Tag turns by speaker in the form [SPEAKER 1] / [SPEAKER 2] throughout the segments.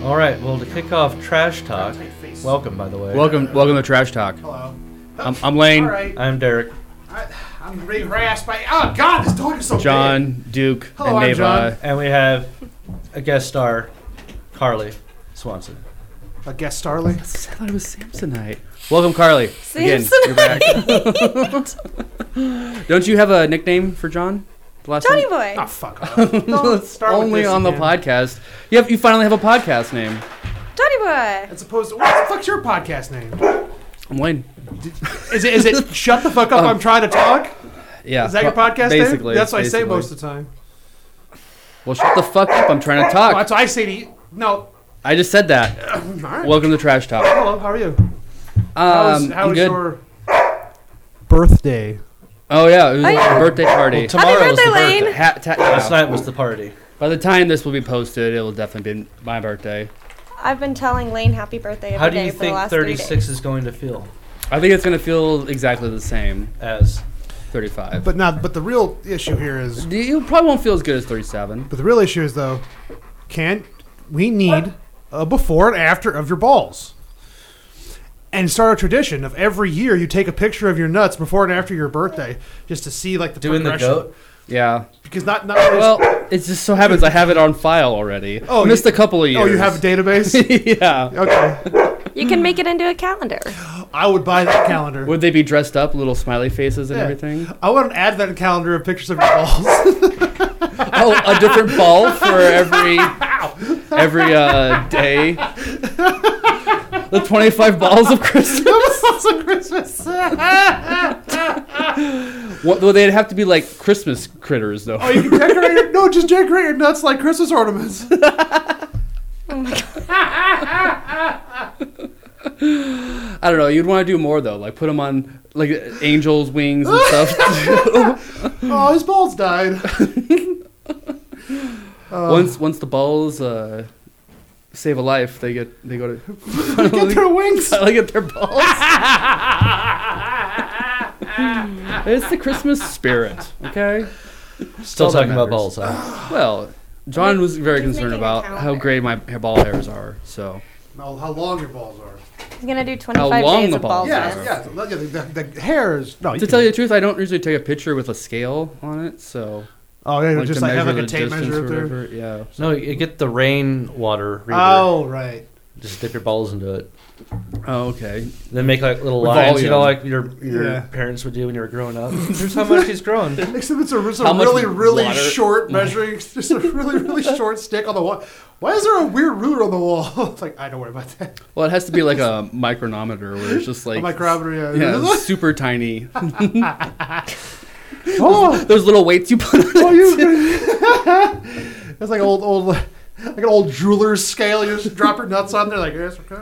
[SPEAKER 1] Well, to kick off Trash Talk, welcome, by the way.
[SPEAKER 2] Welcome, welcome to Trash Talk.
[SPEAKER 3] Hello.
[SPEAKER 2] I'm, I'm Lane.
[SPEAKER 3] All right.
[SPEAKER 1] I'm Derek.
[SPEAKER 3] I, I'm being harassed by. Oh God, this dog is so big.
[SPEAKER 2] John, Duke,
[SPEAKER 3] Hello,
[SPEAKER 2] and
[SPEAKER 3] I'm
[SPEAKER 2] Neva.
[SPEAKER 3] John.
[SPEAKER 1] And we have a guest star, Carly Swanson.
[SPEAKER 3] A guest starling.
[SPEAKER 2] I thought it was Samsonite. Welcome, Carly. Again, you're back. Don't you have a nickname for John? The last
[SPEAKER 4] Johnny
[SPEAKER 2] name?
[SPEAKER 4] Boy.
[SPEAKER 3] Oh fuck off. Don't start with
[SPEAKER 2] Only
[SPEAKER 3] this
[SPEAKER 2] on
[SPEAKER 3] again.
[SPEAKER 2] the podcast. You have you finally have a podcast name.
[SPEAKER 4] Johnny Boy.
[SPEAKER 3] As opposed to what the fuck's your podcast name?
[SPEAKER 2] I'm Lane.
[SPEAKER 3] Is it? Is it? shut the fuck up! I'm trying to talk.
[SPEAKER 2] Yeah.
[SPEAKER 3] Is that your podcast
[SPEAKER 2] basically,
[SPEAKER 3] name? That's what I say
[SPEAKER 2] basically.
[SPEAKER 3] most of the time.
[SPEAKER 2] Well, shut the fuck up. I'm trying to
[SPEAKER 3] Oh,
[SPEAKER 2] talk.
[SPEAKER 3] that's what I say to you. No.
[SPEAKER 2] I just said that.
[SPEAKER 3] All right.
[SPEAKER 2] Welcome to Trash Talk.
[SPEAKER 3] Hello. How are you?
[SPEAKER 2] Um,
[SPEAKER 3] How was, how
[SPEAKER 2] I'm
[SPEAKER 3] was
[SPEAKER 2] good.
[SPEAKER 3] your birthday?
[SPEAKER 2] Oh yeah, it was
[SPEAKER 4] Oh, yeah.
[SPEAKER 2] a birthday party.
[SPEAKER 1] Tomorrow is
[SPEAKER 4] birthday,
[SPEAKER 1] the
[SPEAKER 4] Lane.
[SPEAKER 1] birthday.
[SPEAKER 2] Ha- ta-
[SPEAKER 1] Last
[SPEAKER 2] wow.
[SPEAKER 1] night was the party.
[SPEAKER 2] By the time this will be posted, it will definitely be my birthday.
[SPEAKER 4] I've been telling Lane happy birthday every day
[SPEAKER 1] How do you
[SPEAKER 4] for the
[SPEAKER 1] think
[SPEAKER 4] last three days.
[SPEAKER 1] 36 is going to feel
[SPEAKER 2] I think it's gonna feel exactly the same.
[SPEAKER 1] as?
[SPEAKER 2] 35. But
[SPEAKER 3] But not. But the real issue here is.
[SPEAKER 2] you probably won't feel as good as 37.
[SPEAKER 3] But the real issue is though, can we need a before and after of your balls? And start a tradition of every year you take a picture of your nuts before and after your birthday, just to see like the
[SPEAKER 1] Doing the
[SPEAKER 3] progression.
[SPEAKER 1] goat?
[SPEAKER 2] Yeah.
[SPEAKER 3] because not not only is-
[SPEAKER 2] Well, it just so happens I have it on file already.
[SPEAKER 3] Oh,
[SPEAKER 2] Oh, missed
[SPEAKER 3] you-
[SPEAKER 2] a couple of years.
[SPEAKER 3] oh you have a database.
[SPEAKER 2] yeah.
[SPEAKER 3] okay,
[SPEAKER 4] You can make it into a calendar.
[SPEAKER 3] I would buy that calendar.
[SPEAKER 2] Would they be dressed up, little smiley faces and
[SPEAKER 3] Yeah.
[SPEAKER 2] everything?
[SPEAKER 3] I want an advent calendar of pictures of your balls.
[SPEAKER 2] Oh, a different ball for every every uh, day. The 25 balls of Christmas.
[SPEAKER 3] Balls on Christmas.
[SPEAKER 2] What, well, they'd have to be like Christmas critters, though.
[SPEAKER 3] oh, you can decorate your, no, just decorate your nuts like Christmas ornaments.
[SPEAKER 2] I don't know. You'd want to do more though, like put them on like angels' wings and stuff.
[SPEAKER 3] oh, his balls died.
[SPEAKER 2] once once the balls uh, save a life, they get they go to
[SPEAKER 3] Get their wings.
[SPEAKER 2] finally get their balls. it's the Christmas spirit, okay?
[SPEAKER 1] Still
[SPEAKER 2] all that
[SPEAKER 1] talking about balls,
[SPEAKER 2] matters.
[SPEAKER 1] huh?
[SPEAKER 2] Well, John was very
[SPEAKER 4] Just
[SPEAKER 2] concerned
[SPEAKER 4] making a
[SPEAKER 2] about
[SPEAKER 4] calendar.
[SPEAKER 2] how gray my hair- ball hairs are. So
[SPEAKER 3] No, Oh, how long your balls are.
[SPEAKER 4] He's gonna do 25
[SPEAKER 2] long
[SPEAKER 4] days
[SPEAKER 2] the
[SPEAKER 4] of
[SPEAKER 2] balls
[SPEAKER 4] balls.
[SPEAKER 2] are.
[SPEAKER 3] Yeah,
[SPEAKER 4] in.
[SPEAKER 3] yeah. The, yeah, the, the hair is no.
[SPEAKER 2] to tell you the truth, I don't usually take a picture with a scale on it. So
[SPEAKER 3] oh, yeah,
[SPEAKER 2] to
[SPEAKER 3] just like have like
[SPEAKER 2] measure
[SPEAKER 3] a
[SPEAKER 2] the
[SPEAKER 3] tape
[SPEAKER 2] distance
[SPEAKER 3] measure
[SPEAKER 2] or
[SPEAKER 3] up there.
[SPEAKER 2] whatever, Yeah.
[SPEAKER 1] No, you get the rain water reader.
[SPEAKER 3] Oh, right.
[SPEAKER 1] Just dip your balls into it.
[SPEAKER 2] Oh, okay.
[SPEAKER 1] Then make like little
[SPEAKER 2] With
[SPEAKER 1] lines, you
[SPEAKER 2] volume.
[SPEAKER 1] know, like your your
[SPEAKER 3] Yeah.
[SPEAKER 1] parents would do when you were growing up. Here's how much he's grown.
[SPEAKER 3] Except it's a, it's
[SPEAKER 2] How
[SPEAKER 3] a
[SPEAKER 2] much
[SPEAKER 3] really, really
[SPEAKER 2] water-
[SPEAKER 3] short measuring. It's just a really, really short stick on the wall. Why is there a weird ruler on the wall? it's like I don't worry about that.
[SPEAKER 2] Well, it has to be like a micronometer where it's just
[SPEAKER 3] A
[SPEAKER 2] like
[SPEAKER 3] micrometer. Yeah.
[SPEAKER 2] Yeah, it's super tiny.
[SPEAKER 3] oh,
[SPEAKER 2] Those little weights you put on
[SPEAKER 3] oh, you. it's like old, old, like an old jeweler's scale. You just drop your nuts on there. Like yes, okay.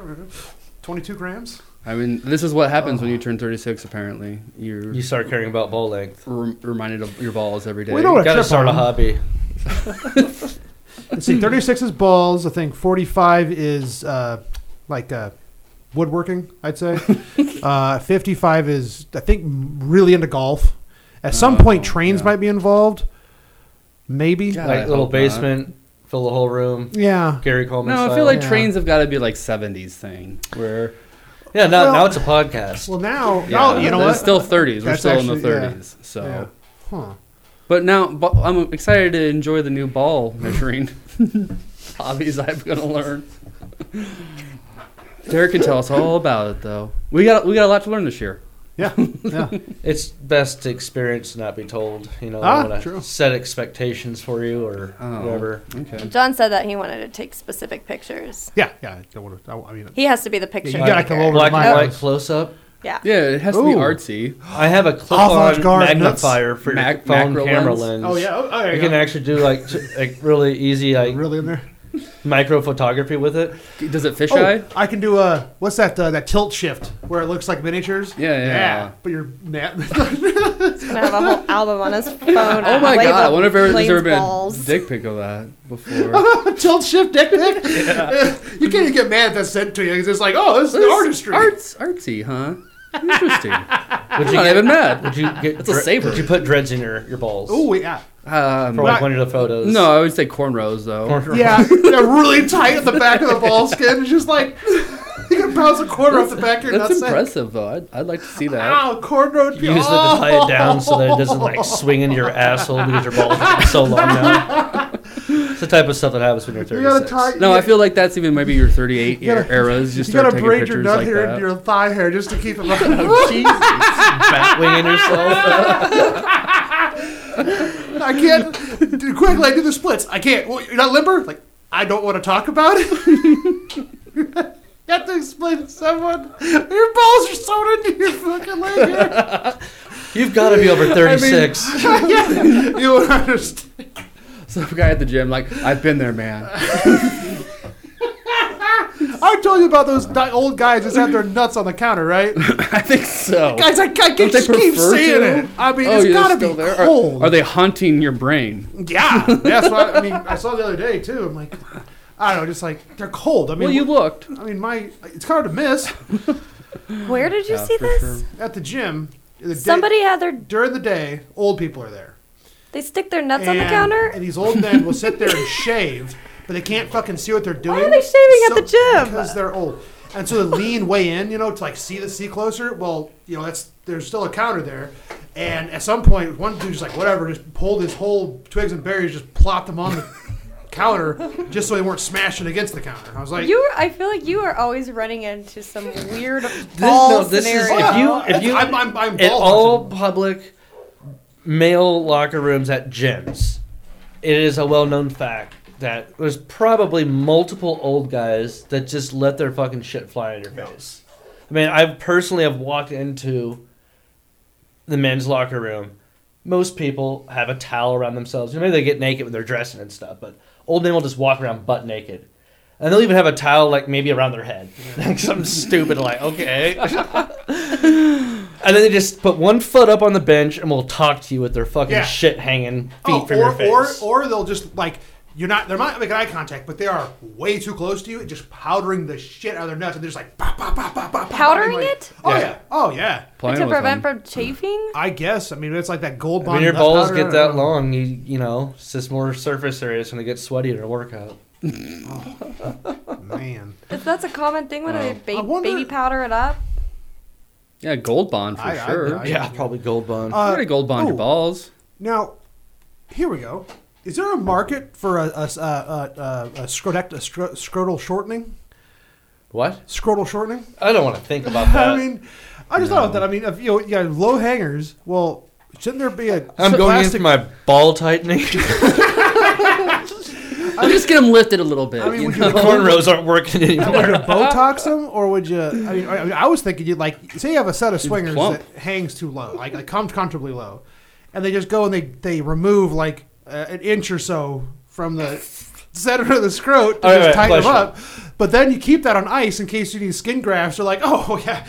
[SPEAKER 3] Twenty-two grams.
[SPEAKER 2] I mean, this is what happens
[SPEAKER 3] Oh.
[SPEAKER 2] when you turn 36, apparently. You're
[SPEAKER 1] You start caring about ball length.
[SPEAKER 2] rem- reminded of your balls every day.
[SPEAKER 3] We don't- What a
[SPEAKER 1] Gotta
[SPEAKER 3] trip
[SPEAKER 1] start a
[SPEAKER 3] on.
[SPEAKER 1] hobby.
[SPEAKER 3] Let's see, 36 is balls. I think 45 is uh, like uh, woodworking, I'd say. uh, 55 is, I think, m- really into golf. At some point, trains
[SPEAKER 2] yeah.
[SPEAKER 3] might be involved. Maybe.
[SPEAKER 2] God. I
[SPEAKER 1] Like little
[SPEAKER 2] hope not.
[SPEAKER 1] basement, fill the whole room.
[SPEAKER 3] Yeah.
[SPEAKER 1] Gary Coleman.
[SPEAKER 2] No, I
[SPEAKER 1] style.
[SPEAKER 2] feel like
[SPEAKER 3] Yeah.
[SPEAKER 2] trains have got to be like 70s thing. Where
[SPEAKER 1] yeah. Now,
[SPEAKER 3] Well-
[SPEAKER 1] now it's a podcast.
[SPEAKER 3] Well, now,
[SPEAKER 2] yeah,
[SPEAKER 3] now you know
[SPEAKER 2] they're
[SPEAKER 3] what?
[SPEAKER 2] still 30s. We're
[SPEAKER 3] That's
[SPEAKER 2] still in the
[SPEAKER 3] actually- yeah.
[SPEAKER 2] 30s. So,
[SPEAKER 3] Yeah. Huh.
[SPEAKER 2] but now bu- I'm excited to enjoy the new ball measuring hobbies I'm gonna learn. Derek can tell us all about it, though. We got we got a lot to learn this year.
[SPEAKER 3] Yeah. yeah.
[SPEAKER 1] it's best to experience, not be told. You know,
[SPEAKER 3] Ah,
[SPEAKER 1] they wanna
[SPEAKER 3] true.
[SPEAKER 1] set expectations for you or
[SPEAKER 2] Oh.
[SPEAKER 1] whatever.
[SPEAKER 2] Okay.
[SPEAKER 4] John said that he wanted to take specific pictures.
[SPEAKER 3] Yeah. Yeah. I don't want to. I, I mean,
[SPEAKER 4] He has to be the picture.
[SPEAKER 3] you gotta
[SPEAKER 4] taker.
[SPEAKER 3] come over.
[SPEAKER 1] Black
[SPEAKER 3] my
[SPEAKER 1] and white
[SPEAKER 3] house.
[SPEAKER 1] close up.
[SPEAKER 4] Yeah.
[SPEAKER 2] Yeah, it has to be
[SPEAKER 3] Ooh.
[SPEAKER 2] artsy.
[SPEAKER 1] I have a
[SPEAKER 3] Avant-garde
[SPEAKER 1] clip-on magnifier for your
[SPEAKER 2] Mac-
[SPEAKER 1] phone
[SPEAKER 2] macro
[SPEAKER 1] camera
[SPEAKER 2] lens.
[SPEAKER 1] lens.
[SPEAKER 3] oh, yeah. Oh, oh,
[SPEAKER 1] I
[SPEAKER 3] yeah.
[SPEAKER 1] can actually do like t- like really easy like
[SPEAKER 3] really in there?
[SPEAKER 1] micro photography with it.
[SPEAKER 2] Does it
[SPEAKER 3] Oh,
[SPEAKER 2] fisheye?
[SPEAKER 3] I can do a what's that? Uh, that tilt shift where it looks like miniatures.
[SPEAKER 2] Yeah, yeah.
[SPEAKER 3] but you're na-
[SPEAKER 4] He's gonna have a whole album on his phone.
[SPEAKER 2] Oh my god! I wonder if there- there's
[SPEAKER 4] Lane's
[SPEAKER 2] ever been
[SPEAKER 4] balls.
[SPEAKER 2] a dick pic of that before.
[SPEAKER 3] tilt shift dick pic. you can't even get mad if that's sent to you. 'cause It's like, oh, this is
[SPEAKER 2] This
[SPEAKER 3] artistry.
[SPEAKER 2] Arts, artsy, huh? Interesting.
[SPEAKER 1] Would
[SPEAKER 2] I'm not
[SPEAKER 1] you
[SPEAKER 2] even mad.
[SPEAKER 1] would you get
[SPEAKER 2] That's a
[SPEAKER 1] dre-
[SPEAKER 2] saber.
[SPEAKER 1] Would you put dreads in your, your balls?
[SPEAKER 3] Oh yeah.
[SPEAKER 2] Um,
[SPEAKER 1] for like one of the photos.
[SPEAKER 2] no, I would say cornrows though.
[SPEAKER 1] Cornrows.
[SPEAKER 3] Yeah, they're really tight at the back of the ball skin. It's just like you can bounce a corner off the back of your
[SPEAKER 2] That's
[SPEAKER 3] nutsack.
[SPEAKER 2] impressive though. I'd, I'd like to see that.
[SPEAKER 3] Wow, cornrow. Oh.
[SPEAKER 1] You Use it to tie it down so that it doesn't like swing into your asshole because your balls are so long now. It's the type of stuff that happens when you're
[SPEAKER 3] You gotta
[SPEAKER 1] 36.
[SPEAKER 3] tie.
[SPEAKER 2] No,
[SPEAKER 3] you,
[SPEAKER 2] I feel like that's even maybe your 38
[SPEAKER 3] You gotta-
[SPEAKER 2] year eras. Just
[SPEAKER 3] you
[SPEAKER 2] start
[SPEAKER 3] gotta
[SPEAKER 2] taking
[SPEAKER 3] braid your
[SPEAKER 2] pictures
[SPEAKER 3] nut
[SPEAKER 2] like
[SPEAKER 3] hair
[SPEAKER 2] that.
[SPEAKER 3] into your Oh, thigh hair just to keep it. up.
[SPEAKER 1] bat winging yourself.
[SPEAKER 3] I can't. Dude, quickly, I do the splits. I can't. Well, you're not limber. Like I don't want to talk about it. You have to explain to someone. Your balls are sewn into your fucking leg hair.
[SPEAKER 1] You've got to be over 36.
[SPEAKER 3] you would understand.
[SPEAKER 2] Some guy at the gym, like, I've been there, man.
[SPEAKER 3] I told you about those di- old guys that had their nuts on the counter, right?
[SPEAKER 2] I think so.
[SPEAKER 3] guys, I, I can
[SPEAKER 2] Don't they
[SPEAKER 3] just keep
[SPEAKER 2] prefer
[SPEAKER 3] saying
[SPEAKER 2] to?
[SPEAKER 3] it. I mean,
[SPEAKER 2] Oh,
[SPEAKER 3] it's
[SPEAKER 2] you're
[SPEAKER 3] gotta
[SPEAKER 2] still
[SPEAKER 3] be
[SPEAKER 2] there? Are-
[SPEAKER 3] cold.
[SPEAKER 2] Are, they haunting your brain?
[SPEAKER 3] yeah, that's what I mean. I saw the other day too. I'm like, I don't know, just like they're cold. I mean,
[SPEAKER 2] Well, you looked.
[SPEAKER 3] I mean, my it's hard to miss
[SPEAKER 4] Where did you see this?
[SPEAKER 3] at the gym. The day-
[SPEAKER 4] Somebody had their.
[SPEAKER 3] during the day, old people are there.
[SPEAKER 4] They stick their nuts on the
[SPEAKER 3] And-
[SPEAKER 4] counter.
[SPEAKER 3] And these old men will sit there and shave, but they can't fucking see what they're doing.
[SPEAKER 4] are they shaving at the gym?
[SPEAKER 3] Because they're old. And so they lean way in, you know, to like see the see closer. Well, you know, that's there's still a counter there. And at some point, one dude's like, whatever, just pulled his whole twigs and berries, just plopped them on the counter, just so they weren't smashing against the counter. I was like,
[SPEAKER 4] You, I feel like you are always running into some weird
[SPEAKER 1] no,
[SPEAKER 4] ball
[SPEAKER 1] this is-
[SPEAKER 4] scenario.
[SPEAKER 1] if you-
[SPEAKER 3] "Oh,
[SPEAKER 1] if you-
[SPEAKER 3] I'm, I'm, I'm
[SPEAKER 1] In
[SPEAKER 3] bald."
[SPEAKER 1] all public male locker rooms at gyms, it is a well known fact that there's probably multiple old guys that just let their fucking shit fly in your face. I mean, I personally have walked into the men's locker room. Most people have a towel around themselves. You know, maybe they get naked when they're dressing and stuff, but old men will just walk around butt naked. And they'll even have a towel, like, maybe around their head. Like, something stupid, like, okay. And then they just put one foot up on the bench and will talk to you with their fucking
[SPEAKER 3] Yeah.
[SPEAKER 1] shit hanging feet
[SPEAKER 3] Oh,
[SPEAKER 1] from
[SPEAKER 3] or,
[SPEAKER 1] your face.
[SPEAKER 3] Or, or they'll just like you're not. They're not making eye contact, but they are way too close to you, and just powdering the shit out of their nuts, and they're just like pop, pop, pop, pop, pop, pop,
[SPEAKER 4] Powdering
[SPEAKER 3] like,
[SPEAKER 4] it?
[SPEAKER 3] Oh
[SPEAKER 1] Yeah.
[SPEAKER 3] yeah. Oh yeah.
[SPEAKER 2] Playing
[SPEAKER 4] to
[SPEAKER 2] with
[SPEAKER 4] prevent
[SPEAKER 2] them.
[SPEAKER 4] from chafing?
[SPEAKER 3] I guess. I mean, it's like that gold bond. Oh,
[SPEAKER 1] when your
[SPEAKER 3] nut
[SPEAKER 1] balls
[SPEAKER 3] powder, I
[SPEAKER 1] get
[SPEAKER 3] don't
[SPEAKER 1] that
[SPEAKER 3] know.
[SPEAKER 1] long, you you know, it's just more surface area. It's gonna get sweaty in a workout.
[SPEAKER 3] man.
[SPEAKER 4] If that's a common thing, what do
[SPEAKER 2] Um,
[SPEAKER 4] they ba-
[SPEAKER 3] I wonder-
[SPEAKER 4] baby powder it up?
[SPEAKER 2] Yeah, gold bond for
[SPEAKER 3] I- I-
[SPEAKER 2] sure.
[SPEAKER 3] I-
[SPEAKER 2] you
[SPEAKER 1] Yeah, probably gold bond.
[SPEAKER 3] Uh,
[SPEAKER 2] gotta gold bond
[SPEAKER 3] oh.
[SPEAKER 2] your balls.
[SPEAKER 3] Now, here we go. Is there a market for a a, a, a, a, scrodect, a scro- scrotal shortening?
[SPEAKER 1] what?
[SPEAKER 3] Scrotal shortening?
[SPEAKER 1] I don't want to think about that.
[SPEAKER 3] I mean, I just thought of that. I mean, if, you know, you got low hangers. Well, shouldn't there be a
[SPEAKER 1] I'm going
[SPEAKER 3] plastic
[SPEAKER 1] into my ball tightening. the
[SPEAKER 2] I just get them lifted a little bit.
[SPEAKER 3] I mean,
[SPEAKER 2] you
[SPEAKER 3] would you
[SPEAKER 2] know?
[SPEAKER 1] cornrows aren't working
[SPEAKER 3] Would you
[SPEAKER 1] anymore.
[SPEAKER 3] Botox them, or would you? I mean, I, I mean, I was thinking you'd like say you have a set of swingers
[SPEAKER 2] plump.
[SPEAKER 3] that hangs too low, like, like com- comfortably low, and they just go and they they remove like uh, an inch or so from the center of the scrot
[SPEAKER 1] All right,
[SPEAKER 3] to just
[SPEAKER 1] all right,
[SPEAKER 3] tighten them up.
[SPEAKER 1] question.
[SPEAKER 3] But then you keep that on ice in case you need skin grafts. You're like, oh yeah,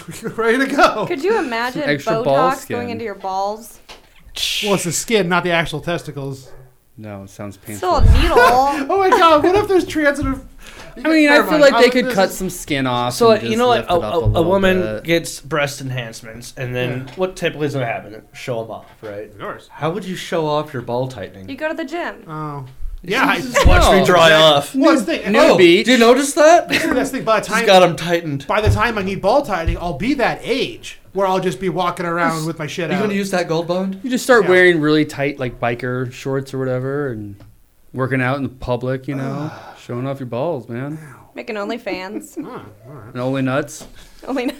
[SPEAKER 3] ready to go.
[SPEAKER 4] Could you imagine
[SPEAKER 2] extra ball
[SPEAKER 4] Botox
[SPEAKER 2] skin.
[SPEAKER 4] going into your balls?
[SPEAKER 3] well, it's the skin, not the actual testicles.
[SPEAKER 2] No, it sounds painful.
[SPEAKER 4] Still a needle.
[SPEAKER 3] Oh my god, what if there's transitive?
[SPEAKER 2] I mean, I
[SPEAKER 3] Never
[SPEAKER 2] feel
[SPEAKER 3] mind.
[SPEAKER 2] like
[SPEAKER 3] I-
[SPEAKER 2] they could
[SPEAKER 3] this
[SPEAKER 2] cut
[SPEAKER 3] is-
[SPEAKER 2] some skin off.
[SPEAKER 1] So
[SPEAKER 2] and
[SPEAKER 1] you know,
[SPEAKER 2] just
[SPEAKER 1] like a,
[SPEAKER 2] lift it up
[SPEAKER 1] a, a
[SPEAKER 2] little
[SPEAKER 1] woman
[SPEAKER 2] bit.
[SPEAKER 1] gets breast enhancements, and then what typically is gonna happen? Show them off, right?
[SPEAKER 3] Of course.
[SPEAKER 1] How would you show off your ball tightening?
[SPEAKER 4] you go to the gym.
[SPEAKER 3] Oh. Yeah, I,
[SPEAKER 1] Watch me
[SPEAKER 2] No.
[SPEAKER 1] dry off.
[SPEAKER 3] well, that's the thing.
[SPEAKER 2] Nude beach.
[SPEAKER 1] Do you notice that?
[SPEAKER 3] Oh, that's the thing. By the time
[SPEAKER 1] Just got them tightened.
[SPEAKER 3] by the time I need ball tightening, I'll be that age where I'll just be walking around with my shit
[SPEAKER 1] Are you
[SPEAKER 3] out.
[SPEAKER 1] gonna use that gold bond?
[SPEAKER 2] You just start
[SPEAKER 3] Yeah.
[SPEAKER 2] wearing really tight, like biker shorts or whatever, and working out in the public. You know, showing off your balls, man.
[SPEAKER 4] Making OnlyFans.
[SPEAKER 3] Oh, all right.
[SPEAKER 2] And only nuts.
[SPEAKER 4] Only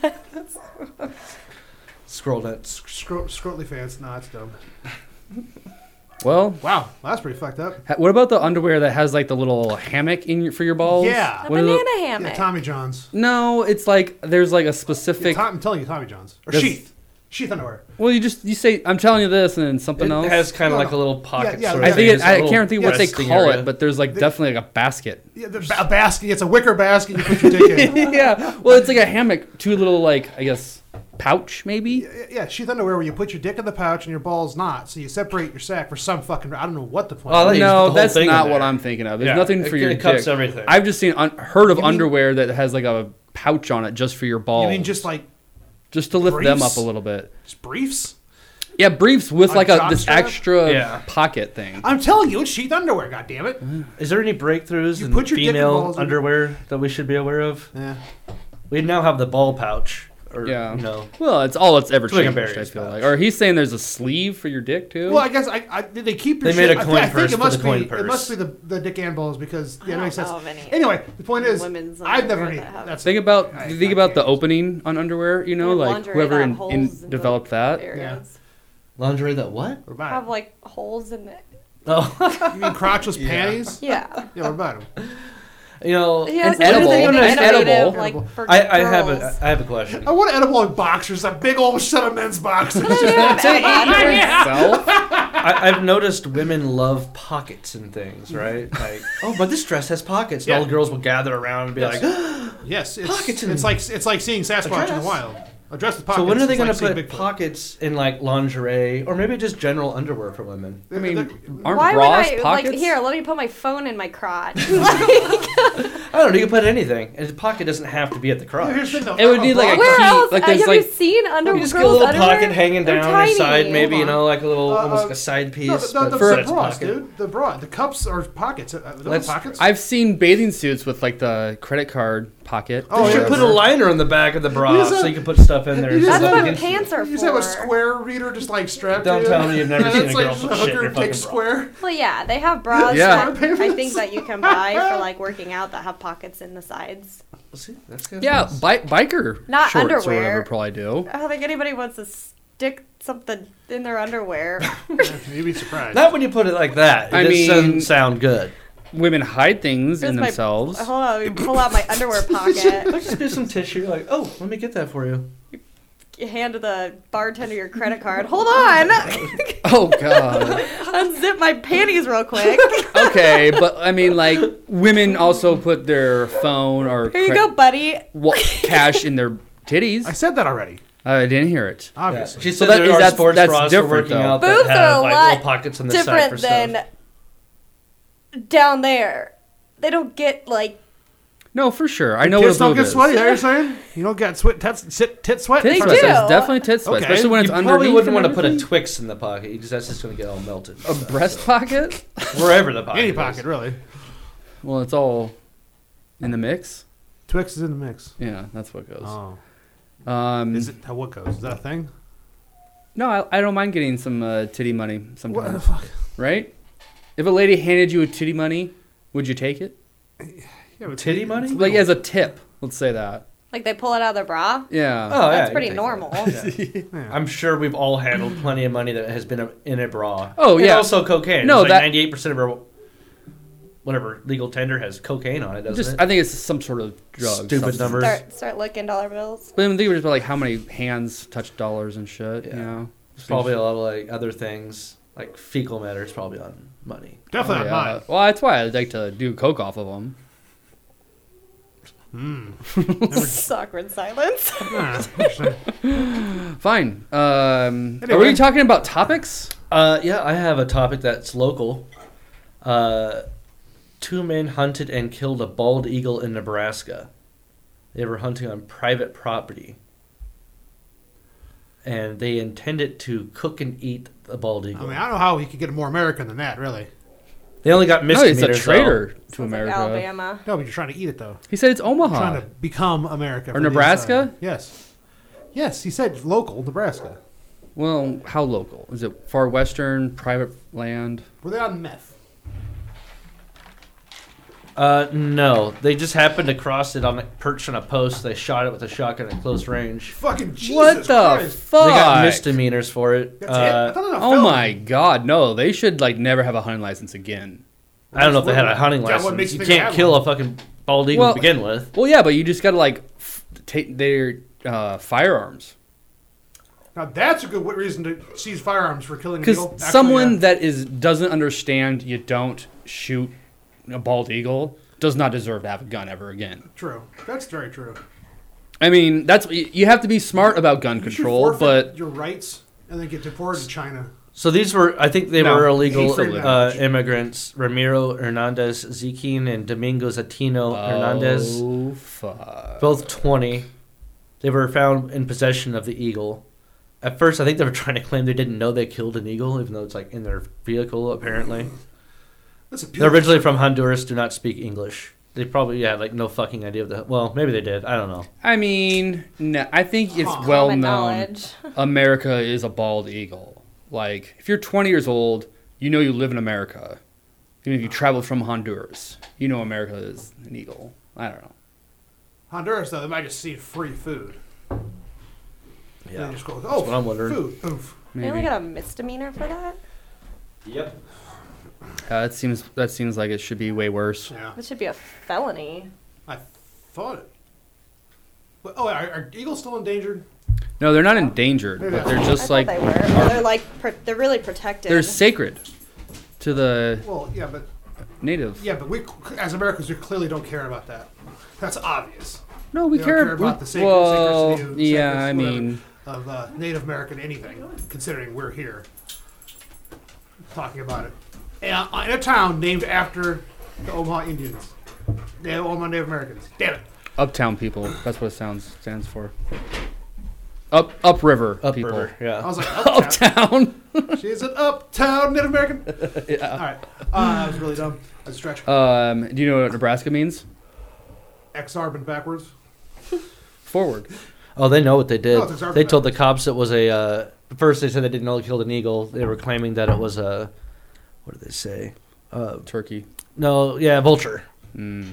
[SPEAKER 1] Scroll nuts.
[SPEAKER 3] Sc- Scro- Scrotly fans, no, that's dumb.
[SPEAKER 2] Well,
[SPEAKER 3] Wow, that's pretty fucked up.
[SPEAKER 2] ha- what about the underwear that has like the little hammock in your, for your balls?
[SPEAKER 3] Yeah.
[SPEAKER 4] a
[SPEAKER 2] What are the-
[SPEAKER 4] banana
[SPEAKER 3] Yeah,
[SPEAKER 4] hammock.
[SPEAKER 3] Tommy John's.
[SPEAKER 2] no, it's like there's like a specific.
[SPEAKER 3] Tom, I'm telling you, Tommy John's or
[SPEAKER 2] Does-
[SPEAKER 3] sheath, sheath underwear.
[SPEAKER 2] well, you just you say I'm telling you this, and then something
[SPEAKER 1] It
[SPEAKER 2] else.
[SPEAKER 1] has kind of
[SPEAKER 3] No,
[SPEAKER 1] like
[SPEAKER 3] no.
[SPEAKER 1] a little pocket.
[SPEAKER 3] yeah,
[SPEAKER 1] sort
[SPEAKER 2] I
[SPEAKER 1] of
[SPEAKER 2] think
[SPEAKER 1] thing,
[SPEAKER 2] it,
[SPEAKER 1] just Oh. a
[SPEAKER 2] I
[SPEAKER 1] little
[SPEAKER 2] can't think what they
[SPEAKER 1] resting
[SPEAKER 2] call
[SPEAKER 1] area.
[SPEAKER 2] it, but there's like definitely like a basket.
[SPEAKER 3] Yeah, the ba- a basket. It's a wicker basket. You put your dick in.
[SPEAKER 2] yeah. Well, it's like a hammock, two little like I guess pouch maybe.
[SPEAKER 3] Yeah, Yeah, sheath underwear where you put your dick in the pouch and your balls not, so you separate your sack for some fucking. I don't know what the point.
[SPEAKER 1] Oh, I thought you just put the
[SPEAKER 2] No,
[SPEAKER 1] whole
[SPEAKER 2] that's
[SPEAKER 1] thing in
[SPEAKER 2] not what
[SPEAKER 1] there.
[SPEAKER 2] I'm thinking of. There's
[SPEAKER 1] Yeah,
[SPEAKER 2] nothing
[SPEAKER 1] it-
[SPEAKER 2] for your
[SPEAKER 1] it cups
[SPEAKER 2] dick.
[SPEAKER 1] everything.
[SPEAKER 2] I've just seen un- heard of
[SPEAKER 3] You mean-
[SPEAKER 2] underwear that has like a pouch on it just for your balls.
[SPEAKER 3] you mean just like
[SPEAKER 2] just to lift them
[SPEAKER 3] briefs?
[SPEAKER 2] up a little bit.
[SPEAKER 3] just briefs?
[SPEAKER 2] Yeah, briefs
[SPEAKER 3] A
[SPEAKER 2] with like a
[SPEAKER 3] jock
[SPEAKER 2] this
[SPEAKER 3] strap?
[SPEAKER 2] extra
[SPEAKER 1] Yeah.
[SPEAKER 2] pocket thing.
[SPEAKER 3] I'm telling you, it's sheath underwear. God damn it.
[SPEAKER 1] Is there any breakthroughs
[SPEAKER 3] You
[SPEAKER 1] in
[SPEAKER 3] put your dick in
[SPEAKER 1] female
[SPEAKER 3] balls and-
[SPEAKER 1] underwear that we should be aware of?
[SPEAKER 3] Yeah.
[SPEAKER 1] We now have the ball pouch. Or,
[SPEAKER 2] Yeah.
[SPEAKER 1] You know,
[SPEAKER 2] Well, it's all it's ever
[SPEAKER 1] It's like a
[SPEAKER 2] changed. I
[SPEAKER 1] various
[SPEAKER 2] feel
[SPEAKER 1] pouch.
[SPEAKER 2] like, or he's saying there's a sleeve for your dick too.
[SPEAKER 3] Well, I guess I, I did they keep your
[SPEAKER 1] They made
[SPEAKER 3] shit?
[SPEAKER 1] a
[SPEAKER 3] I-
[SPEAKER 1] coin
[SPEAKER 3] I, think
[SPEAKER 1] purse for
[SPEAKER 3] it must
[SPEAKER 1] the coin
[SPEAKER 3] be
[SPEAKER 1] purse.
[SPEAKER 3] it must be the, the dick and balls because yeah,
[SPEAKER 4] I
[SPEAKER 3] that
[SPEAKER 4] don't
[SPEAKER 3] makes sense.
[SPEAKER 4] know of any
[SPEAKER 3] anyway, the point is
[SPEAKER 4] women's
[SPEAKER 3] I've never
[SPEAKER 4] underwear
[SPEAKER 3] made
[SPEAKER 4] that have-
[SPEAKER 3] that's
[SPEAKER 2] think about
[SPEAKER 3] I-
[SPEAKER 2] think
[SPEAKER 3] I
[SPEAKER 2] about the
[SPEAKER 3] can't.
[SPEAKER 2] opening on underwear. You know,
[SPEAKER 4] Your
[SPEAKER 2] like
[SPEAKER 4] lingerie
[SPEAKER 2] whoever
[SPEAKER 4] that
[SPEAKER 2] in,
[SPEAKER 4] holds the
[SPEAKER 2] in developed that.
[SPEAKER 4] areas.
[SPEAKER 1] lingerie that what?
[SPEAKER 3] What about
[SPEAKER 4] Have
[SPEAKER 3] it?
[SPEAKER 4] like holes in it.
[SPEAKER 1] Oh,
[SPEAKER 3] You mean crotchless
[SPEAKER 2] Yeah.
[SPEAKER 3] panties?
[SPEAKER 4] Yeah.
[SPEAKER 3] Yeah, what about them?
[SPEAKER 1] you know,
[SPEAKER 4] He has
[SPEAKER 2] An edible.
[SPEAKER 4] something
[SPEAKER 1] An
[SPEAKER 4] innovative,
[SPEAKER 2] edible.
[SPEAKER 4] Like for
[SPEAKER 1] I, I have
[SPEAKER 4] girls.
[SPEAKER 1] a I have a question.
[SPEAKER 3] I want an edible in boxers, a big old set of men's boxers.
[SPEAKER 1] That's it.
[SPEAKER 2] Self?
[SPEAKER 1] I, I've noticed women love pockets and things, right? Like, oh, but this dress has pockets. And all
[SPEAKER 3] Yeah.
[SPEAKER 1] the girls will gather around and be
[SPEAKER 3] Yes.
[SPEAKER 1] like,
[SPEAKER 3] yes, it's,
[SPEAKER 1] Pockets in-
[SPEAKER 3] it's like it's like seeing Sasquatch in
[SPEAKER 1] dress.
[SPEAKER 3] the wild. A dress with pockets.
[SPEAKER 1] so when are they
[SPEAKER 3] going to
[SPEAKER 1] put pockets in like lingerie or maybe just general underwear for women?
[SPEAKER 2] I mean, aren't
[SPEAKER 4] Why
[SPEAKER 2] bras
[SPEAKER 4] would I
[SPEAKER 2] pockets?
[SPEAKER 4] like here? Let me put my phone in my crotch.
[SPEAKER 1] I don't know. You can put anything. And the pocket doesn't have to be at the crotch.
[SPEAKER 3] Here's the thing, though.
[SPEAKER 2] It would
[SPEAKER 3] a
[SPEAKER 2] be
[SPEAKER 3] bra-
[SPEAKER 2] like a-
[SPEAKER 4] Where
[SPEAKER 2] key,
[SPEAKER 4] else?
[SPEAKER 2] like
[SPEAKER 4] uh,
[SPEAKER 2] there's,
[SPEAKER 4] have
[SPEAKER 2] like-
[SPEAKER 4] you seen under
[SPEAKER 1] You just get a
[SPEAKER 4] girls'
[SPEAKER 1] little
[SPEAKER 4] underwear?
[SPEAKER 1] pocket hanging
[SPEAKER 4] They're
[SPEAKER 1] down on your
[SPEAKER 4] tiny.
[SPEAKER 1] side, maybe you
[SPEAKER 4] Hold on.
[SPEAKER 1] know, like a little
[SPEAKER 3] Uh,
[SPEAKER 1] almost
[SPEAKER 3] uh,
[SPEAKER 1] like a side piece.
[SPEAKER 3] no, the, the,
[SPEAKER 1] but
[SPEAKER 3] the,
[SPEAKER 1] for
[SPEAKER 3] the
[SPEAKER 1] its
[SPEAKER 3] bras,
[SPEAKER 1] pocket.
[SPEAKER 3] dude. The bra, the cups are pockets. Uh, those
[SPEAKER 1] Let's-
[SPEAKER 3] pockets.
[SPEAKER 2] I've seen bathing suits with like the credit card pocket.
[SPEAKER 3] Oh,
[SPEAKER 1] you should
[SPEAKER 3] yeah,
[SPEAKER 1] put
[SPEAKER 3] sure.
[SPEAKER 1] a liner on the back of the bra
[SPEAKER 3] Yes, uh,
[SPEAKER 1] so you can put stuff in there.
[SPEAKER 3] you
[SPEAKER 1] so
[SPEAKER 3] just
[SPEAKER 4] That's
[SPEAKER 1] that
[SPEAKER 3] have-
[SPEAKER 1] you
[SPEAKER 4] what
[SPEAKER 1] can-
[SPEAKER 4] pants are
[SPEAKER 3] You just
[SPEAKER 4] for.
[SPEAKER 3] have a square reader just like strapped
[SPEAKER 1] Don't
[SPEAKER 3] to you.
[SPEAKER 1] tell me you've never
[SPEAKER 3] And
[SPEAKER 1] seen
[SPEAKER 3] it's
[SPEAKER 1] a
[SPEAKER 3] like
[SPEAKER 1] girl
[SPEAKER 3] just
[SPEAKER 1] put shit in
[SPEAKER 3] hooker
[SPEAKER 1] her fucking
[SPEAKER 3] dick
[SPEAKER 1] bra.
[SPEAKER 3] square.
[SPEAKER 4] Well, yeah, they have bras
[SPEAKER 2] Yeah.
[SPEAKER 4] that I think that you can buy for like working out that have pockets in the sides.
[SPEAKER 1] See, that's good.
[SPEAKER 2] Yeah, bi- biker
[SPEAKER 4] Not
[SPEAKER 2] shorts or
[SPEAKER 4] underwear.
[SPEAKER 2] whatever probably do.
[SPEAKER 4] I don't think anybody wants to stick something in their underwear.
[SPEAKER 3] You'd be surprised.
[SPEAKER 1] Not when you put it like that. It
[SPEAKER 2] I
[SPEAKER 1] just
[SPEAKER 2] mean-
[SPEAKER 1] doesn't sound good.
[SPEAKER 2] Women hide things
[SPEAKER 4] Here's
[SPEAKER 2] in
[SPEAKER 4] my-
[SPEAKER 2] themselves.
[SPEAKER 4] Hold on, let me pull out my underwear pocket.
[SPEAKER 1] Let's just do some tissue. Like, oh, let me get that for you.
[SPEAKER 4] You hand the bartender your credit card. Hold on,
[SPEAKER 2] Oh god.
[SPEAKER 4] unzip my panties real quick.
[SPEAKER 2] okay, but I mean, like women also put their phone or
[SPEAKER 4] Here you
[SPEAKER 2] cre-
[SPEAKER 4] go, buddy.
[SPEAKER 2] wa- cash in their titties.
[SPEAKER 3] I said that already.
[SPEAKER 2] I didn't hear it.
[SPEAKER 3] Obviously.
[SPEAKER 1] She
[SPEAKER 2] So
[SPEAKER 1] said
[SPEAKER 2] that
[SPEAKER 1] there
[SPEAKER 2] is-
[SPEAKER 1] are
[SPEAKER 2] that's-
[SPEAKER 1] sports
[SPEAKER 2] that's
[SPEAKER 1] bras
[SPEAKER 2] different,
[SPEAKER 1] for working
[SPEAKER 2] though.
[SPEAKER 1] out that
[SPEAKER 4] Boobs are
[SPEAKER 1] have
[SPEAKER 4] a
[SPEAKER 1] like
[SPEAKER 4] lot
[SPEAKER 1] little pockets on the side for
[SPEAKER 4] Different
[SPEAKER 1] stuff.
[SPEAKER 4] than down there. They don't get like
[SPEAKER 2] No, for sure. I know what
[SPEAKER 3] Tits
[SPEAKER 2] a
[SPEAKER 3] don't
[SPEAKER 2] boob
[SPEAKER 3] get
[SPEAKER 2] is.
[SPEAKER 3] sweaty. Is that what you're saying? You don't get sweat. Tits, sit, tit sweat.
[SPEAKER 2] Tit
[SPEAKER 4] They
[SPEAKER 2] sweats.
[SPEAKER 4] do.
[SPEAKER 2] There's definitely tit sweats,
[SPEAKER 3] Okay.
[SPEAKER 2] especially when it's
[SPEAKER 1] you
[SPEAKER 2] underneath.
[SPEAKER 1] probably wouldn't
[SPEAKER 2] and
[SPEAKER 1] want to put a
[SPEAKER 2] everything.
[SPEAKER 1] Twix in the pocket because that's just going to get all melted. and
[SPEAKER 2] a
[SPEAKER 1] stuff.
[SPEAKER 2] breast pocket.
[SPEAKER 1] wherever the pocket.
[SPEAKER 3] Any
[SPEAKER 1] is.
[SPEAKER 3] pocket, really.
[SPEAKER 2] Well, it's all in the mix.
[SPEAKER 3] Twix is in the mix.
[SPEAKER 2] Yeah, that's what goes.
[SPEAKER 3] Oh.
[SPEAKER 2] um,
[SPEAKER 3] Is it how what goes? Is that a thing?
[SPEAKER 2] no, I, I don't mind getting some uh, titty money
[SPEAKER 3] What the
[SPEAKER 2] sometimes,
[SPEAKER 3] fuck?
[SPEAKER 2] right? If a lady handed you a titty money, would you take it?
[SPEAKER 3] Yeah, but
[SPEAKER 1] Titty money?
[SPEAKER 2] Like as a tip, let's say that.
[SPEAKER 4] like they pull it out of their bra.
[SPEAKER 2] Yeah.
[SPEAKER 1] Oh, yeah,
[SPEAKER 4] That's
[SPEAKER 1] you
[SPEAKER 4] pretty
[SPEAKER 1] take
[SPEAKER 4] normal.
[SPEAKER 1] that. Yeah.
[SPEAKER 3] Yeah.
[SPEAKER 1] I'm sure we've all handled plenty of money that has been in a bra.
[SPEAKER 2] Oh,
[SPEAKER 1] And
[SPEAKER 2] yeah.
[SPEAKER 1] also cocaine.
[SPEAKER 2] No,
[SPEAKER 1] No, it's
[SPEAKER 2] that-
[SPEAKER 1] like 98% of our whatever legal tender has cocaine on it, doesn't
[SPEAKER 2] Just,
[SPEAKER 1] it?
[SPEAKER 2] I think it's some sort of drug.
[SPEAKER 1] Stupid
[SPEAKER 2] substance.
[SPEAKER 1] numbers.
[SPEAKER 4] Start start looking dollar bills.
[SPEAKER 2] But I mean, think about like how many hands touch dollars and shit.
[SPEAKER 1] Yeah.
[SPEAKER 2] You know,
[SPEAKER 1] There's probably a lot of like other things, like fecal matter is probably on money.
[SPEAKER 3] Definitely
[SPEAKER 2] Yeah.
[SPEAKER 3] not mine.
[SPEAKER 2] Well, that's why I like to do coke off of them.
[SPEAKER 4] It's awkward silence.
[SPEAKER 3] Hmm. Yeah, interesting.
[SPEAKER 2] Fine. Um, Are
[SPEAKER 3] Anyway.
[SPEAKER 2] we talking about topics?
[SPEAKER 1] Uh, yeah, I have a topic that's local. Uh, two men hunted and killed a bald eagle in Nebraska. They were hunting on private property. And they intended to cook and eat the bald
[SPEAKER 3] I
[SPEAKER 1] eagle.
[SPEAKER 3] mean, I don't know how you could get more American than that, really.
[SPEAKER 1] They only got
[SPEAKER 2] No,
[SPEAKER 1] misdemeanors.
[SPEAKER 2] it's a
[SPEAKER 1] though.
[SPEAKER 2] traitor to
[SPEAKER 4] Sounds like
[SPEAKER 2] America.
[SPEAKER 4] Alabama.
[SPEAKER 3] No, but you're trying to eat it though.
[SPEAKER 2] he said it's Omaha.
[SPEAKER 3] Trying to become America.
[SPEAKER 2] Or
[SPEAKER 3] from the
[SPEAKER 2] Nebraska?
[SPEAKER 3] inside. Yes. Yes, he said local Nebraska.
[SPEAKER 2] Well, how local? Is it far western, private land?
[SPEAKER 3] Were they on meth?
[SPEAKER 1] Uh, no, they just happened to cross it on perched on a post. They shot it with a shotgun at close range.
[SPEAKER 3] Fucking Jesus
[SPEAKER 2] what the
[SPEAKER 3] Christ.
[SPEAKER 2] fuck?
[SPEAKER 1] They got misdemeanors for it.
[SPEAKER 3] That's it. I
[SPEAKER 1] Uh,
[SPEAKER 3] thought it was a
[SPEAKER 2] oh
[SPEAKER 3] felony.
[SPEAKER 2] my god, no! They should like never have a hunting license again.
[SPEAKER 1] I don't know if they had a hunting
[SPEAKER 3] Yeah, what
[SPEAKER 1] license.
[SPEAKER 3] makes you
[SPEAKER 1] you
[SPEAKER 3] think they
[SPEAKER 1] can't
[SPEAKER 3] had
[SPEAKER 1] kill
[SPEAKER 3] one?
[SPEAKER 1] a fucking bald eagle
[SPEAKER 2] Well-
[SPEAKER 1] to begin with.
[SPEAKER 2] Well, yeah, but you just gotta like f- take their uh, firearms.
[SPEAKER 3] Now that's a good wi- reason to seize firearms for killing an
[SPEAKER 2] Because
[SPEAKER 3] eagle. Actually,
[SPEAKER 2] someone
[SPEAKER 3] yeah.
[SPEAKER 2] that is doesn't understand you don't shoot a bald eagle does not deserve to have a gun ever again.
[SPEAKER 3] True. That's very true.
[SPEAKER 2] I mean, that's you you have to be smart about gun
[SPEAKER 3] You should
[SPEAKER 2] control,
[SPEAKER 3] forfeit
[SPEAKER 2] but
[SPEAKER 3] your rights and then get deported to China.
[SPEAKER 1] So these were, I think they
[SPEAKER 2] No,
[SPEAKER 1] were
[SPEAKER 2] he's
[SPEAKER 1] illegal
[SPEAKER 2] illegal.
[SPEAKER 1] uh, immigrants: Ramiro Hernandez Ziquin and Domingo Zatino Hernandez,
[SPEAKER 2] Oh fuck!
[SPEAKER 1] both twenty. They were found in possession of the eagle. At first, I think they were trying to claim they didn't know they killed an eagle, even though it's like in their vehicle. Apparently,
[SPEAKER 3] That's a
[SPEAKER 1] they're
[SPEAKER 3] beautiful.
[SPEAKER 1] originally from Honduras. Do not speak English. They probably had like no fucking idea of the. Well, maybe they did. I don't know.
[SPEAKER 2] I mean, no, I think it's well known.
[SPEAKER 4] Common knowledge.
[SPEAKER 2] America is a bald eagle. Like, if you're 20 years old, you know you live in America. Even if you travel from Honduras, you know America is an eagle. I don't know.
[SPEAKER 3] Honduras though, they might just see free food. Yeah.
[SPEAKER 1] Yeah.
[SPEAKER 3] They just go, oh,
[SPEAKER 1] what I'm wondering.
[SPEAKER 3] food. Oof.
[SPEAKER 4] They only
[SPEAKER 2] Maybe.
[SPEAKER 4] got a misdemeanor for that,
[SPEAKER 1] Yep.
[SPEAKER 2] Uh, that seems that seems like it should be way worse.
[SPEAKER 3] Yeah.
[SPEAKER 4] that should be a felony.
[SPEAKER 3] I thought it. But, oh, are, are eagles still endangered?
[SPEAKER 2] No, they're not endangered,
[SPEAKER 3] They're
[SPEAKER 2] but
[SPEAKER 3] not.
[SPEAKER 2] they're
[SPEAKER 4] I
[SPEAKER 2] just
[SPEAKER 4] thought
[SPEAKER 2] like
[SPEAKER 4] they were.
[SPEAKER 2] our-
[SPEAKER 4] they're like pr- they're really protected.
[SPEAKER 2] they're sacred to the
[SPEAKER 3] Well, yeah, but
[SPEAKER 2] native.
[SPEAKER 3] yeah, but we as Americans, we clearly don't care about that. That's obvious.
[SPEAKER 2] No, we
[SPEAKER 3] They don't
[SPEAKER 2] care,
[SPEAKER 3] care
[SPEAKER 2] we-
[SPEAKER 3] about the sacred-
[SPEAKER 2] well,
[SPEAKER 3] sacred-
[SPEAKER 2] yeah,
[SPEAKER 3] sacred-
[SPEAKER 2] I
[SPEAKER 3] whatever.
[SPEAKER 2] mean,
[SPEAKER 3] of uh, Native American anything, considering we're here talking about it. Yeah, in a town named after the Omaha Indians. The Omaha Native Americans. Damn it.
[SPEAKER 2] uptown people. That's what it sounds stands for. Up upriver
[SPEAKER 1] Up
[SPEAKER 2] people.
[SPEAKER 1] river,
[SPEAKER 3] I
[SPEAKER 1] Yeah.
[SPEAKER 3] was like, uptown.
[SPEAKER 2] Uptown.
[SPEAKER 3] She's an uptown Native American. All right. Uh, that was really dumb. That's a stretch.
[SPEAKER 2] Um, do you know what Nebraska means?
[SPEAKER 3] XR been backwards.
[SPEAKER 2] Forward.
[SPEAKER 1] Oh, they know what they did.
[SPEAKER 3] No, it's our
[SPEAKER 1] they told the cops it was a. Uh, first, they said they didn't know they killed an eagle. They were claiming that it was a. What did they say? Uh,
[SPEAKER 2] Turkey.
[SPEAKER 1] no, yeah, vulture.
[SPEAKER 3] Okay.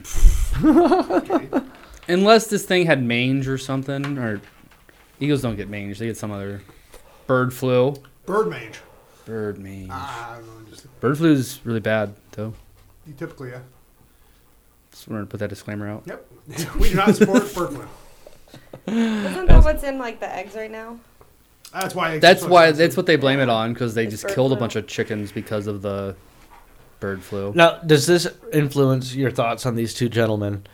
[SPEAKER 2] Unless this thing had mange or something, or eagles don't get mange. They get some other bird flu.
[SPEAKER 3] Bird mange.
[SPEAKER 2] Bird mange.
[SPEAKER 3] Ah, I don't know. Just,
[SPEAKER 2] Bird flu is really bad, though.
[SPEAKER 3] you typically, yeah.
[SPEAKER 2] Just wanted to put that disclaimer out.
[SPEAKER 3] Yep. we do not support bird flu.
[SPEAKER 4] Isn't that what's in like the eggs right now?
[SPEAKER 3] That's why.
[SPEAKER 2] That's why. That's what they blame it on because they just
[SPEAKER 4] bird
[SPEAKER 2] killed a
[SPEAKER 4] flu.
[SPEAKER 2] bunch of chickens because of the bird flu.
[SPEAKER 1] Now, does this influence your thoughts on these two gentlemen?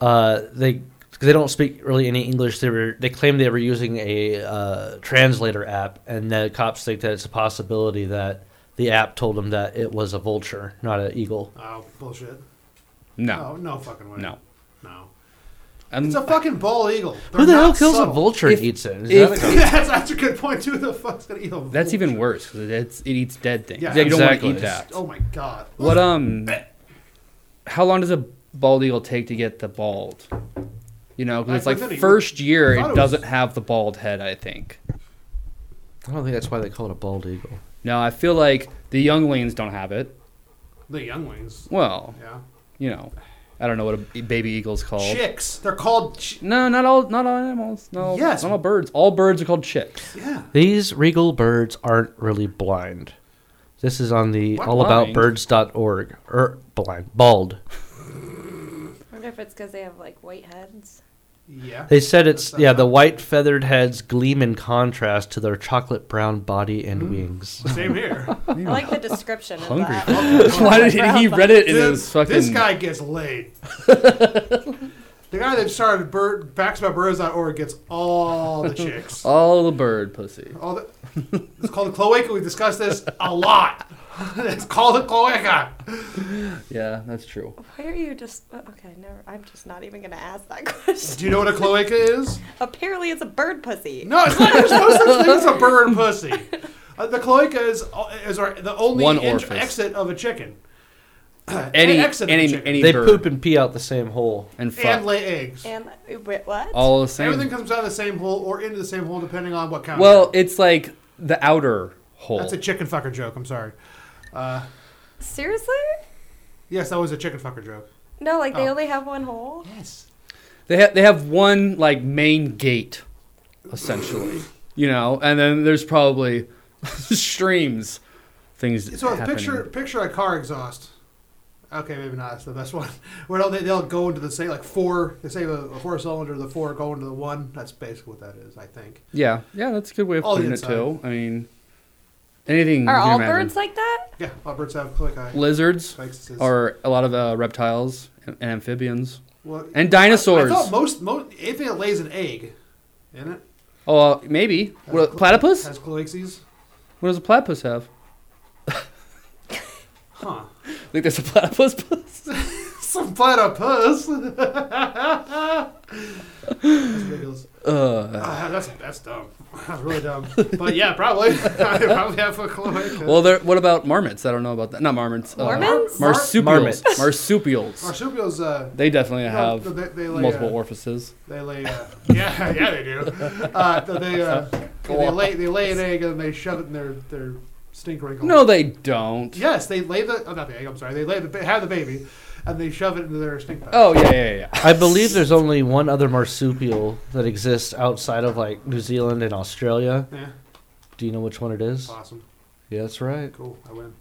[SPEAKER 1] Uh, they 'cause they don't speak really any English. They were they claim they were using a uh, translator app, and the cops think that it's a possibility that the app told them that it was a vulture, not an eagle.
[SPEAKER 3] Oh, bullshit.
[SPEAKER 2] No,
[SPEAKER 3] No, no fucking way.
[SPEAKER 2] no.
[SPEAKER 3] No.
[SPEAKER 2] Um,
[SPEAKER 3] It's a fucking bald eagle.
[SPEAKER 1] Who the
[SPEAKER 3] They're
[SPEAKER 1] hell
[SPEAKER 3] not
[SPEAKER 1] kills a
[SPEAKER 3] subtle.
[SPEAKER 1] vulture
[SPEAKER 2] If-
[SPEAKER 1] and eats it? Is
[SPEAKER 2] if-
[SPEAKER 1] that a-
[SPEAKER 3] that's, that's a good point too. Who The fuck's gonna eat a
[SPEAKER 2] that's
[SPEAKER 3] vulture?
[SPEAKER 2] even worse because it's it eats dead things.
[SPEAKER 3] Yeah,
[SPEAKER 2] you don't want to
[SPEAKER 1] exactly.
[SPEAKER 2] eat that.
[SPEAKER 3] Oh my god.
[SPEAKER 2] What um? How long does a bald eagle take to get the bald? You know, 'cause
[SPEAKER 3] Like,
[SPEAKER 2] it's
[SPEAKER 3] I thought
[SPEAKER 2] like
[SPEAKER 3] it-
[SPEAKER 2] first year
[SPEAKER 3] I thought
[SPEAKER 2] it
[SPEAKER 3] it
[SPEAKER 2] doesn't
[SPEAKER 3] was-
[SPEAKER 2] have the bald head. I think.
[SPEAKER 1] I don't think that's why they call it a bald eagle.
[SPEAKER 2] No, I feel like the younglings don't have it.
[SPEAKER 3] The younglings.
[SPEAKER 2] Well,
[SPEAKER 3] Yeah.
[SPEAKER 2] you know, I don't know what a b- baby eagle's called.
[SPEAKER 3] Chicks. They're called. Ch-
[SPEAKER 2] No, not all, not all animals. No,
[SPEAKER 3] Yes.
[SPEAKER 2] not all birds. All birds are called chicks.
[SPEAKER 3] yeah.
[SPEAKER 1] These regal birds aren't really blind. This is on the
[SPEAKER 3] What
[SPEAKER 2] blind?
[SPEAKER 1] allaboutbirds.org. Er, blind. Bald.
[SPEAKER 4] I wonder if it's because they have like white heads.
[SPEAKER 3] Yeah.
[SPEAKER 1] They said it's, yeah, the white feathered heads gleam in contrast to their chocolate brown body and wings.
[SPEAKER 3] Same here.
[SPEAKER 4] I like the description of
[SPEAKER 2] Hungry.
[SPEAKER 4] that.
[SPEAKER 2] Why did he, he read it and it
[SPEAKER 3] Dude,
[SPEAKER 2] was fucking?
[SPEAKER 3] This guy gets laid. the guy that started bird, factsaboutbirds.org gets all the chicks.
[SPEAKER 2] All the bird pussy.
[SPEAKER 3] All the, it's called the cloaca. We discussed this a lot. it's called the cloaca.
[SPEAKER 2] Yeah, that's true.
[SPEAKER 4] Why are you just uh, okay? Never. I'm just not even gonna ask that question.
[SPEAKER 3] Do you know what a cloaca is?
[SPEAKER 4] Apparently, it's a bird pussy.
[SPEAKER 3] No, it's not. There's no such thing as a bird pussy. Uh, the cloaca is uh, is our, the only
[SPEAKER 2] One
[SPEAKER 3] ent-
[SPEAKER 2] orifice.
[SPEAKER 3] exit of a chicken.
[SPEAKER 2] Any
[SPEAKER 3] exit of a
[SPEAKER 2] any
[SPEAKER 3] chicken.
[SPEAKER 2] any
[SPEAKER 1] They
[SPEAKER 2] bird
[SPEAKER 1] poop and pee out the same hole.
[SPEAKER 2] and fuck
[SPEAKER 3] and lay eggs.
[SPEAKER 4] And wait, what?
[SPEAKER 2] all the same.
[SPEAKER 3] Everything comes out of the same hole or into the same hole, depending on what kind.
[SPEAKER 2] Well, it's like the outer hole.
[SPEAKER 3] that's a chicken fucker joke. I'm sorry. Uh,
[SPEAKER 4] Seriously?
[SPEAKER 3] yes, that was a chicken fucker joke.
[SPEAKER 4] No, like they
[SPEAKER 3] Oh.
[SPEAKER 4] only have one hole.
[SPEAKER 3] Yes.
[SPEAKER 2] they have they have one like main gate, essentially. you know, and then there's probably streams, things. that
[SPEAKER 3] So
[SPEAKER 2] happen.
[SPEAKER 3] picture picture a car exhaust. Okay, maybe not. It's the best one. Where they'll, they'll go into the same like four. They say a, a four cylinder. The four go into the one. That's basically what that is. I think.
[SPEAKER 2] Yeah, yeah, that's a good way of
[SPEAKER 3] All the
[SPEAKER 2] putting it
[SPEAKER 3] inside.
[SPEAKER 2] too. I mean, anything.
[SPEAKER 4] Are
[SPEAKER 2] you can
[SPEAKER 4] all
[SPEAKER 2] imagine.
[SPEAKER 4] birds like that?
[SPEAKER 3] Yeah, all birds have cloaca.
[SPEAKER 2] lizards?
[SPEAKER 3] Spikes
[SPEAKER 2] Or a lot of uh, reptiles and amphibians
[SPEAKER 3] Well,
[SPEAKER 2] and dinosaurs.
[SPEAKER 3] I thought most, most anything that lays an egg, in it.
[SPEAKER 2] oh, uh, maybe.
[SPEAKER 3] has
[SPEAKER 2] What,
[SPEAKER 3] clo-
[SPEAKER 2] platypus?
[SPEAKER 3] has cloaces.
[SPEAKER 2] What does a platypus have?
[SPEAKER 3] Huh.
[SPEAKER 2] Like there's a platypus. puss?
[SPEAKER 3] Some platypus. that's ridiculous.
[SPEAKER 2] uh,
[SPEAKER 3] Ah, that's that's dumb. That's really dumb. But yeah, probably. I probably have a cloaca.
[SPEAKER 2] Well, there, what about marmots? I don't know about that. Not marmots.
[SPEAKER 4] Mormons?
[SPEAKER 2] Uh, marsupials.
[SPEAKER 1] Marmots.
[SPEAKER 2] marsupials.
[SPEAKER 3] Marsupials, uh,
[SPEAKER 2] They definitely
[SPEAKER 3] no,
[SPEAKER 2] have
[SPEAKER 3] they, they lay,
[SPEAKER 2] multiple
[SPEAKER 3] uh,
[SPEAKER 2] orifices.
[SPEAKER 3] They lay, uh, yeah, yeah, they do. Uh, they uh, they lay they lay an egg and they shove it in their their stink wrinkle.
[SPEAKER 2] No, they don't.
[SPEAKER 3] Yes, they lay the oh, not the egg. I'm sorry. They lay the ba- have the baby, and they shove it into their stink bag.
[SPEAKER 2] Oh yeah, yeah, yeah.
[SPEAKER 1] I believe there's only one other marsupial that exists outside of like New Zealand and Australia.
[SPEAKER 3] yeah,
[SPEAKER 1] Do you know which one it is?
[SPEAKER 3] awesome,
[SPEAKER 1] Yeah, that's right.
[SPEAKER 3] cool. I win.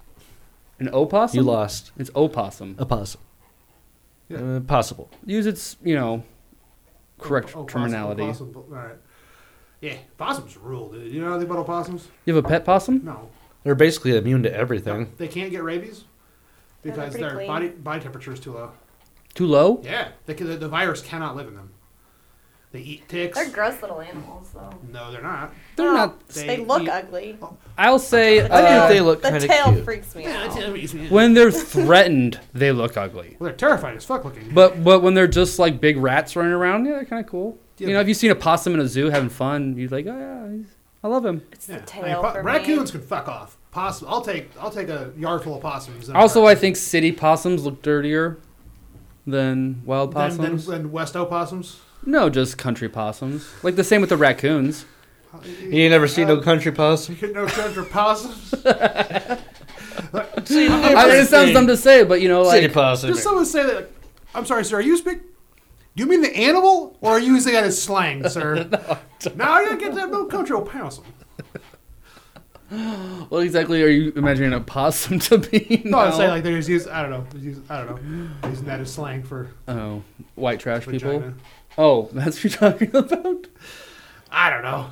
[SPEAKER 2] An opossum.
[SPEAKER 1] You Oh. lost.
[SPEAKER 2] It's opossum.
[SPEAKER 1] A possum.
[SPEAKER 3] Yeah.
[SPEAKER 1] Uh, possible.
[SPEAKER 2] Use its, you know, correct
[SPEAKER 3] Oh, possum,
[SPEAKER 2] terminology.
[SPEAKER 3] Possum, po- all right. Yeah, possums rule, dude. You know anything about opossums?
[SPEAKER 2] You have a pet possum?
[SPEAKER 3] No,
[SPEAKER 1] They're basically immune to
[SPEAKER 3] no.
[SPEAKER 1] everything.
[SPEAKER 3] they can't get rabies
[SPEAKER 4] they're
[SPEAKER 3] because
[SPEAKER 4] pretty
[SPEAKER 3] their
[SPEAKER 4] clean.
[SPEAKER 3] body body temperature is too low.
[SPEAKER 2] Too low?
[SPEAKER 3] Yeah, they can, the, the virus cannot live in them. They eat ticks.
[SPEAKER 4] They're gross little animals, though.
[SPEAKER 3] no, they're not.
[SPEAKER 2] They're
[SPEAKER 4] Oh,
[SPEAKER 2] not.
[SPEAKER 4] They,
[SPEAKER 3] they
[SPEAKER 4] look
[SPEAKER 3] eat-
[SPEAKER 4] ugly.
[SPEAKER 2] I'll say
[SPEAKER 1] I think
[SPEAKER 2] uh,
[SPEAKER 1] they look
[SPEAKER 4] The
[SPEAKER 1] kind of
[SPEAKER 4] tail
[SPEAKER 1] cute.
[SPEAKER 4] freaks me out.
[SPEAKER 3] Well,
[SPEAKER 2] when they're threatened, they look ugly.
[SPEAKER 3] they're terrified as fuck looking.
[SPEAKER 2] But but when they're just like big rats running around, yeah, they're kind of cool.
[SPEAKER 3] Yeah,
[SPEAKER 2] you know,
[SPEAKER 3] but-
[SPEAKER 2] if you've seen a possum in a zoo having fun, you're like, oh yeah, he's- I love him.
[SPEAKER 4] It's
[SPEAKER 3] Yeah.
[SPEAKER 4] the
[SPEAKER 3] I mean,
[SPEAKER 4] tail
[SPEAKER 3] po-
[SPEAKER 4] for
[SPEAKER 3] raccoons
[SPEAKER 4] me.
[SPEAKER 3] can fuck off. Possum. I'll take. I'll take a yard full of possums. and a
[SPEAKER 2] Also, I
[SPEAKER 3] raccoon.
[SPEAKER 2] think city possums look dirtier than wild
[SPEAKER 3] Then- then-
[SPEAKER 2] possums.
[SPEAKER 3] Then, west opossums.
[SPEAKER 2] no, just country possums. Like the same with the raccoons.
[SPEAKER 1] You ain't never seen no
[SPEAKER 3] Um,
[SPEAKER 1] country possum?
[SPEAKER 3] No country possums.
[SPEAKER 2] I mean, it sounds dumb to say, but you know,
[SPEAKER 1] City
[SPEAKER 2] like
[SPEAKER 1] possum.
[SPEAKER 3] Does someone say that? Like, I'm sorry, sir. Are you speak? Do you mean the animal, or are you using that as slang, sir? no, I don't get that. No country opossum.
[SPEAKER 2] What exactly are you imagining a possum to be?
[SPEAKER 3] No, I'm
[SPEAKER 2] now?
[SPEAKER 3] saying like they just use. I don't know. They use, I don't know. They're Using that as slang for
[SPEAKER 2] oh, white trash people.
[SPEAKER 3] vagina.
[SPEAKER 2] Oh, that's what you're talking about.
[SPEAKER 3] I don't know.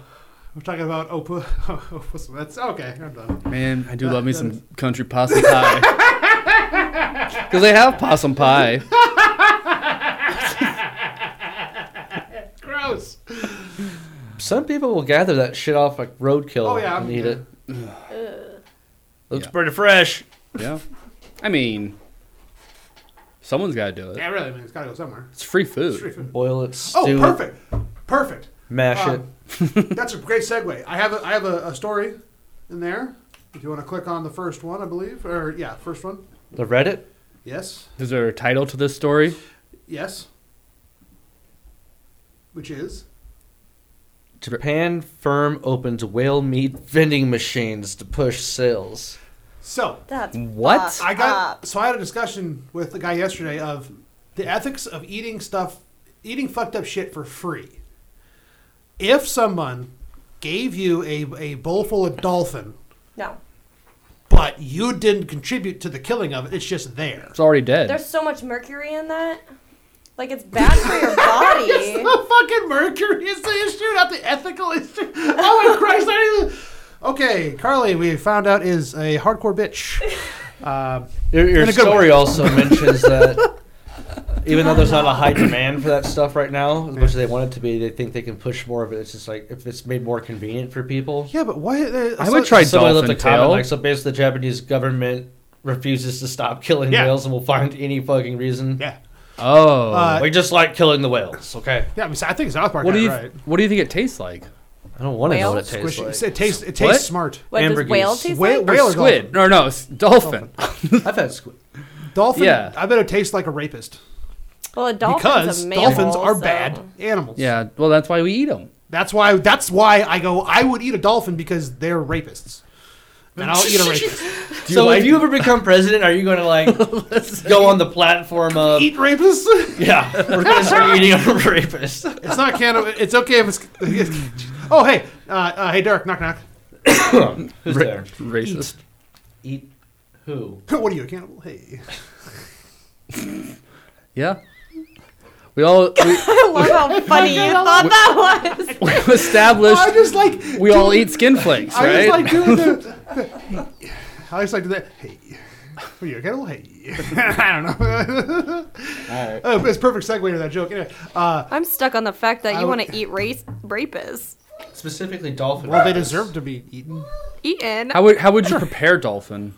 [SPEAKER 3] We're talking about opa. opossum. That's okay. I'm done.
[SPEAKER 2] Man, I do
[SPEAKER 3] That-
[SPEAKER 2] love me
[SPEAKER 3] that
[SPEAKER 2] some
[SPEAKER 3] is-
[SPEAKER 2] country possum pie. Because they have possum pie.
[SPEAKER 3] Gross.
[SPEAKER 1] Some people will gather that shit off like roadkill
[SPEAKER 3] Oh, yeah,
[SPEAKER 1] and
[SPEAKER 3] I'm-
[SPEAKER 1] eat
[SPEAKER 3] yeah.
[SPEAKER 1] it. Looks
[SPEAKER 2] Yeah.
[SPEAKER 1] pretty fresh.
[SPEAKER 2] Yeah. I mean, someone's got to do
[SPEAKER 3] Yeah,
[SPEAKER 2] it.
[SPEAKER 3] really. I mean, it's gotta go somewhere.
[SPEAKER 2] It's free food.
[SPEAKER 3] Street food.
[SPEAKER 1] Boil it, stew
[SPEAKER 3] Oh,
[SPEAKER 1] it,
[SPEAKER 3] perfect. Perfect.
[SPEAKER 1] mash it.
[SPEAKER 3] Um, that's a great segue. I have a, I have a, a story in there. If you want to click on the first one, I believe, or yeah, first one.
[SPEAKER 1] The Reddit?
[SPEAKER 3] Yes,
[SPEAKER 2] Is there a title to this story?
[SPEAKER 3] yes. Which is
[SPEAKER 1] Japan firm opens whale meat vending machines to push sales.
[SPEAKER 3] so.
[SPEAKER 4] That's
[SPEAKER 2] What?
[SPEAKER 4] fucked
[SPEAKER 3] I got
[SPEAKER 4] up.
[SPEAKER 3] so I had a discussion with the guy yesterday of the ethics of eating stuff, eating fucked up shit for free. If someone gave you a a bowl full of dolphin,
[SPEAKER 4] No.
[SPEAKER 3] but you didn't contribute to the killing of it, it's just there.
[SPEAKER 2] It's already dead.
[SPEAKER 4] There's so much mercury in that. Like, it's bad for your body.
[SPEAKER 3] The fucking mercury is the issue, not the ethical issue. Oh my Christ! I didn't even- Okay, Carly, we found out is a hardcore bitch. Um,
[SPEAKER 1] Your, your
[SPEAKER 3] In a good
[SPEAKER 1] story also mentions that even though there's not a high demand for that stuff right now, as much as they want it to be, they think they can push more of it. It's just like if it's made more convenient for people.
[SPEAKER 3] yeah, but why? Uh,
[SPEAKER 2] I would try
[SPEAKER 1] Somebody
[SPEAKER 2] dolphin
[SPEAKER 1] left a comment
[SPEAKER 2] tail.
[SPEAKER 1] like, so basically the Japanese government refuses to stop killing
[SPEAKER 3] Yeah.
[SPEAKER 1] whales and will find any fucking reason.
[SPEAKER 3] Yeah,
[SPEAKER 2] oh.
[SPEAKER 3] Uh,
[SPEAKER 1] We just like killing the whales, okay?
[SPEAKER 3] yeah. I, mean, I think South Park
[SPEAKER 2] what do
[SPEAKER 3] got
[SPEAKER 2] you
[SPEAKER 3] it right.
[SPEAKER 2] What do you think it tastes like?
[SPEAKER 1] I don't want to know what it
[SPEAKER 4] Whales?
[SPEAKER 1] tastes
[SPEAKER 3] Squishy.
[SPEAKER 1] like.
[SPEAKER 3] It tastes. It tastes
[SPEAKER 2] What?
[SPEAKER 3] smart.
[SPEAKER 4] What does
[SPEAKER 1] Ambergris.
[SPEAKER 4] whale taste
[SPEAKER 3] Whale,
[SPEAKER 4] like?
[SPEAKER 3] whale or
[SPEAKER 2] Squid. No, no, it's dolphin.
[SPEAKER 1] I've had squid.
[SPEAKER 3] Dolphin.
[SPEAKER 2] Yeah.
[SPEAKER 3] I bet it tastes like a rapist
[SPEAKER 4] Well, a dolphin's
[SPEAKER 3] because
[SPEAKER 4] a mammal,
[SPEAKER 3] dolphins are
[SPEAKER 4] so-
[SPEAKER 3] bad animals.
[SPEAKER 2] Yeah, well, that's why we eat them.
[SPEAKER 3] That's why. That's why I go. I would eat a dolphin because they're rapists, and I'll eat a rapist.
[SPEAKER 1] so if you ever become president, are you going to like go on the platform of
[SPEAKER 3] eat rapists.
[SPEAKER 1] yeah, we're going to start eating a rapist?
[SPEAKER 3] It's not cannibal. It's okay if it's. oh hey, uh, uh, hey Derek, knock knock.
[SPEAKER 1] Who's there?
[SPEAKER 2] Racist.
[SPEAKER 1] Eat who?
[SPEAKER 3] What are you a cannibal? Hey,
[SPEAKER 2] Yeah. We all we,
[SPEAKER 4] I love how funny you thought that was.
[SPEAKER 2] we established
[SPEAKER 3] I just like.
[SPEAKER 2] we all eat skin flakes,
[SPEAKER 3] I
[SPEAKER 2] right?
[SPEAKER 3] just like doing the. I just like doing that. Hey, what are you a cannibal? Hey, I don't know. Uh, it's a perfect segue to that joke. Anyway, uh,
[SPEAKER 4] I'm stuck on the fact that
[SPEAKER 3] I
[SPEAKER 4] you
[SPEAKER 3] would-
[SPEAKER 4] want to eat race rapists.
[SPEAKER 1] Specifically dolphin.
[SPEAKER 3] well, they deserve to be eaten.
[SPEAKER 4] Eaten.
[SPEAKER 2] How would how would you prepare dolphin?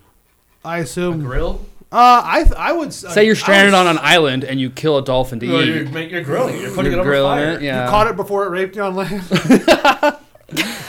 [SPEAKER 3] I assume. Uh,
[SPEAKER 1] grill.
[SPEAKER 3] I th- I would s-
[SPEAKER 2] Say you're
[SPEAKER 3] I
[SPEAKER 2] stranded
[SPEAKER 3] would
[SPEAKER 2] on
[SPEAKER 3] s-
[SPEAKER 2] an island and you kill a dolphin to
[SPEAKER 1] Well,
[SPEAKER 2] eat.
[SPEAKER 1] you're, make- you're grilling. it, You're putting
[SPEAKER 2] You're
[SPEAKER 1] it on
[SPEAKER 2] grilling
[SPEAKER 1] fire.
[SPEAKER 2] it, yeah.
[SPEAKER 3] Caught it before it raped you on land.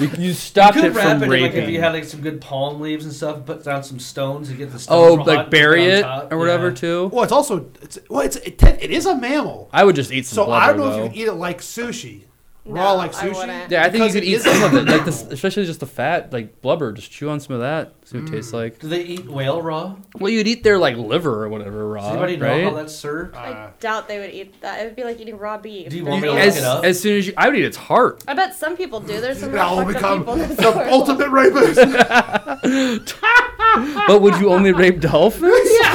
[SPEAKER 2] You, you stopped
[SPEAKER 1] could
[SPEAKER 2] it
[SPEAKER 1] wrap it
[SPEAKER 2] from
[SPEAKER 1] in, like
[SPEAKER 2] raping.
[SPEAKER 1] if you had like some good palm leaves and stuff, put down some stones and get the stones.
[SPEAKER 2] oh,
[SPEAKER 1] real hot
[SPEAKER 2] like
[SPEAKER 1] and
[SPEAKER 2] bury
[SPEAKER 1] put on
[SPEAKER 2] it
[SPEAKER 1] top.
[SPEAKER 2] or whatever
[SPEAKER 1] Yeah.
[SPEAKER 2] too.
[SPEAKER 3] Well, it's also it's well, it's it, it is a mammal,
[SPEAKER 2] I would just eat some
[SPEAKER 3] so I don't
[SPEAKER 2] blubber
[SPEAKER 3] know if
[SPEAKER 2] though.
[SPEAKER 3] you can eat it like sushi,
[SPEAKER 4] No,
[SPEAKER 3] raw like
[SPEAKER 4] I
[SPEAKER 3] sushi.
[SPEAKER 4] wouldn't.
[SPEAKER 2] yeah, I think you
[SPEAKER 3] because
[SPEAKER 2] could
[SPEAKER 3] it
[SPEAKER 2] eat
[SPEAKER 3] is
[SPEAKER 2] some
[SPEAKER 3] a
[SPEAKER 2] of it, like this,
[SPEAKER 3] mammal.
[SPEAKER 2] especially just the fat, like blubber. Just chew on some of that, see what it
[SPEAKER 3] Mm.
[SPEAKER 2] tastes like.
[SPEAKER 1] Do they eat whale raw?
[SPEAKER 2] Well, you'd eat their like liver or whatever raw,
[SPEAKER 1] Does anybody know
[SPEAKER 2] Oh, right?
[SPEAKER 1] how that's served?
[SPEAKER 4] I
[SPEAKER 3] Uh,
[SPEAKER 4] doubt they would eat that. It would be like eating raw beef.
[SPEAKER 1] Do you
[SPEAKER 4] They're
[SPEAKER 1] want me to
[SPEAKER 4] animals.
[SPEAKER 2] as,
[SPEAKER 1] look it up?
[SPEAKER 2] as soon as you, I would eat its heart.
[SPEAKER 4] I bet some people do. There's some
[SPEAKER 3] I'll
[SPEAKER 4] fucked up
[SPEAKER 3] become
[SPEAKER 4] people. that's
[SPEAKER 3] the
[SPEAKER 4] horrible.
[SPEAKER 3] ultimate rapist.
[SPEAKER 2] But would you only rape dolphins?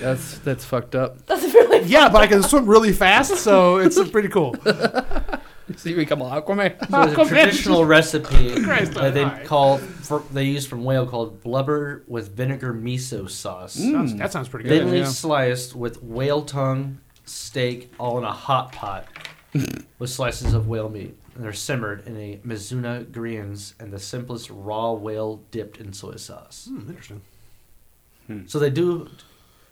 [SPEAKER 2] that's that's fucked up.
[SPEAKER 4] That's really
[SPEAKER 3] yeah, but I can swim really fast, so it's pretty cool.
[SPEAKER 2] So you become Aquaman.
[SPEAKER 1] There's a traditional recipe
[SPEAKER 3] Oh, Christ
[SPEAKER 1] that they
[SPEAKER 3] alive.
[SPEAKER 1] call for, they use from whale called blubber with vinegar miso sauce,
[SPEAKER 3] Sounds- that sounds pretty good.
[SPEAKER 1] thinly
[SPEAKER 2] Mm. yeah.
[SPEAKER 1] sliced with whale tongue, steak, all in a hot pot with slices of whale meat. And they're simmered in a Mizuna greens and the simplest raw whale dipped in soy sauce.
[SPEAKER 3] Hmm, interesting.
[SPEAKER 1] So they do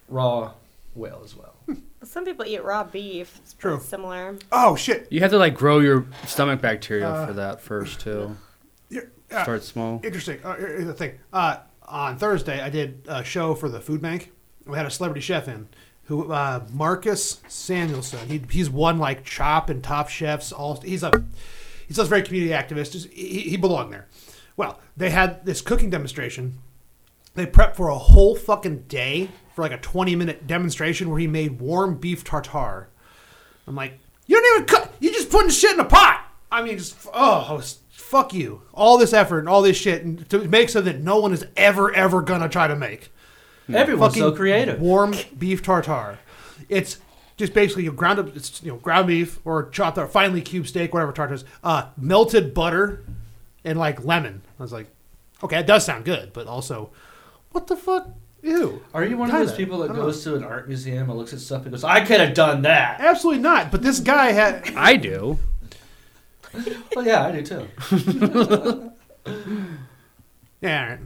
[SPEAKER 1] raw whale as well.
[SPEAKER 4] Some people eat raw beef. It's
[SPEAKER 3] True.
[SPEAKER 4] pretty Similar.
[SPEAKER 3] Oh shit!
[SPEAKER 2] You have to like grow your stomach bacteria
[SPEAKER 3] Uh,
[SPEAKER 2] for that first too.
[SPEAKER 3] You're- uh,
[SPEAKER 2] Start small.
[SPEAKER 3] Interesting. Uh, here's the thing. Uh, on Thursday, I did a show for the food bank. We had a celebrity chef in, who uh, Marcus Samuelson. He, he's won like Chop and Top Chefs. All he's a he's a very community activist. Just- He, he belonged there. Well, they had this cooking demonstration. They prepped for a whole fucking day for like a twenty minute demonstration where he made warm beef tartare. I'm like, you don't even cut. You just putting shit in a pot. I mean, just oh, I was- fuck you. All this effort and all this shit and to make something that no one is ever ever gonna try to make. Hmm.
[SPEAKER 1] Everyone's so creative.
[SPEAKER 3] Warm beef tartare. It's just basically you ground up. It's you know ground beef or chopped up, finely cubed steak, whatever tartare is. Uh, melted butter and like lemon. I was like, okay, that does sound good, but also, what the fuck? Ew.
[SPEAKER 1] Are you one of
[SPEAKER 3] Kinda.
[SPEAKER 1] those people
[SPEAKER 3] I
[SPEAKER 1] that
[SPEAKER 3] don't know.
[SPEAKER 1] goes to an art museum and looks at stuff and goes, "I could have done that"?
[SPEAKER 3] Absolutely not. But this guy had
[SPEAKER 2] I do.
[SPEAKER 1] Well, yeah, I do too.
[SPEAKER 3] Yeah, all right.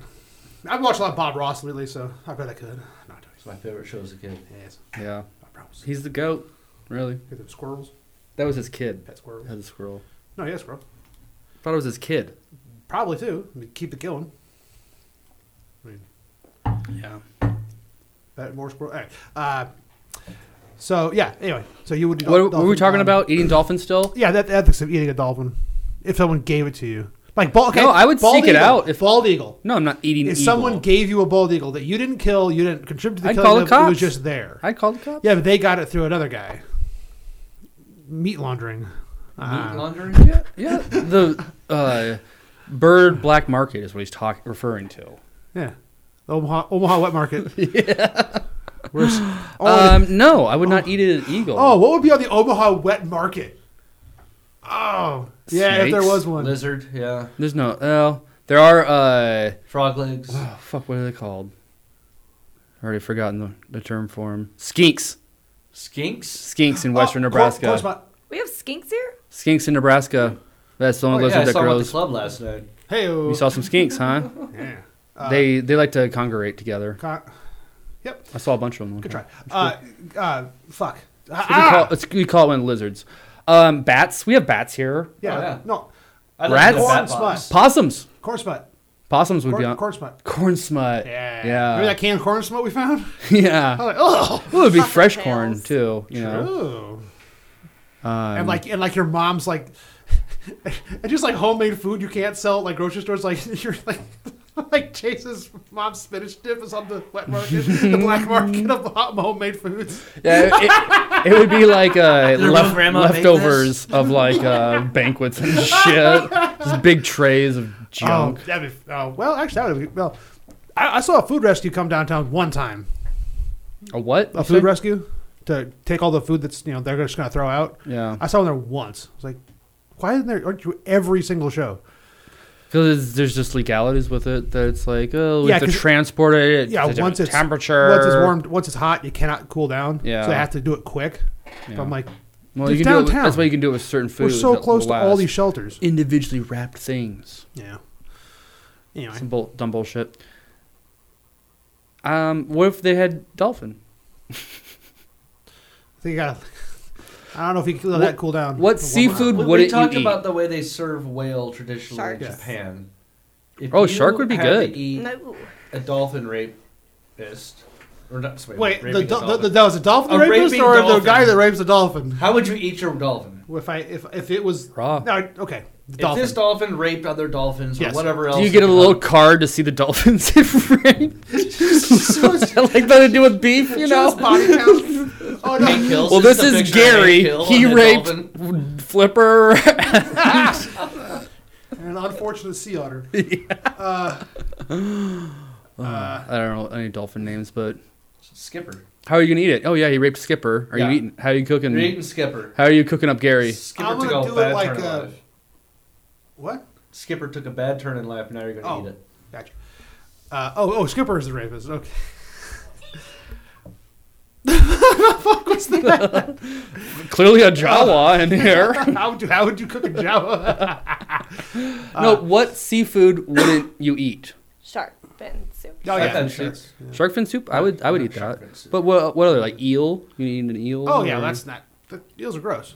[SPEAKER 3] I've watched a lot of Bob Ross lately, so I bet I could. I'm not doing
[SPEAKER 1] It's my favorite show as a kid.
[SPEAKER 3] it. Yes,
[SPEAKER 2] Yeah,
[SPEAKER 3] Bob Ross.
[SPEAKER 2] he's the goat. Really,
[SPEAKER 3] Hear them squirrels?
[SPEAKER 2] that was his kid.
[SPEAKER 3] Pet squirrels.
[SPEAKER 2] Had the squirrel.
[SPEAKER 3] No, yes, bro.
[SPEAKER 2] Thought it was his kid.
[SPEAKER 3] Probably too. I mean, keep it going. I mean,
[SPEAKER 2] Yeah.
[SPEAKER 3] that more squirrel. All right. Uh, so yeah. Anyway, so you would. do
[SPEAKER 2] What, what were we
[SPEAKER 3] dolphin,
[SPEAKER 2] talking
[SPEAKER 3] um,
[SPEAKER 2] about? Eating dolphins still?
[SPEAKER 3] Yeah, that ethics of eating a dolphin. If someone gave it to you, like bald. Okay,
[SPEAKER 2] No, I would
[SPEAKER 3] bald
[SPEAKER 2] seek it
[SPEAKER 3] eagle.
[SPEAKER 2] out if-
[SPEAKER 3] bald eagle.
[SPEAKER 2] No, I'm not eating.
[SPEAKER 3] If
[SPEAKER 2] eagle.
[SPEAKER 3] someone gave you a bald eagle that you didn't kill, you didn't contribute to the
[SPEAKER 2] I'd
[SPEAKER 3] killing
[SPEAKER 2] call the
[SPEAKER 3] of, it was
[SPEAKER 2] cops.
[SPEAKER 3] just there.
[SPEAKER 2] I called the cops.
[SPEAKER 3] Yeah, but they got it through another guy. Meat laundering. Ah.
[SPEAKER 1] Meat laundering.
[SPEAKER 2] Yeah, yeah. The uh, bird black market is what he's talking, referring to.
[SPEAKER 3] Yeah. The Omaha, Omaha Wet Market. yeah. Where's, oh,
[SPEAKER 2] Um, no, I would not eat it an eagle.
[SPEAKER 3] oh, what would be on the Omaha Wet Market? Oh, yeah, if there
[SPEAKER 2] Snakes?
[SPEAKER 3] was one.
[SPEAKER 1] Lizard, yeah.
[SPEAKER 2] there's no. Well, there are. Uh,
[SPEAKER 1] Frog legs.
[SPEAKER 2] oh, fuck, what are they called? I already forgotten the, the term for them. Skinks.
[SPEAKER 1] Skinks.
[SPEAKER 2] Skinks in
[SPEAKER 3] Oh,
[SPEAKER 2] western
[SPEAKER 3] cor-
[SPEAKER 2] Nebraska.
[SPEAKER 3] course my-
[SPEAKER 4] We have skinks here.
[SPEAKER 2] skinks in Nebraska. That's the only
[SPEAKER 1] Oh, yeah, I
[SPEAKER 2] lizard that
[SPEAKER 1] saw him at the
[SPEAKER 2] grows.
[SPEAKER 1] club last night.
[SPEAKER 3] Hey-o.
[SPEAKER 2] You saw some skinks, huh?
[SPEAKER 3] oh. Yeah. Uh,
[SPEAKER 2] they they like to congregate together.
[SPEAKER 3] con- yep,
[SPEAKER 2] I saw a bunch of them. one
[SPEAKER 3] good
[SPEAKER 2] time.
[SPEAKER 3] try. Uh, uh, fuck.
[SPEAKER 2] It's what we call,
[SPEAKER 3] Ah,
[SPEAKER 2] it's, we call it one of the lizards. Um, bats. We have bats here.
[SPEAKER 3] yeah,
[SPEAKER 1] Oh, yeah.
[SPEAKER 3] no,
[SPEAKER 1] I
[SPEAKER 2] Rats?
[SPEAKER 1] Like
[SPEAKER 3] Corn
[SPEAKER 2] Possums.
[SPEAKER 3] corn smut.
[SPEAKER 2] Possums would be
[SPEAKER 3] Corn,
[SPEAKER 2] on.
[SPEAKER 3] corn smut.
[SPEAKER 2] Corn smut.
[SPEAKER 3] Yeah.
[SPEAKER 2] Yeah.
[SPEAKER 3] Remember that canned corn smut we found? I
[SPEAKER 2] yeah.
[SPEAKER 3] was like, oh.
[SPEAKER 2] Well, it'd be
[SPEAKER 4] Fucking
[SPEAKER 2] fresh
[SPEAKER 4] tails.
[SPEAKER 2] corn too. You know.
[SPEAKER 3] True.
[SPEAKER 2] Um,
[SPEAKER 3] and like and like your mom's like and just like homemade food you can't sell at like grocery stores like you're like like Chase's mom's spinach dip is on the wet market, the black market of hom- homemade foods.
[SPEAKER 2] yeah, it, it would be like uh,
[SPEAKER 1] real
[SPEAKER 2] lef-
[SPEAKER 1] grandma make
[SPEAKER 2] leftovers of like uh, banquets and shit. Just big trays of junk.
[SPEAKER 3] Oh, that'd be, oh, well, actually, that would be well. I, I saw a food rescue come downtown one time.
[SPEAKER 2] a what?
[SPEAKER 3] A
[SPEAKER 2] you
[SPEAKER 3] food
[SPEAKER 2] say?
[SPEAKER 3] rescue to take all the food that's you know they're just gonna throw out.
[SPEAKER 2] Yeah.
[SPEAKER 3] I saw one there once. I was like, why isn't there? Aren't you every single show?
[SPEAKER 2] Because there's just legalities with it that it's like, oh, we
[SPEAKER 3] Yeah,
[SPEAKER 2] have to
[SPEAKER 3] 'cause-
[SPEAKER 2] transport it.
[SPEAKER 3] Yeah,
[SPEAKER 2] a different
[SPEAKER 3] once it's
[SPEAKER 2] temperature.
[SPEAKER 3] once it's warm, once it's hot, you cannot cool down.
[SPEAKER 2] Er Yeah.
[SPEAKER 3] so they have to do it quick.
[SPEAKER 2] Yeah.
[SPEAKER 3] But I'm like,
[SPEAKER 2] well, you
[SPEAKER 3] it's
[SPEAKER 2] can do it with-
[SPEAKER 3] downtown.
[SPEAKER 2] that's why you can do it with certain
[SPEAKER 3] we're
[SPEAKER 2] foods.
[SPEAKER 3] so
[SPEAKER 2] that
[SPEAKER 3] close to all
[SPEAKER 2] last.
[SPEAKER 3] these shelters.
[SPEAKER 2] individually wrapped things.
[SPEAKER 3] Yeah. Anyway,
[SPEAKER 2] Some bull- dumb bullshit. Um, what if they had dolphin?
[SPEAKER 3] I think I got. I don't know if you can let that cool down.
[SPEAKER 2] what
[SPEAKER 3] for one
[SPEAKER 2] seafood-
[SPEAKER 3] month.
[SPEAKER 1] We-
[SPEAKER 2] What
[SPEAKER 1] we
[SPEAKER 2] did
[SPEAKER 1] talked
[SPEAKER 2] you eat?
[SPEAKER 1] about the way they serve whale traditionally
[SPEAKER 4] Shark.
[SPEAKER 1] in
[SPEAKER 3] Yes.
[SPEAKER 1] Japan. If
[SPEAKER 2] Oh,
[SPEAKER 1] you
[SPEAKER 2] shark would be
[SPEAKER 1] had
[SPEAKER 2] good.
[SPEAKER 1] To eat
[SPEAKER 4] No.
[SPEAKER 1] a dolphin rapist, or not? sorry,
[SPEAKER 3] Wait,
[SPEAKER 1] raping
[SPEAKER 3] the,
[SPEAKER 1] a
[SPEAKER 3] do- the,
[SPEAKER 1] dolphin.
[SPEAKER 3] the, that was a dolphin
[SPEAKER 1] A
[SPEAKER 3] rapist
[SPEAKER 1] raping
[SPEAKER 3] or the
[SPEAKER 1] dolphin.
[SPEAKER 3] guy that rapes a dolphin?
[SPEAKER 1] How would you eat your dolphin?
[SPEAKER 3] If I if if it was
[SPEAKER 2] Raw.
[SPEAKER 3] no okay the
[SPEAKER 1] If
[SPEAKER 3] dolphin.
[SPEAKER 1] this dolphin raped other dolphins
[SPEAKER 3] Yes.
[SPEAKER 1] or whatever else,
[SPEAKER 2] Do you get a
[SPEAKER 1] it
[SPEAKER 2] little
[SPEAKER 1] could-
[SPEAKER 2] card to see the dolphins? if raped? like that to do with beef, you know?
[SPEAKER 3] Just body count. oh no!
[SPEAKER 1] Hank Hill
[SPEAKER 2] Well,
[SPEAKER 1] sits
[SPEAKER 2] this
[SPEAKER 1] a
[SPEAKER 2] is
[SPEAKER 1] picture of Hank
[SPEAKER 2] Gary.
[SPEAKER 1] Hill
[SPEAKER 2] He
[SPEAKER 1] and a
[SPEAKER 2] raped
[SPEAKER 1] dolphin.
[SPEAKER 2] Flipper.
[SPEAKER 3] An unfortunate sea otter.
[SPEAKER 2] I don't know any dolphin names, but
[SPEAKER 1] Skipper.
[SPEAKER 2] how are you gonna eat it? Oh yeah, he raped Skipper. Are
[SPEAKER 1] Yeah.
[SPEAKER 2] you eating? How are you
[SPEAKER 1] You're
[SPEAKER 2] cooking?
[SPEAKER 1] eating Skipper.
[SPEAKER 2] How are you cooking up Mm. Gary?
[SPEAKER 1] Skipper
[SPEAKER 3] I'm
[SPEAKER 1] took
[SPEAKER 3] gonna
[SPEAKER 1] a
[SPEAKER 3] do it
[SPEAKER 1] bad
[SPEAKER 3] like uh,
[SPEAKER 1] turn in
[SPEAKER 3] a-
[SPEAKER 1] life.
[SPEAKER 3] What?
[SPEAKER 1] Skipper took a bad turn in life. Now you're gonna
[SPEAKER 3] Oh.
[SPEAKER 1] eat it.
[SPEAKER 3] Gotcha. Uh, oh oh, Skipper is the rapist. Okay.
[SPEAKER 2] Clearly a Jawa in here.
[SPEAKER 3] How would you how would you cook a Jawa?
[SPEAKER 2] no, what seafood wouldn't you eat?
[SPEAKER 4] Shark fin soup.
[SPEAKER 3] Oh
[SPEAKER 1] I've
[SPEAKER 3] yeah,
[SPEAKER 1] had
[SPEAKER 3] sure.
[SPEAKER 1] shoots.
[SPEAKER 2] Shark fin soup? I would. I would eat
[SPEAKER 1] Shark
[SPEAKER 2] that.
[SPEAKER 1] fin soup.
[SPEAKER 2] But what? What other like eel? You eat an eel?
[SPEAKER 3] Oh yeah,
[SPEAKER 2] or-
[SPEAKER 3] that's not. The eels are gross.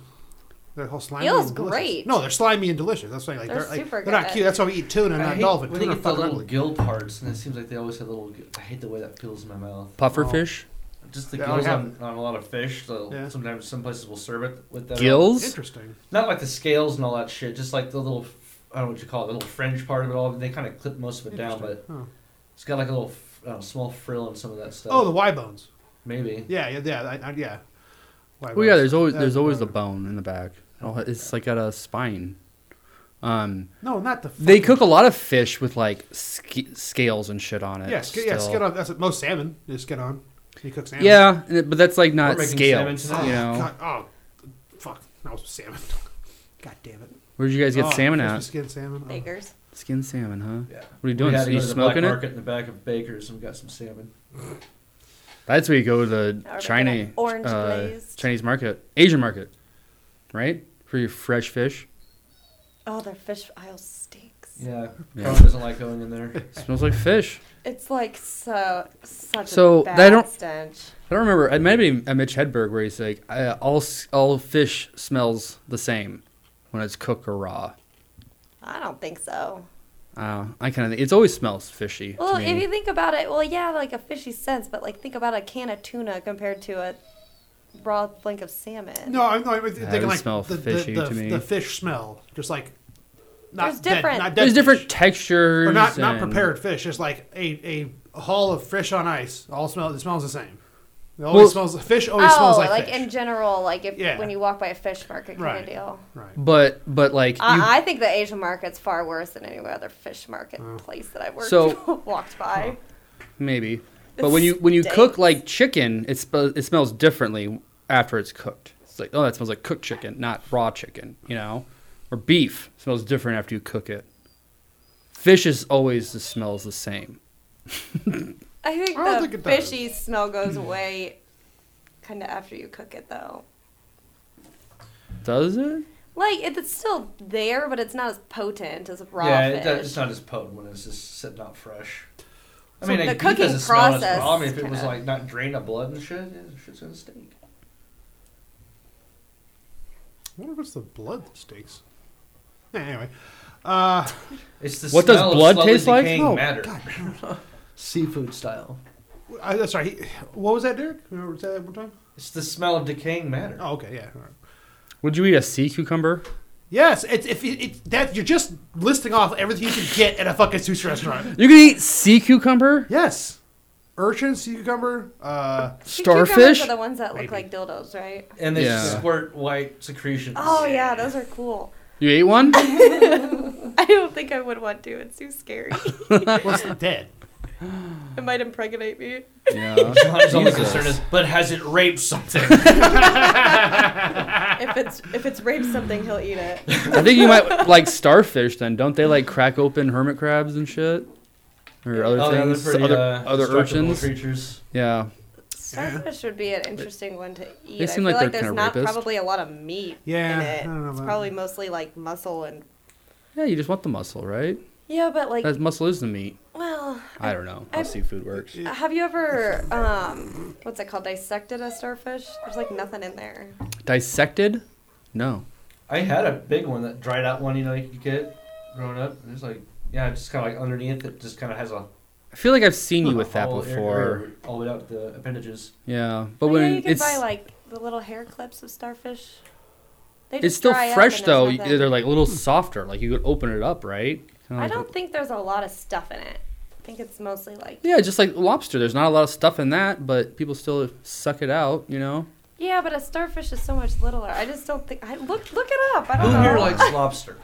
[SPEAKER 3] They're whole slimy.
[SPEAKER 4] Eel's
[SPEAKER 3] and delicious.
[SPEAKER 4] great.
[SPEAKER 3] No, they're slimy and delicious. That's why like
[SPEAKER 4] They're
[SPEAKER 3] they're, like,
[SPEAKER 4] super
[SPEAKER 3] they're not
[SPEAKER 4] good.
[SPEAKER 3] cute. That's why we eat tuna,
[SPEAKER 1] I
[SPEAKER 3] not
[SPEAKER 1] hate
[SPEAKER 3] dolphin.
[SPEAKER 1] when they
[SPEAKER 3] Tuna are
[SPEAKER 1] get the
[SPEAKER 3] fucking
[SPEAKER 1] little
[SPEAKER 3] ugly.
[SPEAKER 1] gill parts, and it seems like they always have little. gi- I hate the way that feels in my mouth.
[SPEAKER 2] pufferfish.
[SPEAKER 3] Oh,
[SPEAKER 1] Just the
[SPEAKER 3] They
[SPEAKER 1] gills
[SPEAKER 3] already have
[SPEAKER 1] on, on a lot of fish. So
[SPEAKER 3] Yeah.
[SPEAKER 1] sometimes some places will serve it with them.
[SPEAKER 2] Gills?
[SPEAKER 3] Interesting.
[SPEAKER 1] Not like the scales and all that shit. Just like the little, I don't know what you call it, the little fringe part of it all. They kind of clip most of it down, but
[SPEAKER 3] Huh.
[SPEAKER 1] it's got like a little f- I don't know, small frill and some of that stuff.
[SPEAKER 3] Oh, the Y bones.
[SPEAKER 1] maybe.
[SPEAKER 3] Yeah, yeah, yeah, I, I, yeah. Y
[SPEAKER 2] Oh yeah,
[SPEAKER 3] bones.
[SPEAKER 2] there's always
[SPEAKER 3] That's
[SPEAKER 2] there's always the
[SPEAKER 3] better.
[SPEAKER 2] bone in the back. Oh, It's like got a spine. Um,
[SPEAKER 3] No, not the.
[SPEAKER 2] they
[SPEAKER 3] fucking-
[SPEAKER 2] cook a lot of fish with like sc- scales and shit on it.
[SPEAKER 3] Yeah, skin, yeah,
[SPEAKER 2] still.
[SPEAKER 3] skin on. That's what most salmon. Just skin on. You cook salmon.
[SPEAKER 2] Yeah, and it- but that's like not
[SPEAKER 1] We're making
[SPEAKER 2] scales.
[SPEAKER 1] salmon tonight.
[SPEAKER 2] You know,
[SPEAKER 3] God, oh, fuck! No salmon. God damn it!
[SPEAKER 2] where'd you guys get
[SPEAKER 3] Oh,
[SPEAKER 2] salmon
[SPEAKER 3] crispy
[SPEAKER 2] at?
[SPEAKER 3] Skin salmon. Oh.
[SPEAKER 4] Bakers.
[SPEAKER 2] Skin salmon, huh?
[SPEAKER 1] Yeah.
[SPEAKER 2] What are you
[SPEAKER 1] We
[SPEAKER 2] doing?
[SPEAKER 1] had
[SPEAKER 2] Are
[SPEAKER 1] to
[SPEAKER 2] you
[SPEAKER 1] go to the black
[SPEAKER 2] smoking it?
[SPEAKER 1] market in the back of Baker's and we got some salmon.
[SPEAKER 2] That's where you go to
[SPEAKER 4] Now
[SPEAKER 2] the
[SPEAKER 4] we're making
[SPEAKER 2] China
[SPEAKER 4] an orange
[SPEAKER 2] uh,
[SPEAKER 4] glazed.
[SPEAKER 2] Chinese market, Asian market, right? For your fresh fish.
[SPEAKER 4] Oh, their fish aisle stinks.
[SPEAKER 1] Yeah.
[SPEAKER 2] Yeah.
[SPEAKER 1] Probably doesn't like going in there.
[SPEAKER 2] smells like fish.
[SPEAKER 4] It's like so such
[SPEAKER 2] So,
[SPEAKER 4] a bad
[SPEAKER 2] they don't-
[SPEAKER 4] stench.
[SPEAKER 2] I don't remember. It might have been at Mitch Hedberg where he's like, uh, all s- all fish smells the same when it's cooked or raw.
[SPEAKER 4] I don't think so.
[SPEAKER 2] Uh, I kind of think it always smells fishy.
[SPEAKER 4] Well,
[SPEAKER 2] to me.
[SPEAKER 4] if you think about it, well, yeah, like a fishy sense, but like think about a can of tuna compared to a raw flink of salmon.
[SPEAKER 3] No, I'm, no, I'm thinking
[SPEAKER 2] would
[SPEAKER 3] like
[SPEAKER 2] smell
[SPEAKER 3] the, the-
[SPEAKER 2] fishy
[SPEAKER 3] the,
[SPEAKER 2] to me.
[SPEAKER 3] the fish smell, just like not
[SPEAKER 4] There's
[SPEAKER 3] dead,
[SPEAKER 4] different-
[SPEAKER 3] Not dead
[SPEAKER 2] There's
[SPEAKER 3] fish.
[SPEAKER 2] different textures.
[SPEAKER 3] Or not not
[SPEAKER 2] and-
[SPEAKER 3] prepared fish. It's like a, a haul of fish on ice. All smell. It smells the same. It
[SPEAKER 2] Well-
[SPEAKER 3] always smells. Fish always
[SPEAKER 4] oh,
[SPEAKER 3] smells like,
[SPEAKER 4] like
[SPEAKER 3] fish.
[SPEAKER 4] in general, like if
[SPEAKER 3] Yeah.
[SPEAKER 4] when you walk by a fish market kind
[SPEAKER 3] Right.
[SPEAKER 4] of deal.
[SPEAKER 3] right.
[SPEAKER 2] But but like you,
[SPEAKER 4] I, I think the Asian market's far worse than any other fish market place that I've worked
[SPEAKER 2] So-
[SPEAKER 4] walked by.
[SPEAKER 2] maybe.
[SPEAKER 4] It
[SPEAKER 2] But when you when you cook
[SPEAKER 4] stinks.
[SPEAKER 2] like chicken, it sp- it smells differently after it's cooked. It's like oh that smells like cooked chicken, not raw chicken. You know, or beef smells different after you cook it. Fish is always the smells the same.
[SPEAKER 4] I think
[SPEAKER 3] I don't
[SPEAKER 4] the
[SPEAKER 3] think it does.
[SPEAKER 4] fishy smell goes away kind of after you cook it, though.
[SPEAKER 2] Does it?
[SPEAKER 4] Like it- it's still there, but it's not as potent as raw
[SPEAKER 1] yeah,
[SPEAKER 4] fish.
[SPEAKER 1] it does- it's not as potent when it's just sitting out fresh. I
[SPEAKER 4] So
[SPEAKER 1] mean,
[SPEAKER 4] the
[SPEAKER 1] like,
[SPEAKER 4] cooking
[SPEAKER 1] because it smells
[SPEAKER 4] process
[SPEAKER 1] raw. I mean, if it was
[SPEAKER 4] kinda-
[SPEAKER 1] like not drained of blood and shit, yeah, shit's gonna stink.
[SPEAKER 3] I wonder if it's the blood that stinks. Eh, Anyway, uh,
[SPEAKER 1] It's the
[SPEAKER 2] What does
[SPEAKER 1] smell of
[SPEAKER 2] blood
[SPEAKER 1] slowly
[SPEAKER 2] taste like?
[SPEAKER 1] decaying
[SPEAKER 3] No,
[SPEAKER 1] matter.
[SPEAKER 3] God,
[SPEAKER 1] Seafood style.
[SPEAKER 3] I, Uh, that's right. He, what was that, Derek? Remember say that one time?
[SPEAKER 1] It's the smell of decaying matter.
[SPEAKER 3] Oh, okay, yeah. all right.
[SPEAKER 2] Would you eat a sea cucumber?
[SPEAKER 3] Yes, it's if it, it, that you're just listing off everything you can get at a fucking sushi restaurant.
[SPEAKER 2] You can eat sea cucumber,
[SPEAKER 3] Yes, urchin, sea cucumber. Uh,
[SPEAKER 4] The cucumbers
[SPEAKER 2] starfish.
[SPEAKER 4] are the ones that look
[SPEAKER 3] Maybe.
[SPEAKER 4] like dildos, right?
[SPEAKER 1] And they
[SPEAKER 2] Yeah.
[SPEAKER 1] squirt white secretions.
[SPEAKER 4] Oh yeah, those are cool.
[SPEAKER 2] You ate one?
[SPEAKER 4] I don't think I would want to. It's too scary.
[SPEAKER 3] well, it's dead.
[SPEAKER 4] it might impregnate me.
[SPEAKER 2] yeah.
[SPEAKER 1] John's only
[SPEAKER 2] Jesus.
[SPEAKER 1] concern is, but has it raped something?
[SPEAKER 4] If it's if it's raped something, he'll eat it.
[SPEAKER 2] I think you might like starfish then. Don't they like crack open hermit crabs and shit? Or other
[SPEAKER 1] Oh, yeah, they're
[SPEAKER 2] things?
[SPEAKER 1] pretty,
[SPEAKER 2] other
[SPEAKER 1] uh,
[SPEAKER 2] other
[SPEAKER 1] destructible
[SPEAKER 2] urchins?
[SPEAKER 1] creatures.
[SPEAKER 2] Yeah.
[SPEAKER 4] Starfish would be an interesting one to eat.
[SPEAKER 2] They seem
[SPEAKER 4] I feel
[SPEAKER 2] like
[SPEAKER 4] like,
[SPEAKER 2] they're
[SPEAKER 4] there's
[SPEAKER 2] kinda
[SPEAKER 4] not
[SPEAKER 2] rapist.
[SPEAKER 4] probably a lot of meat
[SPEAKER 3] Yeah,
[SPEAKER 4] in it.
[SPEAKER 3] I don't know
[SPEAKER 4] it's
[SPEAKER 3] about
[SPEAKER 4] probably mostly like muscle and
[SPEAKER 2] Yeah, you just want the muscle, right?
[SPEAKER 4] yeah, but like
[SPEAKER 2] That muscle is the meat.
[SPEAKER 4] well, Well,
[SPEAKER 2] I don't know how
[SPEAKER 4] I've-
[SPEAKER 2] seafood works.
[SPEAKER 4] have you ever um what's it called dissected a starfish? There's like nothing in there.
[SPEAKER 2] Dissected? No.
[SPEAKER 1] I had a big one that dried out one, you know, you could get growing up. And it's like, yeah, just kind of like underneath it, just kind of has a
[SPEAKER 2] I feel like I've seen you with that
[SPEAKER 1] whole area
[SPEAKER 2] before.
[SPEAKER 1] all the way out the appendages.
[SPEAKER 2] Yeah, but
[SPEAKER 4] Oh, yeah, you
[SPEAKER 2] when
[SPEAKER 4] can
[SPEAKER 2] it's
[SPEAKER 4] buy like the little hair clips of starfish. They
[SPEAKER 2] it's
[SPEAKER 4] just
[SPEAKER 2] still
[SPEAKER 4] dry up
[SPEAKER 2] fresh
[SPEAKER 4] and
[SPEAKER 2] though,
[SPEAKER 4] there's
[SPEAKER 2] you-
[SPEAKER 4] nothing.
[SPEAKER 2] they're like oh, a little softer. Like you could open it up, right? Kinda
[SPEAKER 4] I
[SPEAKER 2] like a-
[SPEAKER 4] don't think there's a lot of stuff in it. I think it's mostly like
[SPEAKER 2] Yeah, just like lobster. There's not a lot of stuff in that, but people still suck it out. You know.
[SPEAKER 4] yeah, but a starfish is so much littler. I just don't think. I look look it up. I
[SPEAKER 2] Ah.
[SPEAKER 1] Who
[SPEAKER 4] don't
[SPEAKER 1] here
[SPEAKER 4] know.
[SPEAKER 1] likes lobster?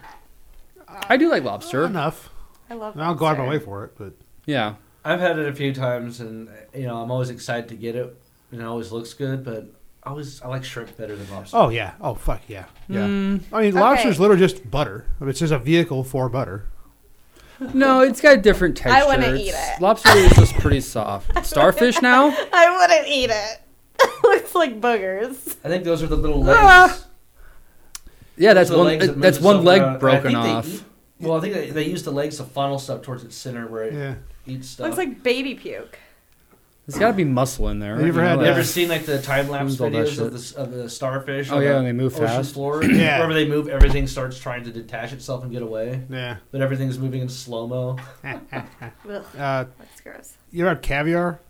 [SPEAKER 2] I do like
[SPEAKER 4] Oh,
[SPEAKER 2] lobster.
[SPEAKER 3] Enough.
[SPEAKER 4] I love.
[SPEAKER 3] And I'll go out of my
[SPEAKER 4] lobster.
[SPEAKER 3] way for it, but
[SPEAKER 2] Yeah.
[SPEAKER 1] I've had it a few times, and you know, I'm always excited to get it, and it always looks good. But I always I like shrimp better than lobster.
[SPEAKER 3] oh yeah, oh fuck yeah, yeah.
[SPEAKER 2] Mm,
[SPEAKER 3] I mean, lobster's
[SPEAKER 4] Okay.
[SPEAKER 3] literally just butter. I mean, it's just a vehicle for butter.
[SPEAKER 2] no, it's got a different texture.
[SPEAKER 4] I wanna eat
[SPEAKER 2] It's-
[SPEAKER 4] it.
[SPEAKER 2] Lobster is just pretty soft. Starfish now?
[SPEAKER 4] I wouldn't eat it. Looks like boogers.
[SPEAKER 1] I think those are the little legs.
[SPEAKER 4] Ah!
[SPEAKER 2] Yeah, that's
[SPEAKER 1] Those are the
[SPEAKER 2] one.
[SPEAKER 1] legs that move
[SPEAKER 2] That's one
[SPEAKER 1] itself
[SPEAKER 2] leg
[SPEAKER 1] around. And I
[SPEAKER 2] broken
[SPEAKER 1] think they
[SPEAKER 2] off.
[SPEAKER 1] eat- well, I think they, they use the legs to funnel stuff towards its center where it
[SPEAKER 3] Yeah.
[SPEAKER 1] eats stuff.
[SPEAKER 4] Looks like baby puke.
[SPEAKER 2] There's got to be muscle in there.
[SPEAKER 3] Have you ever had
[SPEAKER 1] you
[SPEAKER 2] like-
[SPEAKER 1] ever seen like the time lapse
[SPEAKER 2] Who's Oh, all that
[SPEAKER 1] videos
[SPEAKER 2] shit?
[SPEAKER 1] of the, s- of the starfish?
[SPEAKER 2] Oh,
[SPEAKER 1] on
[SPEAKER 2] yeah,
[SPEAKER 1] the
[SPEAKER 2] and they move
[SPEAKER 1] ocean
[SPEAKER 2] fast.
[SPEAKER 1] Floor.
[SPEAKER 3] Yeah.
[SPEAKER 1] Wherever they move, everything starts trying to detach itself and get away,
[SPEAKER 3] Yeah.
[SPEAKER 1] but everything's moving in slow mo.
[SPEAKER 4] Ugh,
[SPEAKER 3] Uh,
[SPEAKER 4] that's gross.
[SPEAKER 3] you ever had caviar?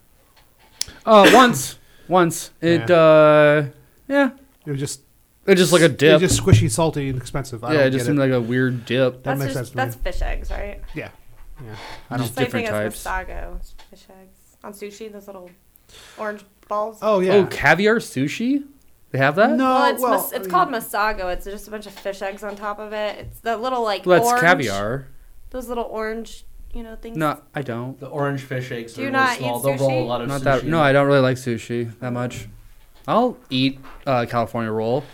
[SPEAKER 2] Uh, once, once it.
[SPEAKER 3] Yeah.
[SPEAKER 2] uh Yeah,
[SPEAKER 3] It was just
[SPEAKER 2] it's just like a dip.
[SPEAKER 3] It's just squishy, salty, and expensive. I
[SPEAKER 2] yeah, it
[SPEAKER 3] don't
[SPEAKER 2] just
[SPEAKER 3] get
[SPEAKER 2] seemed
[SPEAKER 3] it.
[SPEAKER 2] like a weird dip.
[SPEAKER 3] That
[SPEAKER 4] that's
[SPEAKER 3] makes
[SPEAKER 4] just,
[SPEAKER 3] sense to me.
[SPEAKER 4] That's fish eggs, right?
[SPEAKER 3] yeah. I
[SPEAKER 2] Just
[SPEAKER 4] Same
[SPEAKER 2] different
[SPEAKER 4] thing
[SPEAKER 2] types.
[SPEAKER 4] as Mustago. Fish eggs on sushi. Those little orange balls.
[SPEAKER 3] Oh yeah.
[SPEAKER 2] Oh, caviar sushi? They have that?
[SPEAKER 3] No,
[SPEAKER 4] Well, it's
[SPEAKER 3] well, oh,
[SPEAKER 4] mas-
[SPEAKER 3] I
[SPEAKER 4] it's
[SPEAKER 3] mean,
[SPEAKER 4] called masago. It's just a bunch of fish eggs on top of it. It's the little like
[SPEAKER 2] Well, that's
[SPEAKER 4] orange,
[SPEAKER 2] caviar.
[SPEAKER 4] Those little orange, you know, things.
[SPEAKER 2] No, I don't.
[SPEAKER 1] The orange fish eggs
[SPEAKER 4] Do
[SPEAKER 1] are
[SPEAKER 4] you
[SPEAKER 1] really
[SPEAKER 4] not
[SPEAKER 1] small.
[SPEAKER 4] eat
[SPEAKER 1] They'll roll a
[SPEAKER 4] sushi?
[SPEAKER 1] lot of
[SPEAKER 2] Not
[SPEAKER 1] sushi.
[SPEAKER 2] that. No, I don't really like sushi that much. I'll eat uh, California roll.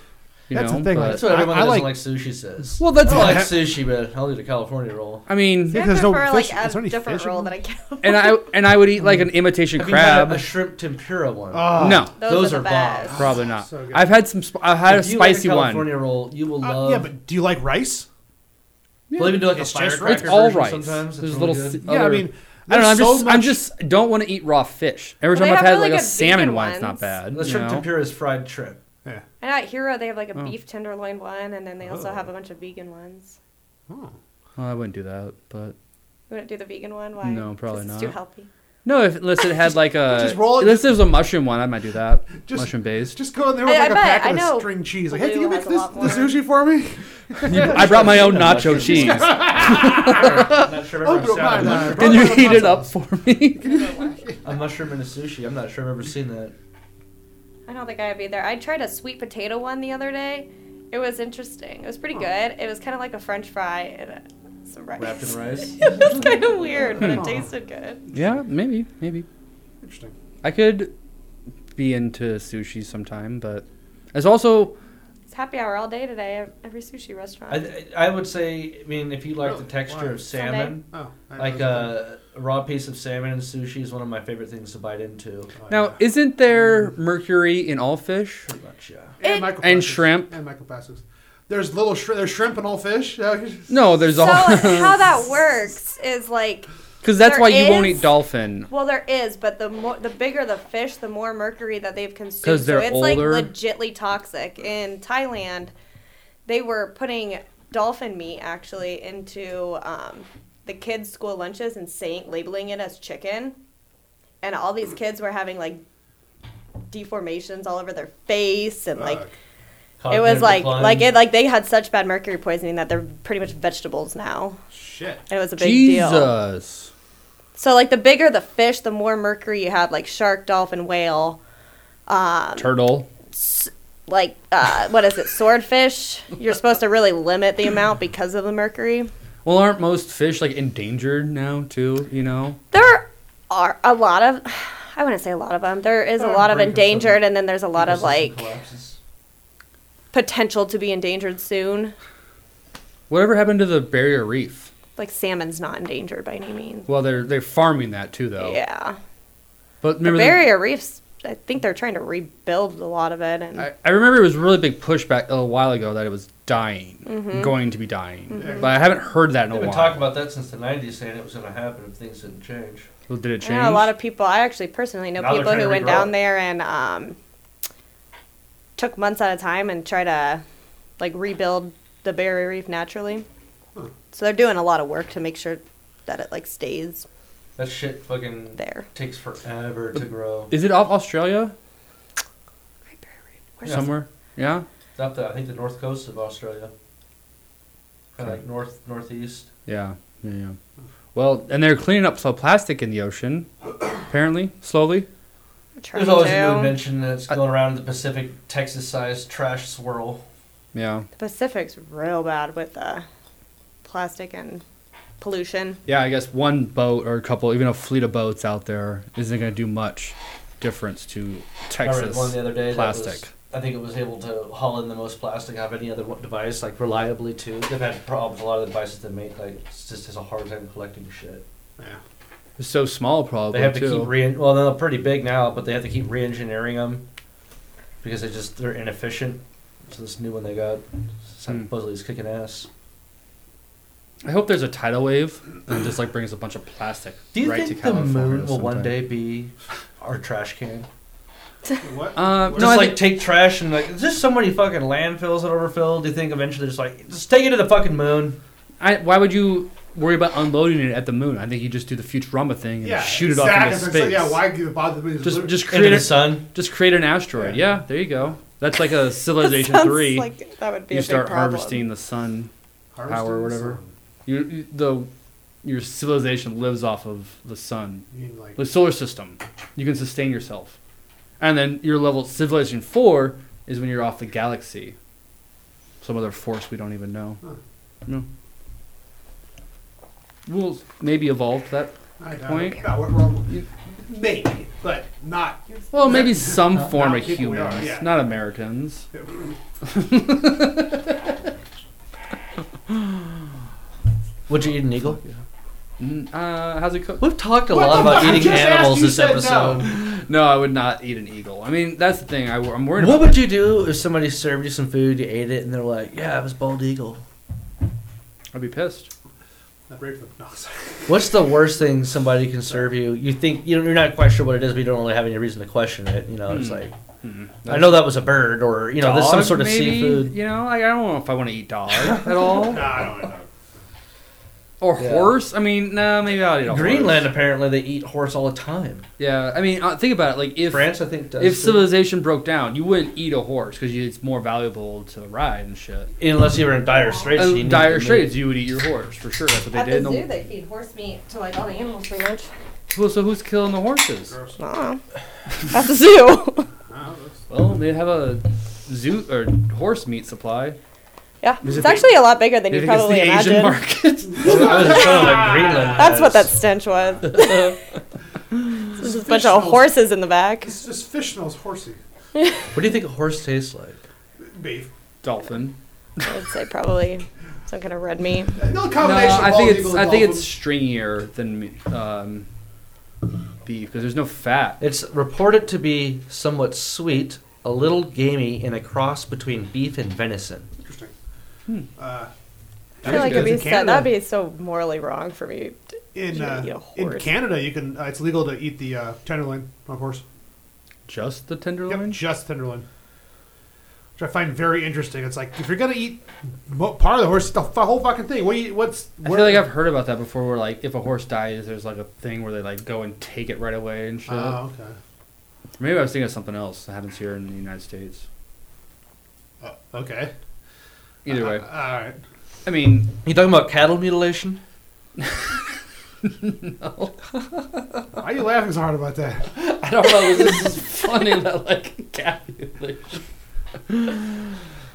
[SPEAKER 2] You
[SPEAKER 3] That's
[SPEAKER 2] know,
[SPEAKER 3] the thing,
[SPEAKER 2] but-
[SPEAKER 3] like-
[SPEAKER 1] That's what
[SPEAKER 3] I-
[SPEAKER 1] everyone
[SPEAKER 3] I
[SPEAKER 1] that doesn't
[SPEAKER 3] like-
[SPEAKER 1] like sushi says.
[SPEAKER 2] well, that's
[SPEAKER 1] I like
[SPEAKER 2] I,
[SPEAKER 1] sushi, but I'll eat a California roll.
[SPEAKER 2] mean,
[SPEAKER 4] See,
[SPEAKER 3] Yeah,
[SPEAKER 4] I
[SPEAKER 3] 'cause there's no
[SPEAKER 4] prefer
[SPEAKER 3] fish-
[SPEAKER 4] like
[SPEAKER 3] is
[SPEAKER 4] a
[SPEAKER 3] there any
[SPEAKER 4] different
[SPEAKER 3] fish in
[SPEAKER 4] roll
[SPEAKER 3] them?
[SPEAKER 4] that I get.
[SPEAKER 2] and I and I would eat like an imitation
[SPEAKER 1] Have you had
[SPEAKER 2] crab.
[SPEAKER 1] a shrimp tempura one?
[SPEAKER 3] Oh,
[SPEAKER 2] no,
[SPEAKER 4] Those,
[SPEAKER 1] Those
[SPEAKER 4] are,
[SPEAKER 1] are
[SPEAKER 4] the
[SPEAKER 1] bomb.
[SPEAKER 4] best.
[SPEAKER 2] probably not.
[SPEAKER 3] So good.
[SPEAKER 2] I've had some. Sp- I've had a
[SPEAKER 1] If you like
[SPEAKER 2] spicy one.
[SPEAKER 1] California roll, you will
[SPEAKER 3] Uh,
[SPEAKER 1] love.
[SPEAKER 3] yeah, but do you like rice?
[SPEAKER 1] Well, even do like a
[SPEAKER 3] It's just
[SPEAKER 1] firecracker
[SPEAKER 2] It's all
[SPEAKER 1] version
[SPEAKER 2] rice.
[SPEAKER 1] Sometimes
[SPEAKER 2] There's
[SPEAKER 1] it's
[SPEAKER 2] little.
[SPEAKER 1] really good.
[SPEAKER 2] si-
[SPEAKER 3] Yeah, I
[SPEAKER 2] other-
[SPEAKER 3] mean,
[SPEAKER 2] I don't know. I'm
[SPEAKER 3] there's so
[SPEAKER 2] just,
[SPEAKER 3] much-
[SPEAKER 2] I'm just don't want to eat raw fish. Every
[SPEAKER 4] Well,
[SPEAKER 2] time
[SPEAKER 4] they
[SPEAKER 2] I've
[SPEAKER 4] have
[SPEAKER 2] had
[SPEAKER 4] really
[SPEAKER 2] like a
[SPEAKER 4] good
[SPEAKER 2] salmon
[SPEAKER 4] vegan
[SPEAKER 2] one, it's not
[SPEAKER 4] ones.
[SPEAKER 2] bad.
[SPEAKER 1] The
[SPEAKER 2] you
[SPEAKER 1] shrimp
[SPEAKER 2] know?
[SPEAKER 1] tempura is fried shrimp.
[SPEAKER 3] Yeah.
[SPEAKER 4] And out here they have like a
[SPEAKER 2] Oh.
[SPEAKER 4] beef tenderloin one, and then they also
[SPEAKER 3] Oh.
[SPEAKER 4] have a bunch of vegan ones.
[SPEAKER 3] Oh.
[SPEAKER 2] Well, I wouldn't do that, but
[SPEAKER 4] You wouldn't do the vegan one? Why?
[SPEAKER 2] No, probably
[SPEAKER 4] 'Cause It's too
[SPEAKER 2] not.
[SPEAKER 4] healthy.
[SPEAKER 2] no. If, unless it had like a
[SPEAKER 3] just roll it-
[SPEAKER 2] unless there's a mushroom one, I might do that.
[SPEAKER 3] Just-
[SPEAKER 2] mushroom based.
[SPEAKER 3] Just go in there with
[SPEAKER 4] I-
[SPEAKER 3] like
[SPEAKER 4] I
[SPEAKER 3] a
[SPEAKER 4] bet,
[SPEAKER 3] packet
[SPEAKER 4] I know
[SPEAKER 3] of string cheese. Like, hey,
[SPEAKER 4] Blue
[SPEAKER 3] can you make
[SPEAKER 4] has a
[SPEAKER 3] this
[SPEAKER 4] lot
[SPEAKER 3] the sushi for me?
[SPEAKER 2] I brought my own nacho
[SPEAKER 1] Mushroom.
[SPEAKER 2] cheese.
[SPEAKER 1] I'm not sure if Oh, I've
[SPEAKER 3] Open
[SPEAKER 1] ever
[SPEAKER 3] up
[SPEAKER 1] seen
[SPEAKER 3] my
[SPEAKER 1] a
[SPEAKER 3] mind.
[SPEAKER 1] mushroom-
[SPEAKER 2] Can you heat it up for me?
[SPEAKER 1] a mushroom in a sushi. I'm not sure I've ever seen that.
[SPEAKER 4] I don't think I'd be there. I tried a sweet potato one the other day. It was interesting. It was pretty good. It was kind of like a French fry and uh, some rice.
[SPEAKER 1] Wrapped in rice.
[SPEAKER 4] it was kind of weird, but
[SPEAKER 3] Hmm.
[SPEAKER 4] it tasted good.
[SPEAKER 2] yeah, maybe, maybe.
[SPEAKER 3] Interesting.
[SPEAKER 2] I could be into sushi sometime, but it's also
[SPEAKER 4] It's happy hour all day today at every sushi restaurant.
[SPEAKER 1] I, I would say. I mean, if you like
[SPEAKER 4] Oh,
[SPEAKER 1] the
[SPEAKER 3] Really?
[SPEAKER 1] texture
[SPEAKER 3] Why?
[SPEAKER 1] of salmon,
[SPEAKER 3] Oh, I
[SPEAKER 1] like uh,
[SPEAKER 3] know
[SPEAKER 2] uh,
[SPEAKER 3] something.
[SPEAKER 1] a raw piece of salmon in sushi is one of my favorite things to bite into.
[SPEAKER 3] Oh,
[SPEAKER 2] now isn't there mercury in all fish?
[SPEAKER 1] Pretty much, yeah.
[SPEAKER 3] yeah. and,
[SPEAKER 4] It-
[SPEAKER 3] microplastics.
[SPEAKER 2] and shrimp.
[SPEAKER 3] and microplastics. There's little shri- there's shrimp in all fish. Yeah, you just-
[SPEAKER 2] No, there's
[SPEAKER 4] so
[SPEAKER 2] all
[SPEAKER 4] how that works is like
[SPEAKER 2] because that's
[SPEAKER 4] there
[SPEAKER 2] why you won't
[SPEAKER 4] is-
[SPEAKER 2] eat dolphin.
[SPEAKER 4] well there is but the more the bigger the fish the more mercury that they've consumed
[SPEAKER 2] 'Cause they're
[SPEAKER 4] so it's
[SPEAKER 2] older?
[SPEAKER 4] like legitly toxic in thailand they were putting dolphin meat actually into um, the kids school lunches and saying labeling it as chicken and all these kids were having like deformations all over their face and like
[SPEAKER 3] Fuck.
[SPEAKER 4] it was
[SPEAKER 1] Cognitive
[SPEAKER 4] like
[SPEAKER 1] decline.
[SPEAKER 4] like it like they had such bad mercury poisoning that they're pretty much vegetables now
[SPEAKER 3] shit.
[SPEAKER 4] and it was a big deal
[SPEAKER 2] Jesus.
[SPEAKER 4] so like the bigger the fish, the more mercury you have, like shark, dolphin, whale, um,
[SPEAKER 2] Turtle.
[SPEAKER 4] s- like uh, what is it, swordfish? You're supposed to really limit the amount because of the mercury.
[SPEAKER 2] Well, aren't most fish like endangered now too? You know.
[SPEAKER 4] There are a lot of, I wouldn't say a lot of them. There is a
[SPEAKER 1] Oh,
[SPEAKER 4] lot of
[SPEAKER 1] break us up.
[SPEAKER 4] endangered, and then there's a lot of
[SPEAKER 1] Ecosystem
[SPEAKER 4] like
[SPEAKER 1] collapses.
[SPEAKER 4] potential to be endangered soon.
[SPEAKER 2] Whatever happened to the barrier reef?
[SPEAKER 4] Like salmon's not endangered by any means.
[SPEAKER 2] Well, they're they're farming that too, though.
[SPEAKER 4] Yeah,
[SPEAKER 2] But remember,
[SPEAKER 4] the barrier reef's I think they're trying to rebuild a lot of it, and
[SPEAKER 2] I, I remember it was really big pushback a little while ago that it was dying,
[SPEAKER 4] Mm-hmm.
[SPEAKER 2] going to be dying. But I haven't heard that in a
[SPEAKER 1] They've been
[SPEAKER 2] while.
[SPEAKER 1] talking about that since the '90s, saying it was going to happen if things didn't change.
[SPEAKER 2] Well, did it change?
[SPEAKER 4] I know a lot of people. I actually personally know
[SPEAKER 1] Now they're
[SPEAKER 4] people
[SPEAKER 1] trying
[SPEAKER 4] who
[SPEAKER 1] to
[SPEAKER 4] went
[SPEAKER 1] regrow
[SPEAKER 4] down
[SPEAKER 1] it.
[SPEAKER 4] there and um, took months at a time and try to like rebuild the barrier reef naturally. So they're doing a lot of work to make sure that it like stays
[SPEAKER 1] That shit fucking
[SPEAKER 4] there.
[SPEAKER 1] takes forever to grow.
[SPEAKER 2] Is it off Australia
[SPEAKER 4] Great Barrier Reef. Where's
[SPEAKER 1] Yeah.
[SPEAKER 2] somewhere? Yeah,
[SPEAKER 1] It's up the, I think the north coast of Australia, kind of like north northeast.
[SPEAKER 2] yeah, yeah. yeah. Well, and they're cleaning up slow plastic in the ocean, apparently, slowly.
[SPEAKER 4] I'm trying
[SPEAKER 1] There's always a new
[SPEAKER 4] to.
[SPEAKER 1] invention that's
[SPEAKER 2] Uh,
[SPEAKER 1] going around the Pacific, Texas-sized trash swirl.
[SPEAKER 2] Yeah,
[SPEAKER 4] the Pacific's real bad with uh, plastic and pollution.
[SPEAKER 2] yeah. I guess one boat or a couple, even a fleet of boats out there, isn't going to do much difference to
[SPEAKER 1] I
[SPEAKER 2] Texas
[SPEAKER 1] read one the other day. that
[SPEAKER 2] plastic.
[SPEAKER 1] was- I think it was able to haul in the most plastic out of any other device, like reliably too. They've had problems. A lot of the devices they make, like, it's just has a hard time collecting shit.
[SPEAKER 3] Yeah.
[SPEAKER 2] It's so small, probably.
[SPEAKER 1] They have to
[SPEAKER 2] too.
[SPEAKER 1] keep re. Well, they're pretty big now, but they have to keep re-engineering them because they just they're inefficient. So this new one they got
[SPEAKER 2] Hmm.
[SPEAKER 1] supposedly is kicking ass.
[SPEAKER 2] I hope there's a tidal wave and just like brings a bunch of plastic
[SPEAKER 1] Do you
[SPEAKER 2] right to
[SPEAKER 1] think the
[SPEAKER 2] California. or
[SPEAKER 1] moon will one
[SPEAKER 2] something.
[SPEAKER 1] day be our trash can?
[SPEAKER 3] What?
[SPEAKER 2] Uh,
[SPEAKER 1] just
[SPEAKER 2] no, I
[SPEAKER 1] like
[SPEAKER 2] think-
[SPEAKER 1] take trash and like, there's just so many fucking landfills that overfill. Do you think eventually just like just take it to the fucking moon?
[SPEAKER 2] I, why would you worry about unloading it at the moon? I think you just do the Futurama thing and shoot it off into
[SPEAKER 3] exactly.
[SPEAKER 2] space.
[SPEAKER 3] Yeah, why give- bother with it?
[SPEAKER 2] Just just
[SPEAKER 1] Into
[SPEAKER 2] create
[SPEAKER 1] the
[SPEAKER 2] a,
[SPEAKER 1] sun?
[SPEAKER 2] just create an asteroid. Yeah. there you go. That's like a Civilization
[SPEAKER 4] Sounds
[SPEAKER 2] three.
[SPEAKER 4] Like, that would be a
[SPEAKER 2] you
[SPEAKER 4] big
[SPEAKER 2] start
[SPEAKER 4] problem.
[SPEAKER 2] harvesting the sun.
[SPEAKER 3] Harvesting
[SPEAKER 2] power or
[SPEAKER 3] the
[SPEAKER 2] whatever.
[SPEAKER 3] sun.
[SPEAKER 2] You, you- the your civilization lives off of the sun,
[SPEAKER 3] You mean like
[SPEAKER 2] the solar system. You can sustain yourself, and then your level civilization four is when you're off the galaxy. Some other force we don't even know.
[SPEAKER 3] Huh.
[SPEAKER 2] No. We'll maybe evolve to that
[SPEAKER 3] I doubt
[SPEAKER 2] point?
[SPEAKER 3] it. No, we're, we're, maybe, but not.
[SPEAKER 2] Well, maybe some
[SPEAKER 3] Not-
[SPEAKER 2] form
[SPEAKER 3] not
[SPEAKER 2] of
[SPEAKER 3] people we are,
[SPEAKER 2] humans,
[SPEAKER 3] yeah.
[SPEAKER 2] not Americans.
[SPEAKER 1] Would you eat an eagle?
[SPEAKER 2] Mm, Uh, how's it cooked?
[SPEAKER 1] We've talked a
[SPEAKER 3] What
[SPEAKER 1] lot
[SPEAKER 3] the
[SPEAKER 1] about
[SPEAKER 3] fuck? I
[SPEAKER 1] eating
[SPEAKER 3] just asked,
[SPEAKER 1] animals
[SPEAKER 3] you
[SPEAKER 1] this
[SPEAKER 3] said no.
[SPEAKER 1] episode.
[SPEAKER 2] No, I would not eat an eagle. I mean, that's the thing. I, am worried
[SPEAKER 1] What
[SPEAKER 2] about.
[SPEAKER 1] would you do if somebody served you some food, you ate it, and they're like, "Yeah, it was bald eagle."
[SPEAKER 2] I'd be pissed.
[SPEAKER 3] Not rape them. No, sorry.
[SPEAKER 1] What's the worst thing somebody can serve you? You think you know, you're not quite sure what it is, but you don't really have any reason to question it. You know, it's
[SPEAKER 2] Hmm.
[SPEAKER 1] like
[SPEAKER 2] Mm,
[SPEAKER 1] I know that was a bird, or you know, there's some
[SPEAKER 2] Dog,
[SPEAKER 1] sort of
[SPEAKER 2] maybe?
[SPEAKER 1] seafood.
[SPEAKER 2] You know, like I don't know if I want to eat dog at all,
[SPEAKER 3] No, I don't know.
[SPEAKER 2] or
[SPEAKER 1] Yeah.
[SPEAKER 2] horse. I mean, no, maybe I'll eat a horse.
[SPEAKER 1] Greenland apparently they eat horse all the time.
[SPEAKER 2] Yeah, I mean, uh, think about it. Like if
[SPEAKER 1] France, I think, does
[SPEAKER 2] if
[SPEAKER 1] too.
[SPEAKER 2] civilization broke down, you wouldn't eat a horse because it's more valuable to ride and shit.
[SPEAKER 1] unless you were in dire straits, you
[SPEAKER 2] And
[SPEAKER 1] need
[SPEAKER 2] Oh, dire
[SPEAKER 1] the
[SPEAKER 2] straits, you would eat your horse for sure. That's what they
[SPEAKER 4] At
[SPEAKER 2] did.
[SPEAKER 4] the
[SPEAKER 2] in
[SPEAKER 4] zoo, they feed horse meat to like all the animals pretty much.
[SPEAKER 2] Well, so who's killing the horses?
[SPEAKER 3] Gross.
[SPEAKER 4] Wow. At the zoo.
[SPEAKER 3] No, that's-
[SPEAKER 2] Well, they have a zoo or horse meat supply.
[SPEAKER 4] yeah.
[SPEAKER 2] Is it
[SPEAKER 4] It's
[SPEAKER 2] the-
[SPEAKER 4] actually a lot bigger than you
[SPEAKER 2] They think
[SPEAKER 4] probably
[SPEAKER 2] it's the
[SPEAKER 4] imagine.
[SPEAKER 2] Asian market.
[SPEAKER 1] meat. I was just telling about Greenland.
[SPEAKER 4] That's what that
[SPEAKER 1] has-
[SPEAKER 4] stench was. There's just a bunch of horses in the back.
[SPEAKER 3] It's just fish smells horsey.
[SPEAKER 1] What do you think a horse tastes like?
[SPEAKER 3] Beef.
[SPEAKER 2] Dolphin.
[SPEAKER 4] I would say probably some kind of red meat.
[SPEAKER 3] No
[SPEAKER 2] No,
[SPEAKER 3] combination. of
[SPEAKER 2] I
[SPEAKER 3] bald
[SPEAKER 2] think it's
[SPEAKER 3] eagle
[SPEAKER 2] I
[SPEAKER 3] and
[SPEAKER 2] think
[SPEAKER 3] dolphin.
[SPEAKER 2] it's stringier than me- um, beef because there's no fat.
[SPEAKER 1] It's reported to be somewhat sweet, a little gamey, and a cross between beef and venison.
[SPEAKER 3] interesting.
[SPEAKER 2] Hmm.
[SPEAKER 3] Uh,
[SPEAKER 4] I feel like
[SPEAKER 2] good.
[SPEAKER 4] it'd be
[SPEAKER 3] In
[SPEAKER 4] so,
[SPEAKER 3] Canada.
[SPEAKER 4] that'd be so morally wrong for me.
[SPEAKER 3] in
[SPEAKER 4] You
[SPEAKER 3] uh,
[SPEAKER 4] eat a
[SPEAKER 3] in
[SPEAKER 4] horse.
[SPEAKER 3] Canada, you can uh, it's legal to eat the uh, tenderloin on horse.
[SPEAKER 2] Just the
[SPEAKER 3] Yep,
[SPEAKER 2] tenderloin.
[SPEAKER 3] just tenderloin, which I find very interesting. It's like if you're gonna eat mo- part of the horse, eat the fu- whole fucking thing. What? do You, what's?
[SPEAKER 2] I feel like I've heard about that before. Where like if a horse dies, there's like a thing where they like go and take it right away and shit.
[SPEAKER 3] Oh, okay.
[SPEAKER 2] Maybe I was thinking of something else that happens here in the United States.
[SPEAKER 3] Uh, okay.
[SPEAKER 2] Either way,
[SPEAKER 3] Uh, all right.
[SPEAKER 2] I mean,
[SPEAKER 1] You talking about cattle mutilation?
[SPEAKER 3] Why are you laughing so hard about that?
[SPEAKER 2] I don't know. This is funny that like calculation.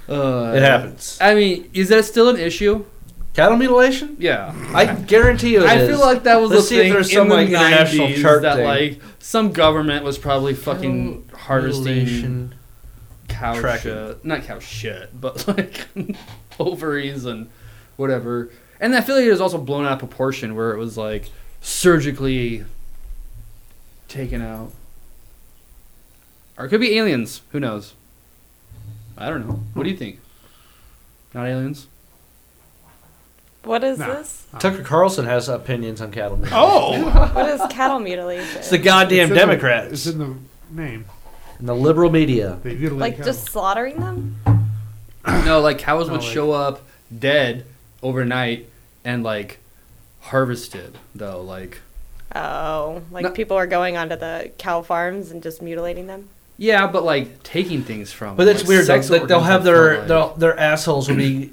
[SPEAKER 2] Uh,
[SPEAKER 1] It happens.
[SPEAKER 2] I mean, is that still an issue?
[SPEAKER 1] Cattle mutilation?
[SPEAKER 2] Yeah.
[SPEAKER 1] I guarantee you. it
[SPEAKER 2] I
[SPEAKER 1] is.
[SPEAKER 2] feel like that was
[SPEAKER 1] Let's
[SPEAKER 2] a
[SPEAKER 1] see
[SPEAKER 2] thing
[SPEAKER 1] if there's
[SPEAKER 2] in
[SPEAKER 1] some
[SPEAKER 2] the
[SPEAKER 1] like international
[SPEAKER 2] 90s
[SPEAKER 1] chart
[SPEAKER 2] that
[SPEAKER 1] thing.
[SPEAKER 2] like some government was probably fucking
[SPEAKER 1] Cattle
[SPEAKER 2] harvesting
[SPEAKER 1] mutilation.
[SPEAKER 2] cow
[SPEAKER 1] tracking.
[SPEAKER 2] shit, not cow shit, but like ovaries and whatever. And I feel like it was also blown out of proportion where it was like surgically taken out. Or it could be aliens. Who knows? I don't know. What do you think? Not aliens?
[SPEAKER 4] What is
[SPEAKER 3] Nah.
[SPEAKER 4] this?
[SPEAKER 1] Tucker Carlson has opinions on cattle. mutilation.
[SPEAKER 3] Oh,
[SPEAKER 4] What is cattle mutilation?
[SPEAKER 1] It's the goddamn
[SPEAKER 3] It's in the-
[SPEAKER 1] Democrats
[SPEAKER 3] it's in the name.
[SPEAKER 1] and the liberal media.
[SPEAKER 3] They mutilate
[SPEAKER 4] like
[SPEAKER 3] cattle.
[SPEAKER 4] just slaughtering them?
[SPEAKER 2] No, Oh, like cows would
[SPEAKER 3] No, like-
[SPEAKER 2] show up dead overnight and like harvested though, like
[SPEAKER 4] Oh, like
[SPEAKER 2] No.
[SPEAKER 4] people are going onto the cow farms and just mutilating them.
[SPEAKER 2] yeah, but like taking things from.
[SPEAKER 1] But
[SPEAKER 2] them,
[SPEAKER 1] that's
[SPEAKER 2] like,
[SPEAKER 1] weird. Though.
[SPEAKER 2] sex
[SPEAKER 1] Like, they'll
[SPEAKER 2] organs
[SPEAKER 1] have
[SPEAKER 2] and
[SPEAKER 1] their,
[SPEAKER 2] stuff,
[SPEAKER 1] their
[SPEAKER 2] like-
[SPEAKER 1] their assholes will be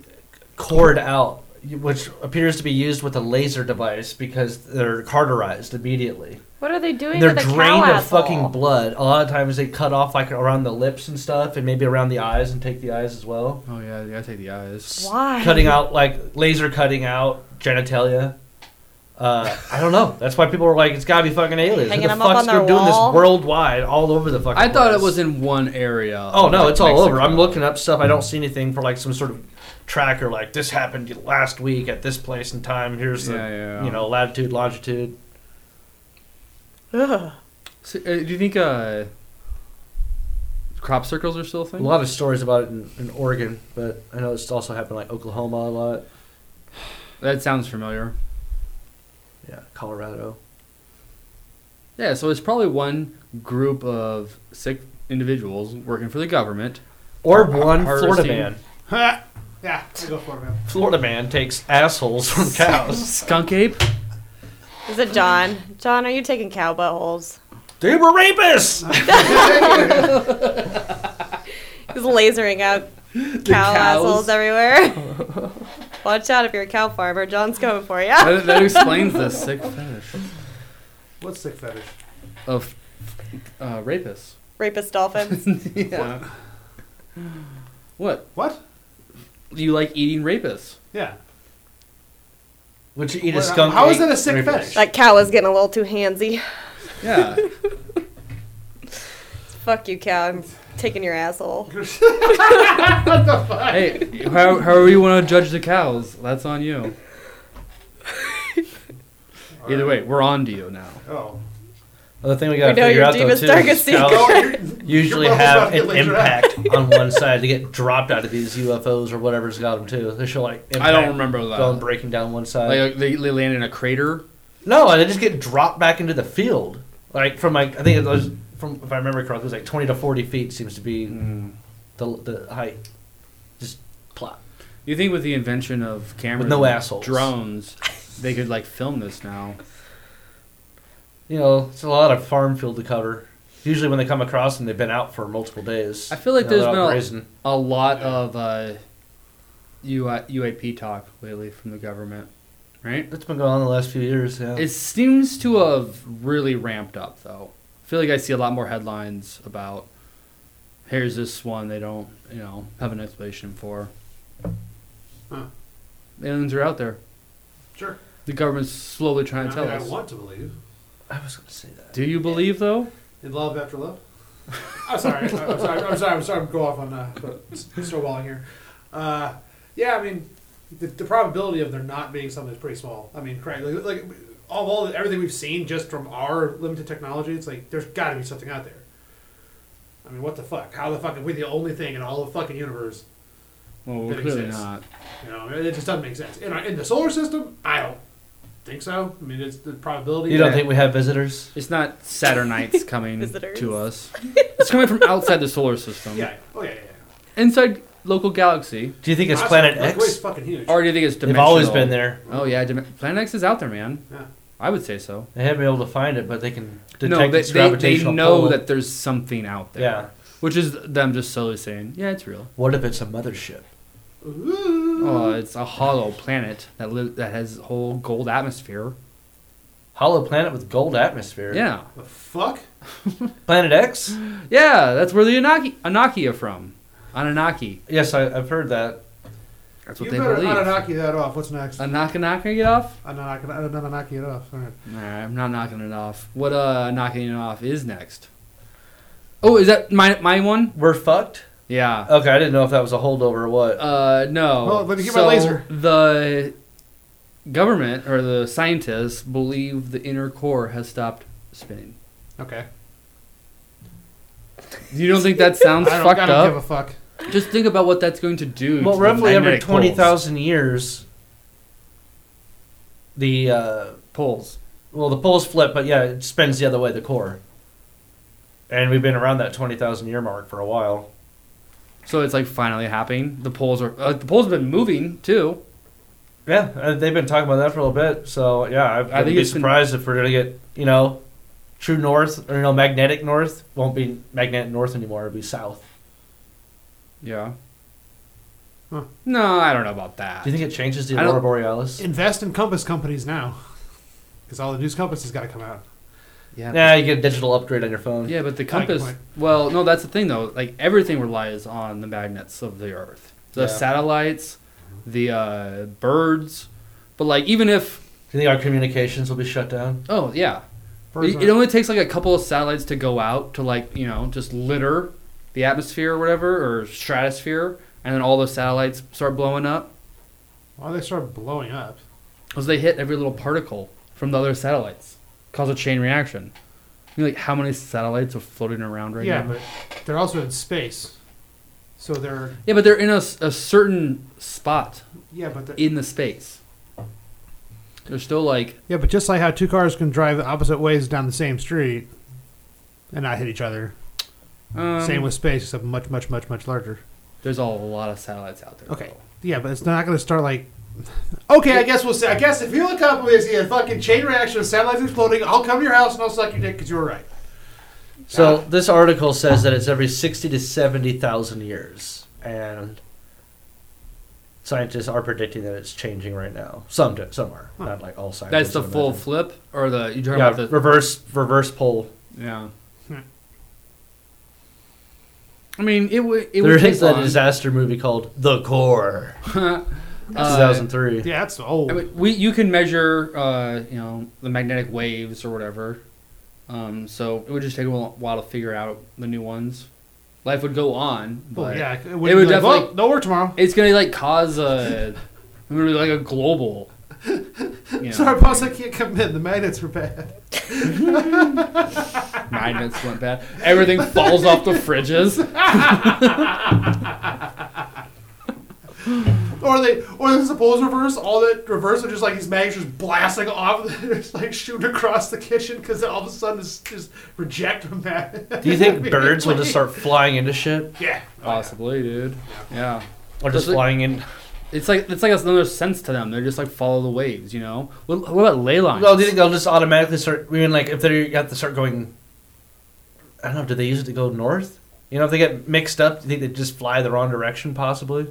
[SPEAKER 1] cored out, which appears to be used with a laser device because they're carterized immediately.
[SPEAKER 4] What are they doing
[SPEAKER 1] They're
[SPEAKER 4] to the cow
[SPEAKER 1] drained of
[SPEAKER 4] asshole?
[SPEAKER 1] fucking blood. A lot of times they cut off like around the lips and stuff, and maybe around the eyes and take the eyes as well.
[SPEAKER 2] Oh yeah, you gotta take the eyes.
[SPEAKER 4] Why?
[SPEAKER 1] Cutting out like laser cutting out genitalia. Uh, I don't know. That's why people are like, it's gotta be fucking aliens. Who
[SPEAKER 4] Hanging
[SPEAKER 1] the
[SPEAKER 4] them up on
[SPEAKER 1] fuck's
[SPEAKER 4] their
[SPEAKER 1] they're doing
[SPEAKER 4] wall?
[SPEAKER 1] this worldwide, all over the fucking.
[SPEAKER 2] I thought it
[SPEAKER 1] place?
[SPEAKER 2] was in one area.
[SPEAKER 1] Oh
[SPEAKER 2] of,
[SPEAKER 1] no,
[SPEAKER 2] like,
[SPEAKER 1] it's all over.
[SPEAKER 2] Mexico.
[SPEAKER 1] I'm looking up stuff. I don't
[SPEAKER 3] Mm-hmm.
[SPEAKER 1] see anything for like some sort of tracker. Like this happened last week at this place and time. Here's the
[SPEAKER 2] Yeah, yeah, yeah.
[SPEAKER 1] you know latitude, longitude.
[SPEAKER 4] Ugh.
[SPEAKER 2] So, uh, do you think uh, crop circles are still a
[SPEAKER 1] A
[SPEAKER 2] thing?
[SPEAKER 1] lot of stories about it in, in Oregon, but I know it's also happened like Oklahoma a lot.
[SPEAKER 2] That sounds familiar.
[SPEAKER 1] Yeah, Colorado.
[SPEAKER 2] Yeah, so it's probably one group of sick individuals working for the government.
[SPEAKER 1] Or one Florida
[SPEAKER 2] harvesting.
[SPEAKER 1] man.
[SPEAKER 3] Ha! yeah, I go for it, man.
[SPEAKER 1] Florida man takes assholes from cows.
[SPEAKER 2] Skunk ape?
[SPEAKER 4] Is it John? John, are you taking cow buttholes?
[SPEAKER 1] they were rapists.
[SPEAKER 4] He's lasering out cow assholes everywhere. Watch out if you're a cow farmer. John's coming for you.
[SPEAKER 2] That, that explains the sick fetish
[SPEAKER 3] What's sick fetish?
[SPEAKER 2] of uh, rapists.
[SPEAKER 4] Rapist dolphins.
[SPEAKER 2] yeah. What?
[SPEAKER 3] What?
[SPEAKER 2] You like eating rapists?
[SPEAKER 3] Yeah.
[SPEAKER 1] Would you eat a
[SPEAKER 3] Well,
[SPEAKER 1] skunk?
[SPEAKER 3] how is
[SPEAKER 1] egg
[SPEAKER 3] that a sick
[SPEAKER 1] rapist?
[SPEAKER 3] fetish?
[SPEAKER 4] that cow is getting a little too handsy.
[SPEAKER 2] Yeah.
[SPEAKER 4] Fuck you, cow. I'm taking your asshole.
[SPEAKER 2] hey, how, however you want to judge the cows, that's on you. Either way, we're on to you now.
[SPEAKER 3] Oh.
[SPEAKER 1] Well, the thing we gotta
[SPEAKER 4] We know
[SPEAKER 1] figure
[SPEAKER 4] your
[SPEAKER 1] out though
[SPEAKER 4] deepest,
[SPEAKER 1] too
[SPEAKER 4] darkest
[SPEAKER 1] is cows
[SPEAKER 4] secret.
[SPEAKER 1] usually
[SPEAKER 3] Your brother's about
[SPEAKER 1] have
[SPEAKER 3] to
[SPEAKER 1] an
[SPEAKER 3] get lasered
[SPEAKER 1] impact on one side to get dropped out of these UFOs or whatever's got them too. They show like
[SPEAKER 2] I don't
[SPEAKER 1] impact
[SPEAKER 2] remember that.
[SPEAKER 1] going breaking down one side.
[SPEAKER 2] Like uh, they, they land in a crater.
[SPEAKER 1] no, and they just get dropped back into the field. Like from like I think it was from if I remember correctly, it was like twenty to forty feet seems to be the the height. Just plop.
[SPEAKER 2] You think with the invention of cameras,
[SPEAKER 1] With no
[SPEAKER 2] and
[SPEAKER 1] assholes.
[SPEAKER 2] drones, they could like film this now?
[SPEAKER 1] You know, it's a lot of farm field to cover. Usually when they come across them, they've been out for multiple days.
[SPEAKER 2] I feel like
[SPEAKER 1] You
[SPEAKER 2] there's
[SPEAKER 1] they're
[SPEAKER 2] been
[SPEAKER 1] out
[SPEAKER 2] a-
[SPEAKER 1] grazing.
[SPEAKER 2] A lot of uh, UI, UAP talk lately from the government, right?
[SPEAKER 1] It's been going on the last few years. Yeah.
[SPEAKER 2] It seems to have really ramped up, though. I feel like I see a lot more headlines about here's this one they don't, you know, have an explanation for.
[SPEAKER 3] Huh.
[SPEAKER 2] Aliens are out there.
[SPEAKER 3] Sure.
[SPEAKER 2] The government's slowly trying to
[SPEAKER 3] I,
[SPEAKER 2] tell
[SPEAKER 3] mean, I
[SPEAKER 2] us.
[SPEAKER 3] want to believe.
[SPEAKER 1] I was gonna say that.
[SPEAKER 2] Do you believe, though?
[SPEAKER 3] In love after love? I'm sorry. I'm sorry. I'm sorry. I'm sorry. I'm going off on uh, so well here. Uh, yeah, I mean, the, the probability of there not being something is pretty small. I mean, correct. Like, like of all everything we've seen just from our limited technology, it's like there's got to be something out there. I mean, what the fuck? How the fuck are we the only thing in all the fucking universe?
[SPEAKER 2] Well, we're
[SPEAKER 3] It
[SPEAKER 2] clearly
[SPEAKER 3] exists.
[SPEAKER 2] not.
[SPEAKER 3] You know, it just doesn't make sense. In, our, in the solar system, I don't think so. I mean, it's the probability.
[SPEAKER 1] You don't
[SPEAKER 3] that-
[SPEAKER 1] think we have visitors?
[SPEAKER 2] It's not Saturnites coming
[SPEAKER 4] Visitors.
[SPEAKER 2] to us. It's coming from outside the solar system.
[SPEAKER 3] Yeah. Oh yeah. yeah, yeah.
[SPEAKER 2] Inside local galaxy.
[SPEAKER 1] Do you think it's
[SPEAKER 3] Honestly,
[SPEAKER 1] Planet
[SPEAKER 3] Milky Way's
[SPEAKER 1] X?
[SPEAKER 3] fucking huge.
[SPEAKER 2] Or do you think it's
[SPEAKER 1] They've
[SPEAKER 2] dimensional?
[SPEAKER 1] always been there.
[SPEAKER 2] Oh, yeah. Dim- Planet X is out there, man.
[SPEAKER 3] Yeah.
[SPEAKER 2] I would say so.
[SPEAKER 1] They haven't been able to find it, but they can detect
[SPEAKER 2] no, they,
[SPEAKER 1] its
[SPEAKER 2] they, they
[SPEAKER 1] gravitational
[SPEAKER 2] know
[SPEAKER 1] pull.
[SPEAKER 2] that there's something out there.
[SPEAKER 1] Yeah.
[SPEAKER 2] Which is them just slowly saying, yeah, it's real.
[SPEAKER 1] What if it's a mothership?
[SPEAKER 3] Ooh.
[SPEAKER 2] Oh, it's a hollow planet that li- that has whole gold atmosphere.
[SPEAKER 1] Hollow planet with gold atmosphere.
[SPEAKER 2] Yeah.
[SPEAKER 3] The fuck?
[SPEAKER 1] Planet X?
[SPEAKER 2] Yeah, that's where the Anaki, Anaki are from. Anunnaki.
[SPEAKER 1] Yes, I, I've heard that.
[SPEAKER 2] That's what
[SPEAKER 3] you
[SPEAKER 2] they
[SPEAKER 3] better
[SPEAKER 2] believe.
[SPEAKER 3] not
[SPEAKER 2] Anunnaki.
[SPEAKER 3] knock that off. What's next? I'm
[SPEAKER 2] Anunnaki it off?
[SPEAKER 3] not gonna knock it off. All right.
[SPEAKER 2] Nah, I'm not knocking it off. What uh knocking it off is next? Oh, is that my my one?
[SPEAKER 1] We're fucked?
[SPEAKER 2] Yeah.
[SPEAKER 1] Okay, I didn't know if that was a holdover or what.
[SPEAKER 2] Uh, no.
[SPEAKER 3] Well, let me get my laser.
[SPEAKER 2] The government or the scientists believe the inner core has stopped spinning.
[SPEAKER 3] Okay.
[SPEAKER 2] You don't think that sounds
[SPEAKER 3] I don't,
[SPEAKER 2] fucked
[SPEAKER 3] I don't give a
[SPEAKER 2] up?
[SPEAKER 3] fuck.
[SPEAKER 2] Just think about what that's going to do.
[SPEAKER 1] Well,
[SPEAKER 2] to the
[SPEAKER 1] roughly every
[SPEAKER 2] magnetic poles.
[SPEAKER 1] twenty thousand years, the uh,
[SPEAKER 2] poles.
[SPEAKER 1] well, the poles flip, but yeah, it spins the other way, the core. And we've been around that twenty thousand year mark for a while.
[SPEAKER 2] So it's like finally happening. The poles are uh, the poles have been moving too.
[SPEAKER 1] Yeah, uh, they've been talking about that for a little bit. So yeah, I, I
[SPEAKER 2] think
[SPEAKER 1] wouldn't be
[SPEAKER 2] it's been-
[SPEAKER 1] surprised if we're gonna get you know, true north or you know, magnetic north won't be magnetic north anymore. It'll be south.
[SPEAKER 2] Yeah.
[SPEAKER 3] Huh.
[SPEAKER 2] No, I don't know about that.
[SPEAKER 1] Do you think it changes the
[SPEAKER 2] I don't-
[SPEAKER 1] aurora borealis?
[SPEAKER 3] Invest in compass companies now, because all the news compass has got to come out.
[SPEAKER 2] yeah. but-
[SPEAKER 1] Yeah, you get a digital upgrade on your phone.
[SPEAKER 2] Yeah, but the
[SPEAKER 3] Like,
[SPEAKER 2] compass.
[SPEAKER 3] like-
[SPEAKER 2] well, no, that's the thing though. Like everything relies on the magnets of the Earth, the
[SPEAKER 1] Yeah.
[SPEAKER 2] satellites, the uh, birds. But like, even if
[SPEAKER 1] Do you think our communications will be shut down?
[SPEAKER 2] oh yeah,
[SPEAKER 3] Birds
[SPEAKER 2] it,
[SPEAKER 3] aren't-
[SPEAKER 2] it only takes like a couple of satellites to go out to like you know just litter the atmosphere or whatever or stratosphere, and then all those satellites start blowing up
[SPEAKER 3] Why they start blowing up?
[SPEAKER 2] because they hit every little particle from the other satellites, cause a chain reaction. You know, like how many satellites are floating around right
[SPEAKER 3] yeah,
[SPEAKER 2] now?
[SPEAKER 3] but they're also in space, so they're
[SPEAKER 2] yeah, but they're in a, s- a certain spot.
[SPEAKER 3] yeah, but they're,
[SPEAKER 2] in the space. They're still like,
[SPEAKER 3] yeah, but just like how two cars can drive opposite ways down the same street and not hit each other.
[SPEAKER 2] um,
[SPEAKER 3] Same with space, except much, much, much, much larger.
[SPEAKER 2] There's a lot of satellites out there.
[SPEAKER 3] Okay.
[SPEAKER 2] though.
[SPEAKER 3] Yeah, but it's not going to start like. Okay, I guess we'll say. I guess if you look up and we see a fucking chain reaction of satellites exploding, I'll come to your house and I'll suck your dick because you were right.
[SPEAKER 1] So this article says that it's every sixty to seventy thousand years, and scientists are predicting that it's changing right now. Some do, some are
[SPEAKER 3] Huh.
[SPEAKER 1] not like all scientists.
[SPEAKER 2] That's the
[SPEAKER 1] would
[SPEAKER 2] full
[SPEAKER 1] imagine.
[SPEAKER 2] flip, or the you talking
[SPEAKER 1] yeah,
[SPEAKER 2] about the
[SPEAKER 1] reverse reverse pole.
[SPEAKER 2] yeah.
[SPEAKER 3] Hmm.
[SPEAKER 2] I mean, it would
[SPEAKER 1] There
[SPEAKER 2] it would
[SPEAKER 1] is
[SPEAKER 2] take
[SPEAKER 1] that
[SPEAKER 2] long.
[SPEAKER 1] disaster movie called The Core, two
[SPEAKER 2] Uh,
[SPEAKER 1] thousand three.
[SPEAKER 3] Yeah, that's old.
[SPEAKER 2] I mean, we you can measure uh, you know the magnetic waves or whatever. Um, so it would just take a wh- while to figure out the new ones. Life would go on, but
[SPEAKER 3] Well, Oh, yeah, it
[SPEAKER 2] it would
[SPEAKER 3] would definitely.
[SPEAKER 2] definitely-
[SPEAKER 3] Well, no work tomorrow.
[SPEAKER 2] it's gonna like cause a it's gonna be like a global. You know,
[SPEAKER 3] Sorry, boss, I can't come in. The magnets were bad.
[SPEAKER 2] magnets went bad. Everything falls off the fridges.
[SPEAKER 3] Or they, or there's the poles reverse. All that reverse are just like these magnets just blasting off, They're just like shooting across the kitchen because all of a sudden it's just reject from that.
[SPEAKER 1] Do you think birds will just start flying into shit,
[SPEAKER 3] Yeah.
[SPEAKER 2] Possibly, dude. Yeah.
[SPEAKER 1] or just
[SPEAKER 2] Does it-
[SPEAKER 1] flying in?
[SPEAKER 2] It's like it's like another sense to them. They're just like follow the waves, you know. What, what about ley lines?
[SPEAKER 1] Well, do you think they'll just automatically start? I mean, like if they have to start going, I don't know. Do they use it to go north? You know, if they get mixed up, do you think they just fly the wrong direction? Possibly.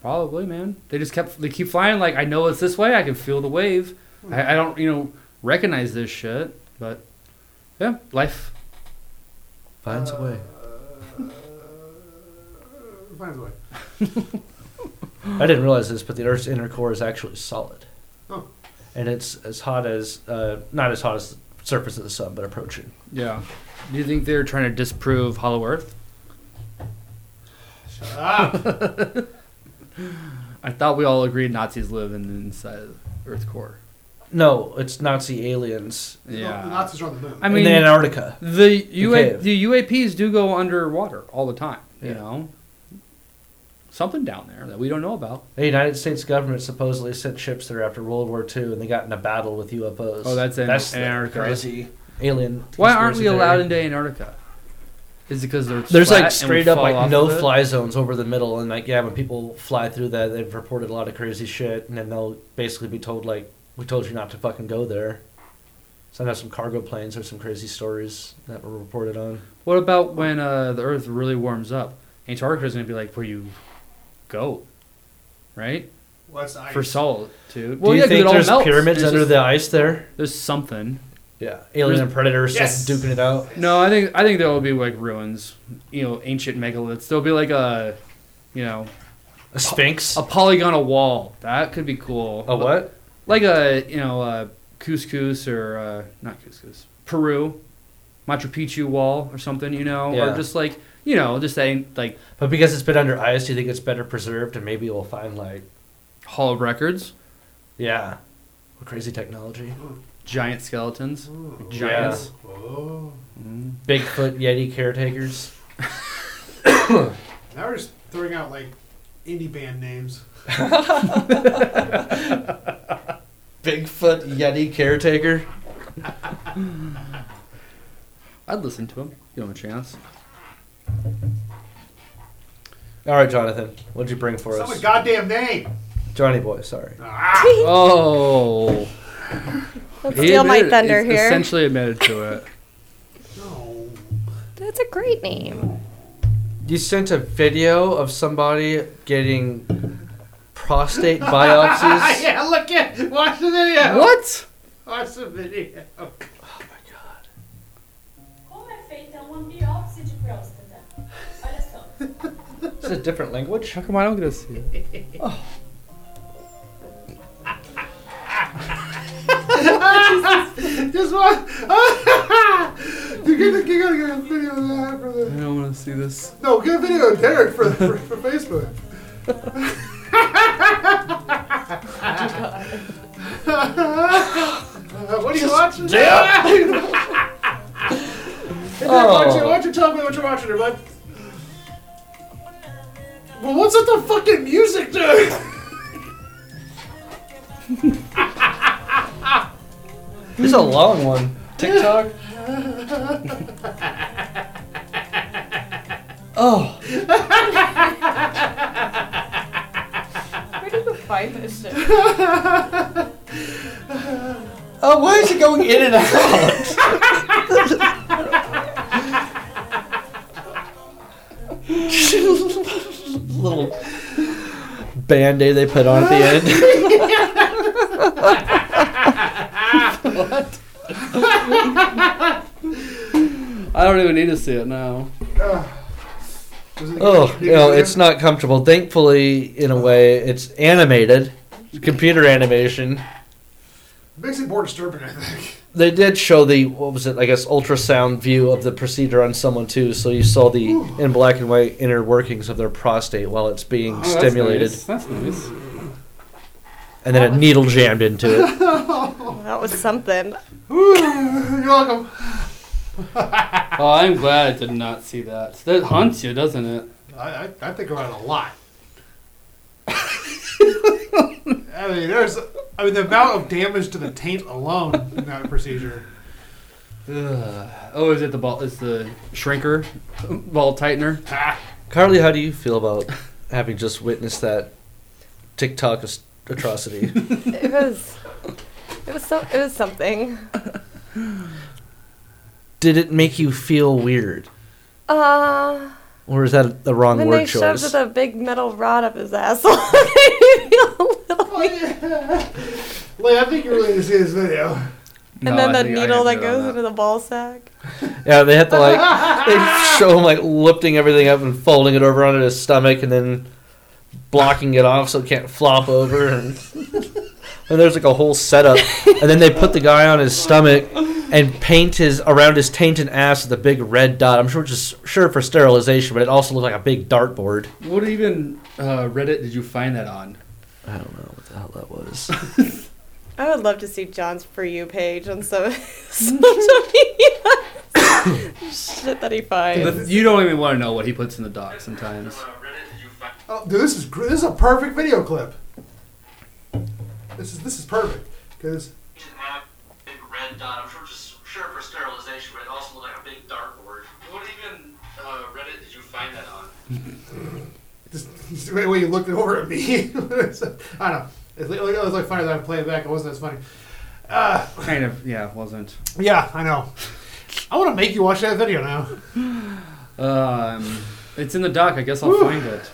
[SPEAKER 2] Probably, man. They just kept they keep flying. Like I know it's this way. I can feel the wave. I, I don't you know recognize this shit, but yeah, life.
[SPEAKER 1] Finds a way.
[SPEAKER 3] Finds a way.
[SPEAKER 1] I didn't realize this, but the Earth's inner core is actually solid,
[SPEAKER 3] Oh.
[SPEAKER 1] and it's as hot as uh, not as hot as the surface of the sun, but approaching.
[SPEAKER 2] Yeah. Do you think they're trying to disprove Hollow Earth?
[SPEAKER 3] Shut up. Oh,
[SPEAKER 2] I thought we all agreed Nazis live in inside of the Earth core.
[SPEAKER 1] No, it's Nazi aliens
[SPEAKER 2] Yeah.
[SPEAKER 3] The Nazis are on the moon.
[SPEAKER 2] I mean,
[SPEAKER 1] in Antarctica.
[SPEAKER 2] The UA,
[SPEAKER 1] cave.
[SPEAKER 2] the UAPs do go underwater all the time. You
[SPEAKER 1] Yeah.
[SPEAKER 2] know, something down there that we don't know about.
[SPEAKER 1] The United States government supposedly sent ships there after World War II, and they got in a battle with UFOs.
[SPEAKER 2] Oh, that's in
[SPEAKER 1] that's the
[SPEAKER 2] Antarctica.
[SPEAKER 1] Crazy alien.
[SPEAKER 2] Why aren't we
[SPEAKER 1] conspiracy
[SPEAKER 2] allowed
[SPEAKER 1] theory.
[SPEAKER 2] into Antarctica? Is it because they're
[SPEAKER 1] There's
[SPEAKER 2] flat
[SPEAKER 1] like
[SPEAKER 2] and we
[SPEAKER 1] straight up
[SPEAKER 2] fall off
[SPEAKER 1] like no
[SPEAKER 2] of it?
[SPEAKER 1] fly zones over the middle, and like yeah, when people fly through that, they've reported a lot of crazy shit, and then they'll basically be told like, "We told you not to fucking go there." So I know some cargo planes or some crazy stories that were reported on.
[SPEAKER 2] What about when uh, the Earth really warms up? Antarctica's gonna be like where you go, right?
[SPEAKER 3] What's ice?
[SPEAKER 2] For solitude.
[SPEAKER 1] Do you
[SPEAKER 2] yeah, 'cause
[SPEAKER 1] think
[SPEAKER 2] it all
[SPEAKER 1] there's
[SPEAKER 2] melts.
[SPEAKER 1] pyramids under
[SPEAKER 2] just-
[SPEAKER 1] the ice there?
[SPEAKER 2] There's something.
[SPEAKER 1] Yeah, alien
[SPEAKER 2] There's-
[SPEAKER 1] and predators
[SPEAKER 3] Yes.
[SPEAKER 1] just duking it out.
[SPEAKER 2] No, I think I think there will be like ruins. You know, ancient megaliths. There'll be like a, you know,
[SPEAKER 1] A sphinx.
[SPEAKER 2] a polygonal wall. That could be cool.
[SPEAKER 1] a what?
[SPEAKER 2] Like a you know a couscous or uh not couscous Peru, Machu Picchu wall or something. You know,
[SPEAKER 1] Yeah.
[SPEAKER 2] or just like you know just saying like
[SPEAKER 1] But because it's been under ice, do you think it's better preserved, and maybe we'll find like
[SPEAKER 2] Hall of Records,
[SPEAKER 1] yeah, crazy technology,
[SPEAKER 2] giant skeletons,
[SPEAKER 3] Ooh.
[SPEAKER 2] giants.
[SPEAKER 3] Oh.
[SPEAKER 2] Mm.
[SPEAKER 1] Bigfoot, Yeti caretakers.
[SPEAKER 3] Now we're just throwing out like indie band names.
[SPEAKER 1] Bigfoot Yeti caretaker.
[SPEAKER 2] I'd listen to him. Give him a chance.
[SPEAKER 1] All right, Jonathan, what'd you bring for
[SPEAKER 3] Someone's
[SPEAKER 1] us?
[SPEAKER 3] goddamn name. Ah.
[SPEAKER 1] Johnny Boy, sorry.
[SPEAKER 2] Oh,
[SPEAKER 4] Let's
[SPEAKER 2] he
[SPEAKER 4] steal my
[SPEAKER 2] admitted-
[SPEAKER 4] thunder
[SPEAKER 2] he's
[SPEAKER 4] here.
[SPEAKER 2] Essentially admitted to it.
[SPEAKER 3] No.
[SPEAKER 4] That's a great name.
[SPEAKER 1] You sent a video of somebody getting prostate biopsies.
[SPEAKER 3] yeah, look at watch the video.
[SPEAKER 2] What?
[SPEAKER 3] Watch the video.
[SPEAKER 5] Como é feita uma biópsia de próstata? Olha só.
[SPEAKER 1] It's a different language.
[SPEAKER 2] How come I don't get to see it?
[SPEAKER 3] This one. you gotta, you gotta get a video of that for
[SPEAKER 2] I
[SPEAKER 3] the.
[SPEAKER 2] don't want to see this.
[SPEAKER 3] No, get a video of Derek for for, for Facebook. what are you watching? Damn! Why don't you, why don't you tell me what you're watching, here, bud? Well, what's with the fucking music, dude?
[SPEAKER 1] Oh, This is a long one. TikTok. oh,
[SPEAKER 4] Where did you find this shit?
[SPEAKER 1] oh, why is it going in and out? Little band aid they put on at the end.
[SPEAKER 2] I don't even need to see it now.
[SPEAKER 1] Oh, you know, it's not comfortable. Thankfully, in a way, it's animated, computer animation.
[SPEAKER 3] Makes it more disturbing, I think.
[SPEAKER 1] They did show the what was it? I guess ultrasound view of the procedure on someone too, so you saw the in black and white inner workings of their prostate while it's being
[SPEAKER 2] Oh,
[SPEAKER 1] stimulated,
[SPEAKER 2] That's nice. That's nice.
[SPEAKER 1] and then a needle jammed into it.
[SPEAKER 4] That was something.
[SPEAKER 3] Ooh, you're welcome.
[SPEAKER 2] Oh, I'm glad I did not see that. That haunts you, doesn't it?
[SPEAKER 3] I, I, I think about it a lot. I mean, there's, I mean, the amount of damage to the taint alone in that procedure.
[SPEAKER 2] Ugh. Oh, is it the ball? Is the shrinker, ball tightener?
[SPEAKER 1] Carly, how do you feel about having just witnessed that TikTok as- atrocity?
[SPEAKER 4] It was. It was so. It was something.
[SPEAKER 1] did it make you feel weird,
[SPEAKER 4] Uh,
[SPEAKER 1] or is that the wrong
[SPEAKER 4] when
[SPEAKER 1] word
[SPEAKER 4] they
[SPEAKER 1] choice?
[SPEAKER 4] shoved the big metal rod up his asshole, it made me feel a little
[SPEAKER 3] Oh, yeah. Like, I think you're really going to see this video.
[SPEAKER 4] and then the needle that goes into the ball sack.
[SPEAKER 1] Yeah, they have to like they show him like lifting everything up and folding it over onto his stomach and then blocking it off so it can't flop over and and there's like a whole setup and then they put the guy on his stomach and paint his around his taint and ass with a big red dot. I'm sure just sure for sterilization, but it also looked like a big dartboard.
[SPEAKER 2] What even uh, Reddit did you find that on?
[SPEAKER 1] I don't know what the hell that was.
[SPEAKER 4] I would love to see John's for you page on some social media shit that he finds.
[SPEAKER 2] The- you don't even want to know what he puts in the dock sometimes.
[SPEAKER 3] Oh, dude, this is gr- this is a perfect video clip. This is this is perfect because
[SPEAKER 6] big red dot. I'm sure just sure for sterilization, but it also looked like a big dartboard. What even uh, Reddit did you find that on?
[SPEAKER 3] this, this the way you looked over at me. It's- I don't know. It's like, it was like funny that I played it back. It wasn't as funny. Uh,
[SPEAKER 2] Kind of, yeah, wasn't.
[SPEAKER 3] yeah, I know. I want to make you watch that video now.
[SPEAKER 2] Um, it's in the dock. I guess I'll find it.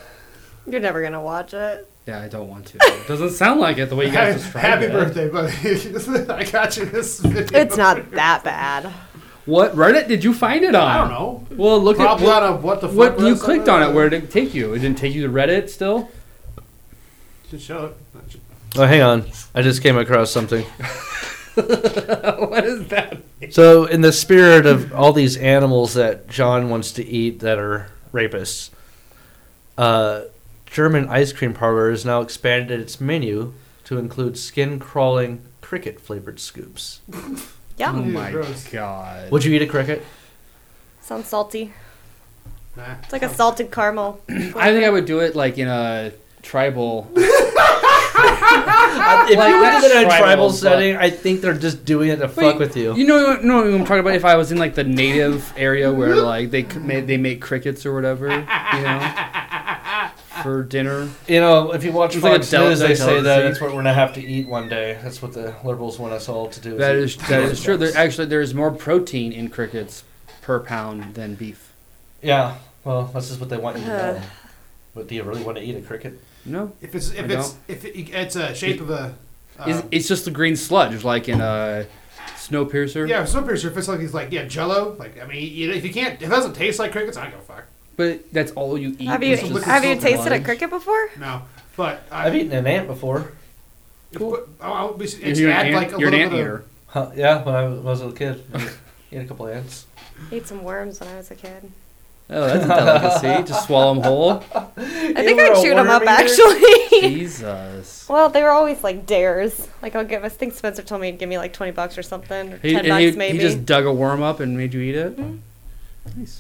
[SPEAKER 4] You're never gonna watch it.
[SPEAKER 2] Yeah, I don't want to. It doesn't sound like it the way you guys
[SPEAKER 3] Happy,
[SPEAKER 2] described
[SPEAKER 3] happy
[SPEAKER 2] it.
[SPEAKER 3] birthday, buddy. I got you this video.
[SPEAKER 4] It's not that bad.
[SPEAKER 2] What Reddit did you find it on?
[SPEAKER 3] I don't know.
[SPEAKER 2] Well, look
[SPEAKER 3] Rob
[SPEAKER 2] at what,
[SPEAKER 3] Latta, what the fuck?
[SPEAKER 2] what you
[SPEAKER 3] was
[SPEAKER 2] clicked on it. Where did it take you? It didn't take you to Reddit still.
[SPEAKER 3] Should show it.
[SPEAKER 1] oh, hang on. I just came across something.
[SPEAKER 2] what is that?
[SPEAKER 1] So, in the spirit of all these animals that John wants to eat that are rapists, uh, German ice cream parlor has now expanded its menu to include skin crawling cricket flavored scoops.
[SPEAKER 4] Yum.
[SPEAKER 2] Oh my
[SPEAKER 3] gross.
[SPEAKER 2] god.
[SPEAKER 1] Would you eat a cricket?
[SPEAKER 4] Sounds salty.
[SPEAKER 3] Nah.
[SPEAKER 4] It's like a salted caramel.
[SPEAKER 2] I think I would do it like in a tribal.
[SPEAKER 1] if
[SPEAKER 2] Like,
[SPEAKER 1] you were
[SPEAKER 2] Ah, that's
[SPEAKER 1] in a
[SPEAKER 2] tribal,
[SPEAKER 1] tribal
[SPEAKER 2] but-
[SPEAKER 1] setting, I think they're just doing it to fuck with you.
[SPEAKER 2] You know, you know what I'm talking about? If I was in like the native area where like they c- ma- they make crickets or whatever, you know, for dinner.
[SPEAKER 1] You know, if you watch
[SPEAKER 2] It's like a
[SPEAKER 1] Fox
[SPEAKER 2] del-
[SPEAKER 1] News, they say
[SPEAKER 2] delicacy.
[SPEAKER 1] that that's what we're gonna have to eat one day. That's what the liberals want us all to do.
[SPEAKER 2] That
[SPEAKER 1] eat
[SPEAKER 2] is that is true. There
[SPEAKER 1] crickets.
[SPEAKER 2] actually there is more protein in crickets per pound than beef.
[SPEAKER 1] yeah. Well, that's just what they want you to
[SPEAKER 4] Uh.
[SPEAKER 1] know. But do you really want to eat a cricket?
[SPEAKER 2] No,
[SPEAKER 3] If it's
[SPEAKER 2] I
[SPEAKER 3] if it's if it, it's a shape of a.
[SPEAKER 2] it's,
[SPEAKER 3] Uh,
[SPEAKER 2] it's just the green sludge, like in uh, a Snowpiercer.
[SPEAKER 3] yeah, some piercer if it's like these like yeah Jello like I mean you, if you can't if it doesn't taste like crickets I don't give a fuck
[SPEAKER 2] but that's all you eat.
[SPEAKER 4] Have you
[SPEAKER 2] is just
[SPEAKER 4] have you
[SPEAKER 2] sludge.
[SPEAKER 4] tasted a cricket before?
[SPEAKER 3] no but I,
[SPEAKER 1] I've eaten an ant before.
[SPEAKER 3] but I, I would be
[SPEAKER 2] You're,
[SPEAKER 3] it's
[SPEAKER 2] you're
[SPEAKER 3] add
[SPEAKER 2] an,
[SPEAKER 3] like
[SPEAKER 2] like
[SPEAKER 3] a
[SPEAKER 2] you're an
[SPEAKER 3] little bit
[SPEAKER 2] anteater.
[SPEAKER 3] of
[SPEAKER 1] Huh, yeah, when I was a little kid, I ate a couple of ants.
[SPEAKER 4] Ate some worms when I was a kid.
[SPEAKER 2] Oh, that's a delicacy. Just swallow them whole.
[SPEAKER 4] I think I chewed them up actually.
[SPEAKER 2] Jesus.
[SPEAKER 4] well, they were always like dares. Like I'll give. I think Spencer told me he'd give me like twenty bucks or something, or
[SPEAKER 2] He,
[SPEAKER 4] ten
[SPEAKER 2] and
[SPEAKER 4] bucks
[SPEAKER 2] he,
[SPEAKER 4] maybe. Mm-hmm.
[SPEAKER 2] he just dug a worm up and made you eat it.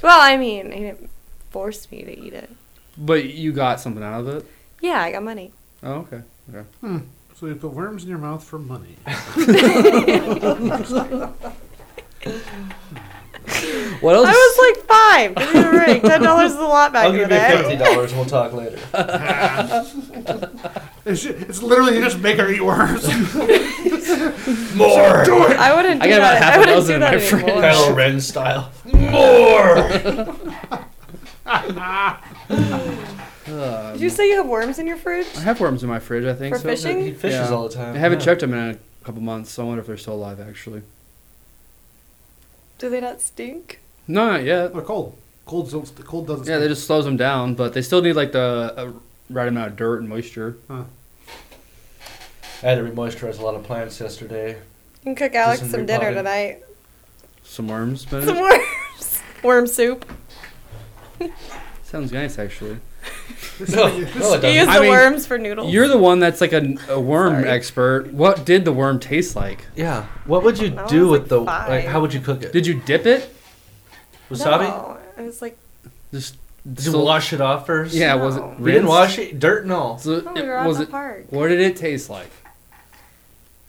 [SPEAKER 4] Well, I mean, he didn't force me to eat it.
[SPEAKER 2] But you got something out of it.
[SPEAKER 4] Yeah, I got money.
[SPEAKER 2] Oh, okay. Okay.
[SPEAKER 3] so you put worms in your mouth for money
[SPEAKER 2] What else?
[SPEAKER 4] I was like five. Give me a ring. Ten dollars is a lot back
[SPEAKER 1] I'll
[SPEAKER 4] in the
[SPEAKER 1] give you fifty
[SPEAKER 4] day.
[SPEAKER 1] dollars. We'll talk later.
[SPEAKER 3] it's, ju- it's literally you just make her eat worms
[SPEAKER 1] More
[SPEAKER 4] I wouldn't.
[SPEAKER 2] I
[SPEAKER 4] Do
[SPEAKER 2] got about
[SPEAKER 4] that.
[SPEAKER 2] half a
[SPEAKER 4] I wouldn't
[SPEAKER 2] dozen
[SPEAKER 4] do
[SPEAKER 2] in
[SPEAKER 4] that
[SPEAKER 2] my fridge.
[SPEAKER 4] anymore.
[SPEAKER 1] Kylo Ren style. More.
[SPEAKER 3] Ah.
[SPEAKER 2] Uh,
[SPEAKER 4] Did you say you have worms in your fridge?
[SPEAKER 2] I have worms in my fridge. I think
[SPEAKER 4] For
[SPEAKER 2] so.
[SPEAKER 4] fishing?
[SPEAKER 1] he fishes
[SPEAKER 2] Yeah.
[SPEAKER 1] all the time.
[SPEAKER 2] I haven't
[SPEAKER 1] yeah.
[SPEAKER 2] checked them in a E. couple months, so I wonder if they're still alive. Actually,
[SPEAKER 4] Do they not stink?
[SPEAKER 2] no, not yet.
[SPEAKER 3] they're cold cold don't, cold doesn't
[SPEAKER 2] Yeah,
[SPEAKER 3] stink.
[SPEAKER 2] they just slows them down, but they still need like the uh, right amount of dirt and moisture.
[SPEAKER 1] I had to remoisturize a lot of plants yesterday.
[SPEAKER 4] You can cook Alex
[SPEAKER 1] Doesn't
[SPEAKER 4] some
[SPEAKER 1] do
[SPEAKER 4] dinner
[SPEAKER 1] potty.
[SPEAKER 4] tonight.
[SPEAKER 2] Some worms, but
[SPEAKER 4] Some worms. Worm soup.
[SPEAKER 2] sounds nice actually.
[SPEAKER 1] No, no, it
[SPEAKER 4] He
[SPEAKER 1] doesn't.
[SPEAKER 4] used
[SPEAKER 2] I
[SPEAKER 4] the
[SPEAKER 2] mean,
[SPEAKER 4] worms for noodles.
[SPEAKER 2] You're the one that's like a, a worm
[SPEAKER 4] Oh. Sorry.
[SPEAKER 2] expert. What did the worm taste like?
[SPEAKER 1] Yeah. What would you
[SPEAKER 4] That
[SPEAKER 1] do
[SPEAKER 4] was,
[SPEAKER 1] with
[SPEAKER 4] like,
[SPEAKER 1] the
[SPEAKER 4] five.
[SPEAKER 1] like? How would you cook it?
[SPEAKER 2] Did you dip it?
[SPEAKER 1] Wasabi?
[SPEAKER 4] No, it was like
[SPEAKER 2] Just
[SPEAKER 1] Did you
[SPEAKER 2] so-
[SPEAKER 1] wash it off first?
[SPEAKER 2] Yeah,
[SPEAKER 4] No.
[SPEAKER 2] was it?
[SPEAKER 4] We
[SPEAKER 1] We didn't
[SPEAKER 2] rinsed?
[SPEAKER 1] wash it. Dirt and all.
[SPEAKER 2] So
[SPEAKER 4] oh,
[SPEAKER 2] it-
[SPEAKER 4] we were out
[SPEAKER 2] was
[SPEAKER 4] in the
[SPEAKER 2] it-
[SPEAKER 4] park.
[SPEAKER 2] What did it taste like?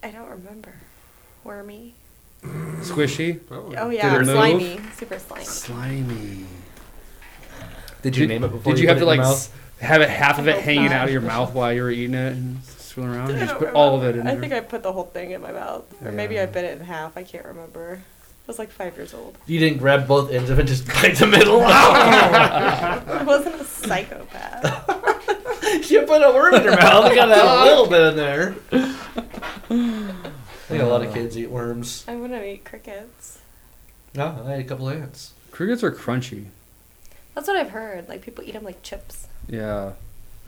[SPEAKER 4] I don't remember. Wormy.
[SPEAKER 2] Squishy,
[SPEAKER 3] Probably.
[SPEAKER 4] Oh yeah,
[SPEAKER 2] it move?
[SPEAKER 4] slimy, super slimy.
[SPEAKER 2] slimy.
[SPEAKER 1] Did you name it before?
[SPEAKER 2] Did you have to
[SPEAKER 1] put it in
[SPEAKER 2] like
[SPEAKER 1] your
[SPEAKER 2] s- have it half of
[SPEAKER 4] I
[SPEAKER 2] it
[SPEAKER 4] hope
[SPEAKER 2] hanging
[SPEAKER 4] not.
[SPEAKER 2] out of your mouth while you were eating it and swirling around? Or
[SPEAKER 4] Oh I
[SPEAKER 2] just
[SPEAKER 4] don't
[SPEAKER 2] put all of it in
[SPEAKER 4] remember. I
[SPEAKER 2] there.
[SPEAKER 4] think I put the whole thing in my mouth, or maybe
[SPEAKER 2] Yeah.
[SPEAKER 4] I bit it in half. I can't remember. I was like five years old.
[SPEAKER 1] mouth? You didn't grab both ends of it, just bite the middle. Ow!
[SPEAKER 4] I wasn't a psychopath.
[SPEAKER 1] you put a worm in your mouth. You gotta have a little bit in there. I think a lot
[SPEAKER 2] Uh.
[SPEAKER 1] of kids eat worms.
[SPEAKER 4] I wouldn't eat crickets.
[SPEAKER 1] No, I ate a couple ants.
[SPEAKER 2] Crickets are crunchy.
[SPEAKER 4] That's what I've heard. Like people eat them like chips.
[SPEAKER 2] Yeah,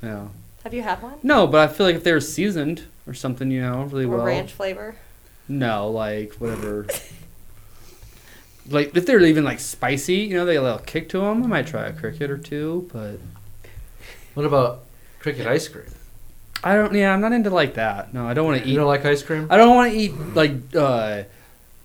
[SPEAKER 2] yeah.
[SPEAKER 4] Have you had one?
[SPEAKER 2] No, but I feel like if they were seasoned or something, you know, really
[SPEAKER 4] Or
[SPEAKER 2] well.
[SPEAKER 4] ranch flavor.
[SPEAKER 2] No, like whatever. like if they're even like spicy, you know, they have a little kick to them. I might try a cricket or two, but
[SPEAKER 1] What about cricket ice cream?
[SPEAKER 2] I don't. Yeah, I'm not into like that. No, I don't want to
[SPEAKER 1] You
[SPEAKER 2] eat.
[SPEAKER 1] don't like ice cream?
[SPEAKER 2] I don't want to eat like uh,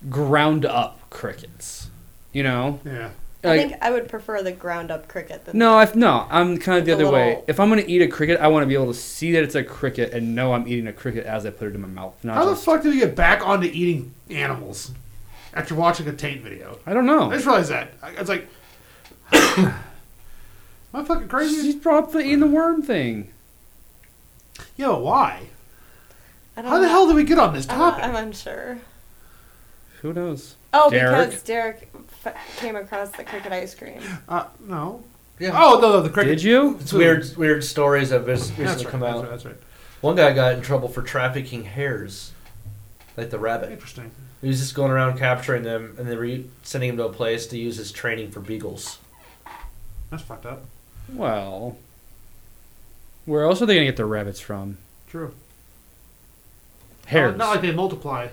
[SPEAKER 2] ground up crickets. You know,
[SPEAKER 3] yeah
[SPEAKER 4] I
[SPEAKER 2] like
[SPEAKER 4] think I would prefer the ground up cricket than
[SPEAKER 2] no, I've, no, I'm kind of the
[SPEAKER 4] The
[SPEAKER 2] other way.
[SPEAKER 4] little-
[SPEAKER 2] If I'm gonna eat a cricket, I want to be able to see that it's a cricket and know I'm eating a cricket as I put it in my mouth. Not
[SPEAKER 3] how the
[SPEAKER 2] just-
[SPEAKER 3] fuck do we get back onto eating animals after watching a taint video
[SPEAKER 2] I don't
[SPEAKER 3] I
[SPEAKER 2] know.
[SPEAKER 3] just realized that I, it's like am I fucking crazy
[SPEAKER 2] She's brought up the eating the worm thing.
[SPEAKER 3] yeah but why
[SPEAKER 4] I don't
[SPEAKER 3] how the
[SPEAKER 4] know.
[SPEAKER 3] hell did we get on this
[SPEAKER 4] I'm-
[SPEAKER 3] topic
[SPEAKER 4] I'm unsure.
[SPEAKER 2] Who knows?
[SPEAKER 4] Oh,
[SPEAKER 2] Derek?
[SPEAKER 4] because Derek f- came across the cricket ice cream.
[SPEAKER 3] Uh, no.
[SPEAKER 1] Yeah.
[SPEAKER 3] Oh no, no, the cricket.
[SPEAKER 2] Did you?
[SPEAKER 1] It's weird, weird stories that have recently
[SPEAKER 3] That's right,
[SPEAKER 1] come
[SPEAKER 3] that's
[SPEAKER 1] out.
[SPEAKER 3] right. That's right.
[SPEAKER 1] One guy got in trouble for trafficking hares, like the rabbit.
[SPEAKER 3] Interesting.
[SPEAKER 1] He was just going around capturing them, and they were u- sending him to a place to use as training for beagles.
[SPEAKER 3] That's fucked up.
[SPEAKER 2] Well, where else are they gonna get their rabbits from?
[SPEAKER 3] True.
[SPEAKER 2] Hares.
[SPEAKER 3] Uh, Not, not like they multiply.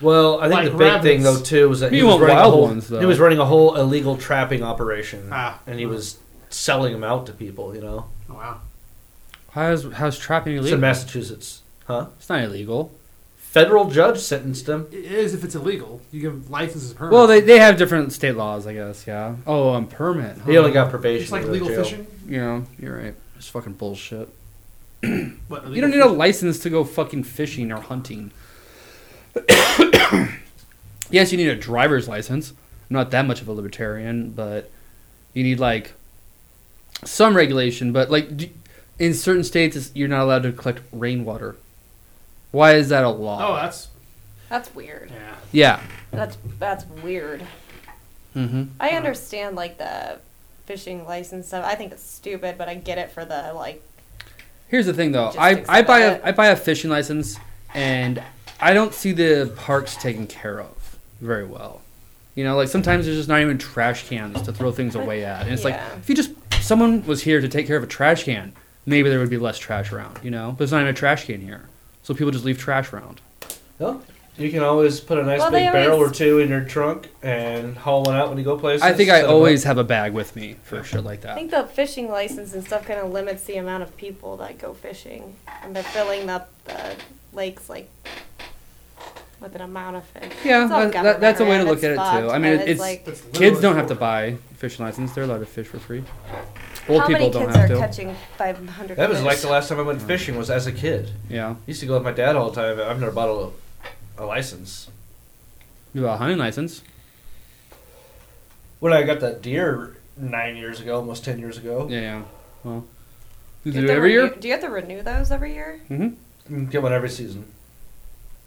[SPEAKER 1] Well, I think
[SPEAKER 3] Like
[SPEAKER 1] the big thing
[SPEAKER 3] rabbits.
[SPEAKER 1] though too was that he
[SPEAKER 2] You
[SPEAKER 1] was
[SPEAKER 2] want
[SPEAKER 1] running a
[SPEAKER 2] wild
[SPEAKER 1] whole,
[SPEAKER 2] ones, though.
[SPEAKER 1] he was running a whole illegal trapping operation,
[SPEAKER 3] Ah.
[SPEAKER 1] and he was selling them out to people. You know,
[SPEAKER 3] Oh, wow.
[SPEAKER 2] how's how's trapping
[SPEAKER 1] it's in
[SPEAKER 2] illegal?
[SPEAKER 1] Massachusetts, huh?
[SPEAKER 2] It's not illegal.
[SPEAKER 1] Federal judge sentenced him.
[SPEAKER 3] It is if it's illegal. You give licenses and permits.
[SPEAKER 2] Well, they, they have different state laws, I guess. Yeah. Oh, um, permit.
[SPEAKER 1] He only
[SPEAKER 2] huh.
[SPEAKER 1] got probation.
[SPEAKER 3] Uh-huh. it's like
[SPEAKER 1] to go to
[SPEAKER 3] legal
[SPEAKER 1] jail.
[SPEAKER 3] fishing.
[SPEAKER 2] You know, you're right. It's fucking bullshit.
[SPEAKER 3] But
[SPEAKER 2] You don't need a license to go fucking fishing or hunting. yes, you need a driver's license. I'm not that much of a libertarian, but you need like some regulation. But like d in certain states, it's- you're not allowed to collect rainwater. Why is that a law?
[SPEAKER 3] Oh, that's
[SPEAKER 4] That's weird.
[SPEAKER 3] yeah.
[SPEAKER 2] yeah.
[SPEAKER 4] That's that's weird.
[SPEAKER 2] Mm-hmm.
[SPEAKER 4] I understand like the fishing license stuff. I think it's stupid, but I get it for the like.
[SPEAKER 2] Here's the thing, though.
[SPEAKER 4] Just
[SPEAKER 2] I, I buy a,
[SPEAKER 4] accept it.
[SPEAKER 2] I buy a fishing license, and I don't see the parks taken care of very well. You know, like sometimes there's just not even trash cans to throw things away at, and it's
[SPEAKER 4] Yeah.
[SPEAKER 2] like if you just someone was here to take care of a trash can, maybe there would be less trash around. You know, but there's not even a trash can here, so people just leave trash around.
[SPEAKER 1] No. You can always put a nice
[SPEAKER 4] Well, they
[SPEAKER 1] big barrel
[SPEAKER 4] always-
[SPEAKER 1] or two in your trunk and haul one out when you go places.
[SPEAKER 2] I think I
[SPEAKER 1] set 'em up.
[SPEAKER 2] always have a bag with me for shit like
[SPEAKER 4] I
[SPEAKER 2] that.
[SPEAKER 4] think the fishing license and stuff kind of limits the amount of people that go fishing, and they're filling up the lakes like with an amount of fish.
[SPEAKER 2] Yeah,
[SPEAKER 4] It's all
[SPEAKER 2] that, that, that's a way to
[SPEAKER 4] government,
[SPEAKER 2] look at it
[SPEAKER 4] it's
[SPEAKER 2] too.
[SPEAKER 4] fucked,
[SPEAKER 2] I mean,
[SPEAKER 4] and
[SPEAKER 2] it- it's
[SPEAKER 4] like
[SPEAKER 3] That's
[SPEAKER 2] kids
[SPEAKER 3] literally
[SPEAKER 2] don't have to
[SPEAKER 3] horrible.
[SPEAKER 2] buy fishing license; they're allowed to fish for free. Old
[SPEAKER 4] how
[SPEAKER 2] people
[SPEAKER 4] many
[SPEAKER 2] don't
[SPEAKER 4] kids
[SPEAKER 2] have
[SPEAKER 4] are
[SPEAKER 2] to.
[SPEAKER 4] catching 500
[SPEAKER 1] That was
[SPEAKER 4] fish?
[SPEAKER 1] like the last time I went fishing was as a kid.
[SPEAKER 2] Yeah.
[SPEAKER 1] I used to go with my dad all the time. I've never bought a, a license.
[SPEAKER 2] You have a hunting license.
[SPEAKER 1] When I got that deer nine years ago, almost ten years ago,
[SPEAKER 2] Yeah, yeah. Well, you
[SPEAKER 4] Do
[SPEAKER 2] do
[SPEAKER 4] you
[SPEAKER 2] it
[SPEAKER 4] have to
[SPEAKER 2] every
[SPEAKER 4] renew-
[SPEAKER 2] year.
[SPEAKER 4] Do you have to renew those every year?
[SPEAKER 2] Mm-hmm.
[SPEAKER 1] you can get one every season,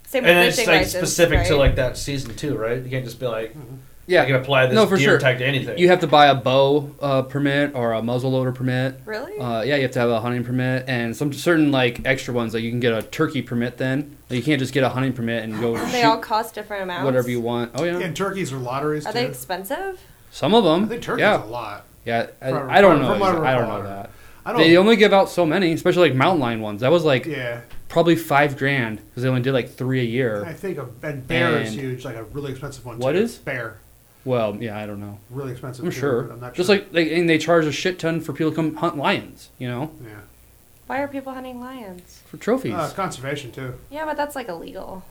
[SPEAKER 4] Same
[SPEAKER 1] and it's like
[SPEAKER 4] fishing license,
[SPEAKER 1] specific to
[SPEAKER 4] right?
[SPEAKER 1] like that season too, right? You can't just be like, I can
[SPEAKER 2] Yeah,
[SPEAKER 1] apply this
[SPEAKER 2] No, for
[SPEAKER 1] deer
[SPEAKER 2] sure.
[SPEAKER 1] tag to anything.
[SPEAKER 2] you have to buy a bow uh, permit or a muzzleloader permit.
[SPEAKER 4] Really?
[SPEAKER 2] Uh, yeah, you have to have a hunting permit and some certain like extra ones. Like you can get a turkey permit. Then like, you can't just get a hunting permit and go
[SPEAKER 4] And they all
[SPEAKER 2] shoot
[SPEAKER 4] cost different amounts.
[SPEAKER 2] whatever you want. Oh yeah,
[SPEAKER 3] And turkeys are lotteries
[SPEAKER 4] Are
[SPEAKER 3] too.
[SPEAKER 4] they expensive?
[SPEAKER 2] some of them.
[SPEAKER 3] I think turkeys a
[SPEAKER 2] yeah,
[SPEAKER 3] lot.
[SPEAKER 2] yeah. I,
[SPEAKER 3] From-
[SPEAKER 2] I don't
[SPEAKER 3] from-
[SPEAKER 2] know.
[SPEAKER 3] from what I
[SPEAKER 2] exa- I don't know
[SPEAKER 3] recall.
[SPEAKER 2] that.
[SPEAKER 3] I don't.
[SPEAKER 2] They only give out so many, especially like mountain lion ones. That was like
[SPEAKER 3] yeah,
[SPEAKER 2] probably five grand because they only did like three a year.
[SPEAKER 3] I think a and bear is
[SPEAKER 2] And-
[SPEAKER 3] huge, like a really expensive one.
[SPEAKER 2] What
[SPEAKER 3] too.
[SPEAKER 2] is?
[SPEAKER 3] bear?
[SPEAKER 2] Well, yeah, I don't know.
[SPEAKER 3] Really expensive.
[SPEAKER 2] I'm
[SPEAKER 3] too,
[SPEAKER 2] sure.
[SPEAKER 3] but I'm not
[SPEAKER 2] Just
[SPEAKER 3] sure.
[SPEAKER 2] like they, and they charge a shit ton for people to come hunt lions, you know,
[SPEAKER 3] yeah,
[SPEAKER 4] Why are people hunting lions?
[SPEAKER 2] for trophies.
[SPEAKER 3] uh, conservation too.
[SPEAKER 4] Yeah, but that's like illegal.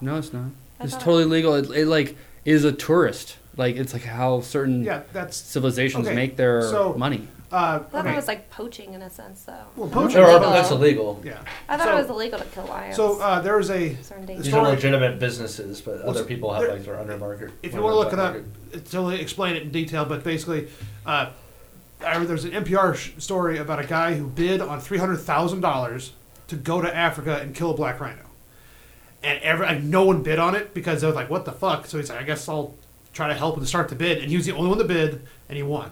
[SPEAKER 2] no, it's not.
[SPEAKER 4] I
[SPEAKER 2] It's
[SPEAKER 4] thought-
[SPEAKER 2] totally legal. It, it like is a tourist. Like it's like how certain
[SPEAKER 3] Yeah, that's
[SPEAKER 2] civilizations
[SPEAKER 3] Okay,
[SPEAKER 2] make their
[SPEAKER 3] so-
[SPEAKER 2] money.
[SPEAKER 3] uh,
[SPEAKER 4] I thought it
[SPEAKER 3] okay.
[SPEAKER 4] was like poaching in a sense, though.
[SPEAKER 3] Well,
[SPEAKER 1] There
[SPEAKER 3] poaching.
[SPEAKER 1] are,
[SPEAKER 4] Illegal.
[SPEAKER 1] that's illegal.
[SPEAKER 3] Yeah.
[SPEAKER 4] I thought
[SPEAKER 3] So-
[SPEAKER 4] it was illegal to kill lions.
[SPEAKER 3] So uh, there was a.
[SPEAKER 4] It's endangered.
[SPEAKER 1] These
[SPEAKER 3] Sorry.
[SPEAKER 1] are legitimate businesses, but
[SPEAKER 3] Well,
[SPEAKER 1] other people have
[SPEAKER 3] there-
[SPEAKER 1] like their undermarket.
[SPEAKER 3] If you want to look it up, it's totally explain it in detail. But basically, uh, I remember there's an NPR sh- story about a guy who bid on three hundred thousand dollars to go to Africa and kill a black rhino, and every like, no one bid on it because they was like, "What the fuck?" So he's like, "I guess I'll try to help him start the bid," and he was the only one to bid, and he won.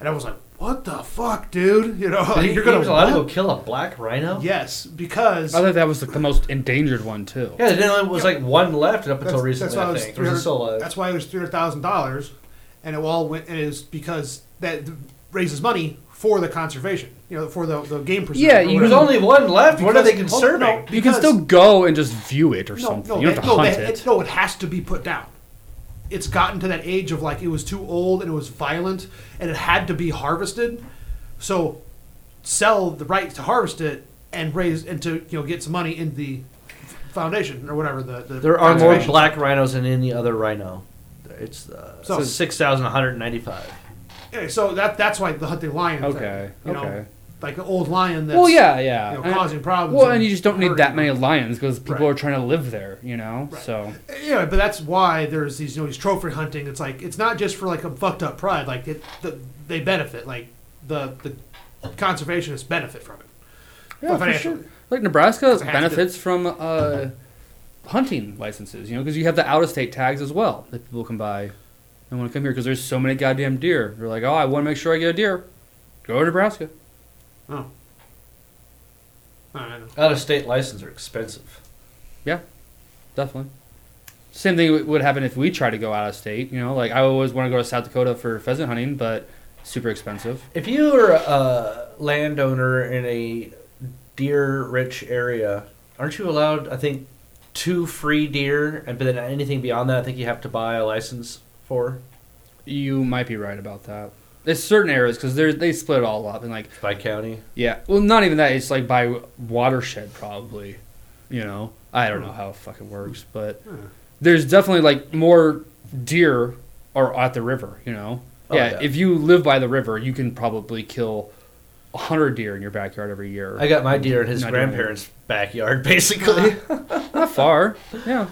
[SPEAKER 3] And I was like, "What the fuck, dude? You know, like,
[SPEAKER 1] You're
[SPEAKER 3] you're
[SPEAKER 1] going
[SPEAKER 3] gonna
[SPEAKER 1] to allowed to go
[SPEAKER 3] what?"
[SPEAKER 1] kill a black rhino?
[SPEAKER 3] Yes, because
[SPEAKER 2] I thought that was like the most endangered one too.
[SPEAKER 1] Yeah, there only was like one left up until
[SPEAKER 3] That's-
[SPEAKER 1] recently.
[SPEAKER 3] why it
[SPEAKER 1] I
[SPEAKER 3] was
[SPEAKER 1] think there was
[SPEAKER 3] 300
[SPEAKER 1] still a
[SPEAKER 3] That's why it was three hundred thousand dollars, and it all went. And it was because that raises money for the conservation, you know, for the, the game preserve.
[SPEAKER 2] Yeah,
[SPEAKER 3] or
[SPEAKER 2] you-
[SPEAKER 1] There's
[SPEAKER 3] whatever.
[SPEAKER 1] only one left. What are they
[SPEAKER 3] Because- hold-
[SPEAKER 1] conserving?
[SPEAKER 3] no,
[SPEAKER 2] you can
[SPEAKER 3] because-
[SPEAKER 2] still go and just view it or
[SPEAKER 3] no,
[SPEAKER 2] something.
[SPEAKER 3] No,
[SPEAKER 2] you don't have
[SPEAKER 3] it-
[SPEAKER 2] to
[SPEAKER 3] no,
[SPEAKER 2] hunt
[SPEAKER 3] that-
[SPEAKER 2] it.
[SPEAKER 3] no, it has to be put down. It's gotten to that age of like it was too old and it was violent and it had to be harvested. So sell the rights to harvest it and raise and to you know get some money in the foundation or whatever the, the
[SPEAKER 1] There are more
[SPEAKER 3] conservation.
[SPEAKER 1] black rhinos than any other rhino. It's uh,
[SPEAKER 3] So-
[SPEAKER 1] six thousand one hundred ninety-five.
[SPEAKER 3] Anyway, so that that's why the hunting lion. thing,
[SPEAKER 2] Okay,
[SPEAKER 3] you know,
[SPEAKER 2] okay.
[SPEAKER 3] like an old lion. That's,
[SPEAKER 2] Well, yeah, yeah.
[SPEAKER 3] you know,
[SPEAKER 2] And-
[SPEAKER 3] causing problems
[SPEAKER 2] Well,
[SPEAKER 3] and
[SPEAKER 2] and you just don't need that
[SPEAKER 3] hurting
[SPEAKER 2] many lions because people
[SPEAKER 3] Right.
[SPEAKER 2] are trying to live there, you know. So
[SPEAKER 3] Yeah, but that's why there's these you know these trophy hunting. It's like it's not just for like a fucked up pride. Like it, the, they benefit. Like the the conservationists benefit from it.
[SPEAKER 2] Yeah, for
[SPEAKER 3] financially.
[SPEAKER 2] sure. Like Nebraska
[SPEAKER 3] it has to.
[SPEAKER 2] benefits from uh, hunting licenses, you know, because you have the out-of-state tags as well that people can buy and want to come here because there's so many goddamn deer. They're like, oh, I want to make sure I get a deer. Go to Nebraska.
[SPEAKER 3] Oh. I don't know.
[SPEAKER 1] Out-of-state licenses are expensive.
[SPEAKER 2] Definitely. Same thing w- would happen if we try to go out of state. You know, like I always want to go to South Dakota for pheasant hunting, but super expensive.
[SPEAKER 1] If you are a landowner in a deer-rich area, aren't you allowed? I think two free deer, and but then anything beyond that, I think you have to buy a license for
[SPEAKER 2] You might be right about that. There's certain areas because they they split it all up and like
[SPEAKER 1] by county.
[SPEAKER 2] Yeah. Well, not even that. It's like by watershed, probably. You know, I
[SPEAKER 1] Hmm.
[SPEAKER 2] don't know how it fucking works, but there's definitely like more deer are at the river. You know,
[SPEAKER 1] Oh,
[SPEAKER 2] yeah,
[SPEAKER 1] yeah.
[SPEAKER 2] If you live by the river, you can probably kill hundred deer in your backyard every year.
[SPEAKER 1] I got my deer in his
[SPEAKER 2] Not doing it.
[SPEAKER 1] grandparents' backyard, basically.
[SPEAKER 2] not far. Yeah,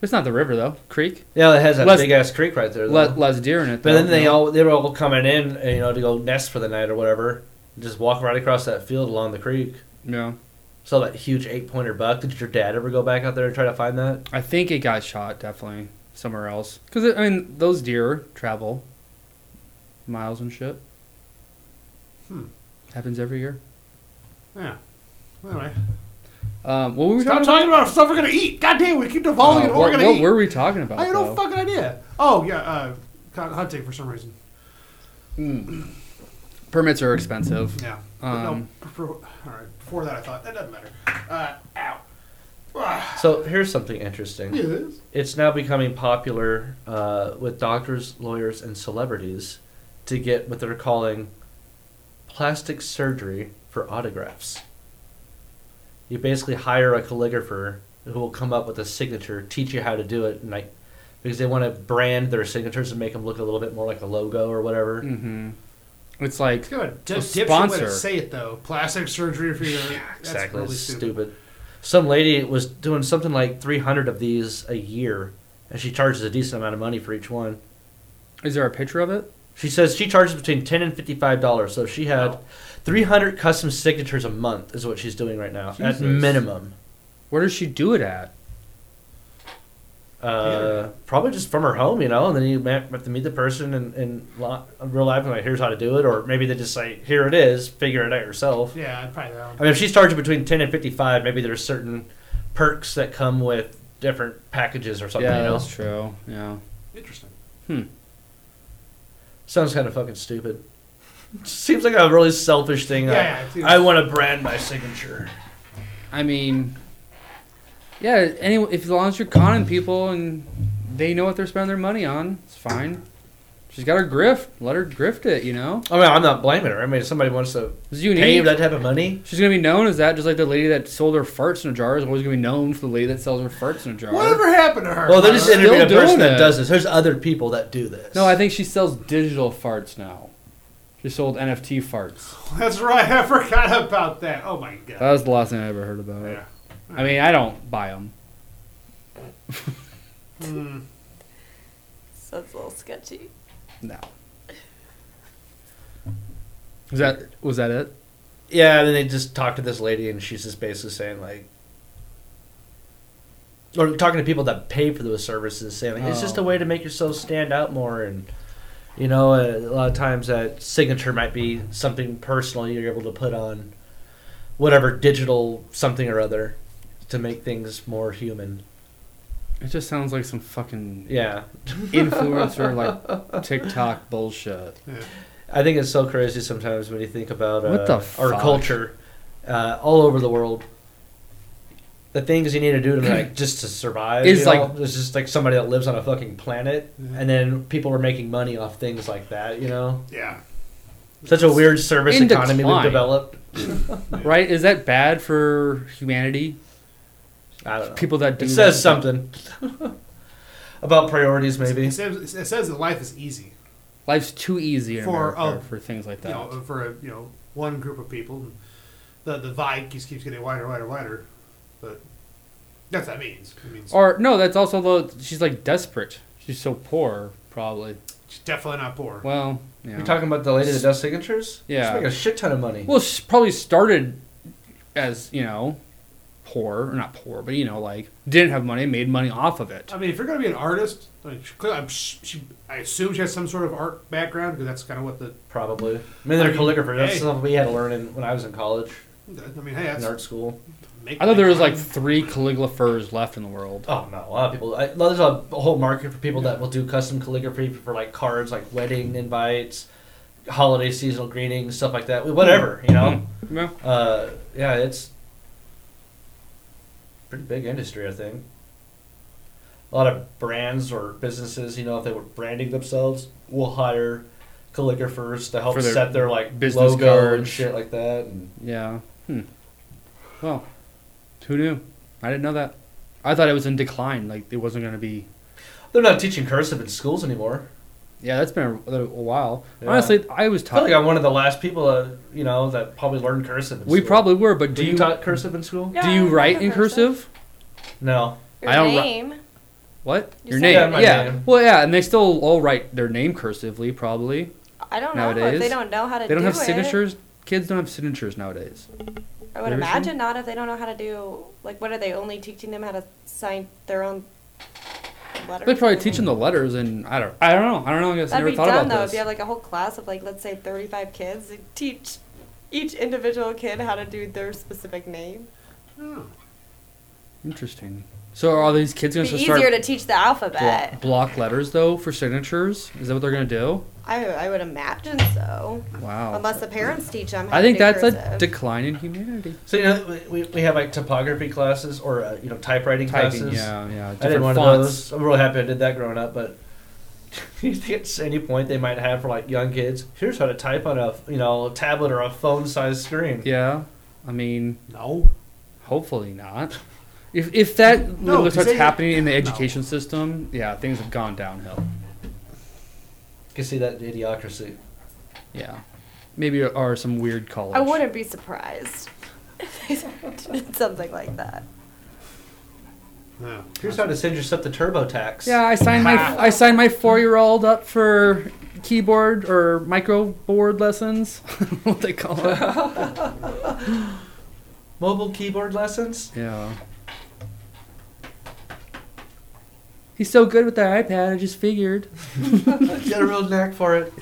[SPEAKER 2] it's not the river though. Creek.
[SPEAKER 1] yeah, it has that
[SPEAKER 2] Less-
[SPEAKER 1] big ass creek right there. Though.
[SPEAKER 2] Let lots of deer in it.
[SPEAKER 1] but
[SPEAKER 2] though,
[SPEAKER 1] then they
[SPEAKER 2] you know?
[SPEAKER 1] all they were all coming in, you know, to go nest for the night or whatever. Just walk right across that field along the creek.
[SPEAKER 2] Yeah,
[SPEAKER 1] Saw that huge eight pointer buck. Did your dad ever go back out there and try to find that?
[SPEAKER 2] I think it got shot definitely somewhere else. Because I mean, those deer travel miles and shit.
[SPEAKER 3] Hmm.
[SPEAKER 2] Happens every year.
[SPEAKER 3] Yeah. Anyway.
[SPEAKER 2] Um, what were we
[SPEAKER 3] Stop
[SPEAKER 2] talking about?
[SPEAKER 3] talking about stuff we're gonna eat. God damn, we keep devolving
[SPEAKER 2] Uh,
[SPEAKER 3] into what,
[SPEAKER 2] what,
[SPEAKER 3] we're gonna
[SPEAKER 2] what
[SPEAKER 3] eat.
[SPEAKER 2] were we talking about?
[SPEAKER 3] I had no
[SPEAKER 2] though?
[SPEAKER 3] fucking idea. Oh yeah, uh, co- hot take for some reason.
[SPEAKER 2] Permits are expensive.
[SPEAKER 3] Yeah.
[SPEAKER 2] Um,
[SPEAKER 3] no, for- all right. Before that, I thought that doesn't matter. Uh, ow. Ah,
[SPEAKER 1] So here's something interesting.
[SPEAKER 3] yes.
[SPEAKER 1] It's now becoming popular uh, with doctors, lawyers, and celebrities to get what they're calling plastic surgery for autographs. You basically hire a calligrapher who will come up with a signature, teach you how to do it, and like because they want to brand their signatures and make them look a little bit more like a logo or whatever.
[SPEAKER 2] hmm It's like
[SPEAKER 3] It's good. D-
[SPEAKER 2] A
[SPEAKER 3] dipshit way
[SPEAKER 2] sponsor.
[SPEAKER 3] to say it though. Plastic surgery for your. That's
[SPEAKER 1] Exactly,
[SPEAKER 3] really
[SPEAKER 1] it's
[SPEAKER 3] stupid.
[SPEAKER 1] stupid. Some lady was doing something like 300 of these a year, and she charges a decent amount of money for each one.
[SPEAKER 2] Is there a picture of it?
[SPEAKER 1] She says she charges between ten and fifty-five dollars. So she had three hundred custom signatures a month is what she's doing right now
[SPEAKER 2] Jesus.
[SPEAKER 1] at minimum.
[SPEAKER 2] Where does she do it at?
[SPEAKER 1] Uh, Probably just from her home, you know. And then you ma- have to meet the person in, in li- in real life and like, here's how to do it, or maybe they just say, here it is, figure it out yourself.
[SPEAKER 3] Yeah, I'd probably that
[SPEAKER 1] I mean, if she's charging between ten and fifty-five, maybe there's certain perks that come with different packages or something.
[SPEAKER 2] yeah,
[SPEAKER 1] you know?
[SPEAKER 2] that's true. Yeah.
[SPEAKER 3] Interesting.
[SPEAKER 1] sounds kind of fucking stupid. Seems like a really selfish thing.
[SPEAKER 3] Yeah,
[SPEAKER 1] like,
[SPEAKER 3] yeah, it seems-
[SPEAKER 1] I want to brand my signature.
[SPEAKER 2] I mean, yeah. Any if as long as you're conning people and they know what they're spending their money on, it's fine. She's got her grift. Let her grift it. You know,
[SPEAKER 1] I mean, I'm not blaming her. I mean, if somebody wants to pay
[SPEAKER 2] it's
[SPEAKER 1] you
[SPEAKER 2] unique.
[SPEAKER 1] that type of money.
[SPEAKER 2] She's gonna be known as that, just like the lady that sold her farts in a jar is always gonna be known for the lady that sells her farts in a jar.
[SPEAKER 3] Whatever happened to her?
[SPEAKER 1] Well, they just
[SPEAKER 2] Still
[SPEAKER 1] interviewed a person
[SPEAKER 2] doing
[SPEAKER 1] that
[SPEAKER 2] it.
[SPEAKER 1] does this. There's other people that do this.
[SPEAKER 2] No, I think she sells digital farts now. She sold NFT farts.
[SPEAKER 3] That's right. I forgot about that. Oh my god.
[SPEAKER 2] That was the last thing I ever heard about it.
[SPEAKER 3] Yeah.
[SPEAKER 2] I mean, I don't buy them.
[SPEAKER 3] Hmm.
[SPEAKER 4] So it's a little sketchy.
[SPEAKER 2] No. Was that was that it?
[SPEAKER 1] Yeah, and then they just talk to this lady, and she's just basically saying like, or talking to people that pay for those services, saying like, it's just a
[SPEAKER 2] Oh.
[SPEAKER 1] way to make yourself stand out more, and you know, uh, a, a lot of times that signature might be something personal you're able to put on whatever digital something or other to make things more human.
[SPEAKER 2] It just sounds like some fucking
[SPEAKER 1] Yeah.
[SPEAKER 2] influencer like TikTok bullshit.
[SPEAKER 1] I think it's so crazy sometimes when you think about uh,
[SPEAKER 2] What the
[SPEAKER 1] our
[SPEAKER 2] fuck?
[SPEAKER 1] culture uh, all over the world. The things you need to do to like just to survive
[SPEAKER 2] Is
[SPEAKER 1] you know?
[SPEAKER 2] like-
[SPEAKER 1] it's just like somebody that lives on a fucking planet, and then people are making money off things like that. You know,
[SPEAKER 3] Yeah.
[SPEAKER 1] such a weird service
[SPEAKER 2] In
[SPEAKER 1] economy we've
[SPEAKER 2] decline.
[SPEAKER 1] developed.
[SPEAKER 2] Right? Is that bad for humanity?
[SPEAKER 1] I don't know.
[SPEAKER 2] People that do
[SPEAKER 1] it says
[SPEAKER 2] that-
[SPEAKER 1] something about priorities, maybe.
[SPEAKER 3] It says, it says that life is easy.
[SPEAKER 2] Life's too easy in
[SPEAKER 3] For,
[SPEAKER 2] America
[SPEAKER 3] uh,
[SPEAKER 2] for things like
[SPEAKER 3] you
[SPEAKER 2] that.
[SPEAKER 3] know, for a, you know one group of people. And the the divide keeps keeps getting wider, wider, wider. But that's what that means. It means
[SPEAKER 2] Or no, that's also though she's like desperate. She's so poor, probably.
[SPEAKER 3] she's definitely not poor.
[SPEAKER 2] Well, yeah.
[SPEAKER 1] You're talking about the lady that does signatures.
[SPEAKER 2] Yeah.
[SPEAKER 1] she's making a shit ton of money.
[SPEAKER 2] Well, she probably started as you know, poor or not poor, but you know, like didn't have money, made money off of it.
[SPEAKER 3] I mean, if you're going to be an artist, like, she, I'm, sh- she, I assume she has some sort of art background because that's kind of what the.
[SPEAKER 1] Probably. I mean, they're
[SPEAKER 3] I mean,
[SPEAKER 1] calligraphers. That's
[SPEAKER 3] hey.
[SPEAKER 1] something we had to learn in, when I was in college
[SPEAKER 3] I mean, hey,
[SPEAKER 1] in
[SPEAKER 3] that's.
[SPEAKER 1] art school.
[SPEAKER 3] Make,
[SPEAKER 2] I thought there was like three calligraphers left in the
[SPEAKER 3] Uh,
[SPEAKER 2] world.
[SPEAKER 1] Oh no, a lot of people. I, there's a whole market for people that will do custom calligraphy for like cards, like wedding invites, holiday seasonal greetings, stuff like
[SPEAKER 2] Hmm.
[SPEAKER 1] that. Whatever, you know.
[SPEAKER 2] Yeah.
[SPEAKER 1] Uh, yeah, it's pretty big industry, I think. A lot of brands or businesses, you know, if they were branding themselves, will hire calligraphers to help
[SPEAKER 2] For their
[SPEAKER 1] set their like
[SPEAKER 2] business
[SPEAKER 1] logo and
[SPEAKER 2] cards.
[SPEAKER 1] shit like that. And
[SPEAKER 2] Yeah. Hmm. Well, who knew? I didn't know that. I thought it was in decline. Like it wasn't going to be.
[SPEAKER 1] They're not teaching cursive in schools anymore.
[SPEAKER 2] Yeah, that's been a, a while.
[SPEAKER 1] Yeah.
[SPEAKER 2] Honestly, I was
[SPEAKER 1] I feel
[SPEAKER 2] taught.
[SPEAKER 1] like I'm one of the last people, uh, you know, that probably learned cursive. In
[SPEAKER 2] we
[SPEAKER 1] school.
[SPEAKER 2] probably were, but
[SPEAKER 1] Were
[SPEAKER 2] do
[SPEAKER 1] you,
[SPEAKER 2] you
[SPEAKER 1] taught cursive in school?
[SPEAKER 2] do you write in cursive?
[SPEAKER 1] No.
[SPEAKER 4] Your
[SPEAKER 2] I don't ri-
[SPEAKER 4] name.
[SPEAKER 2] What
[SPEAKER 4] You
[SPEAKER 2] your
[SPEAKER 4] said-
[SPEAKER 2] name?
[SPEAKER 1] Yeah, my
[SPEAKER 2] yeah.
[SPEAKER 1] name.
[SPEAKER 2] Well, yeah, and they still all write their name cursively, probably.
[SPEAKER 4] I don't know if
[SPEAKER 2] Nowadays,
[SPEAKER 4] they don't know how to.
[SPEAKER 2] They don't
[SPEAKER 4] do
[SPEAKER 2] have
[SPEAKER 4] it.
[SPEAKER 2] signatures. Kids don't have signatures nowadays.
[SPEAKER 4] I would
[SPEAKER 2] Maybe so.
[SPEAKER 4] imagine not if they don't know how to do. Like, what are they only teaching them how to sign their own letters?
[SPEAKER 2] They probably teach them
[SPEAKER 1] Hmm.
[SPEAKER 2] the letters, and I don't. I don't know. I don't know. I guess I
[SPEAKER 4] That'd
[SPEAKER 2] never
[SPEAKER 4] be
[SPEAKER 2] thought
[SPEAKER 4] dumb though.
[SPEAKER 2] about
[SPEAKER 4] If you
[SPEAKER 2] this.
[SPEAKER 4] had like a whole class of like let's say thirty-five kids, they teach each individual kid how to do their specific name.
[SPEAKER 2] Interesting. So are all these kids going
[SPEAKER 4] It'd be
[SPEAKER 2] to
[SPEAKER 4] easier
[SPEAKER 2] start
[SPEAKER 4] to teach the alphabet.
[SPEAKER 2] blo- block letters though for signatures? Is that what they're going to do?
[SPEAKER 4] I I would imagine so,
[SPEAKER 2] Wow.
[SPEAKER 4] unless the parents teach them. How
[SPEAKER 2] I think
[SPEAKER 4] to do
[SPEAKER 2] that's a
[SPEAKER 4] cursive.
[SPEAKER 2] decline in humanity.
[SPEAKER 1] So you know, we, we have like topography classes or uh, you know typewriting
[SPEAKER 2] Typing,
[SPEAKER 1] classes.
[SPEAKER 2] yeah, yeah.
[SPEAKER 1] I did
[SPEAKER 2] Different
[SPEAKER 1] one of
[SPEAKER 2] fonts.
[SPEAKER 1] those. I'm real happy I did that growing up, but you think at any point they might have for like young kids, here's how to type on a you know tablet or a phone sized screen.
[SPEAKER 2] Yeah, I mean,
[SPEAKER 3] No.
[SPEAKER 2] hopefully not. If if that
[SPEAKER 3] No, 'cause
[SPEAKER 2] starts
[SPEAKER 3] they-
[SPEAKER 2] happening in the
[SPEAKER 3] no.
[SPEAKER 2] education system, yeah, things have gone downhill.
[SPEAKER 1] You can see that idiocracy.
[SPEAKER 2] Yeah, maybe there are some weird college.
[SPEAKER 4] I wouldn't be surprised if they did something like that.
[SPEAKER 3] No.
[SPEAKER 1] Here's how to send yourself the TurboTax.
[SPEAKER 2] Yeah, I signed my I signed my four year old up for keyboard or micro board lessons. what they call it?
[SPEAKER 1] Mobile keyboard lessons.
[SPEAKER 2] yeah. He's so good with that iPad. I just figured.
[SPEAKER 1] Get a real knack for it.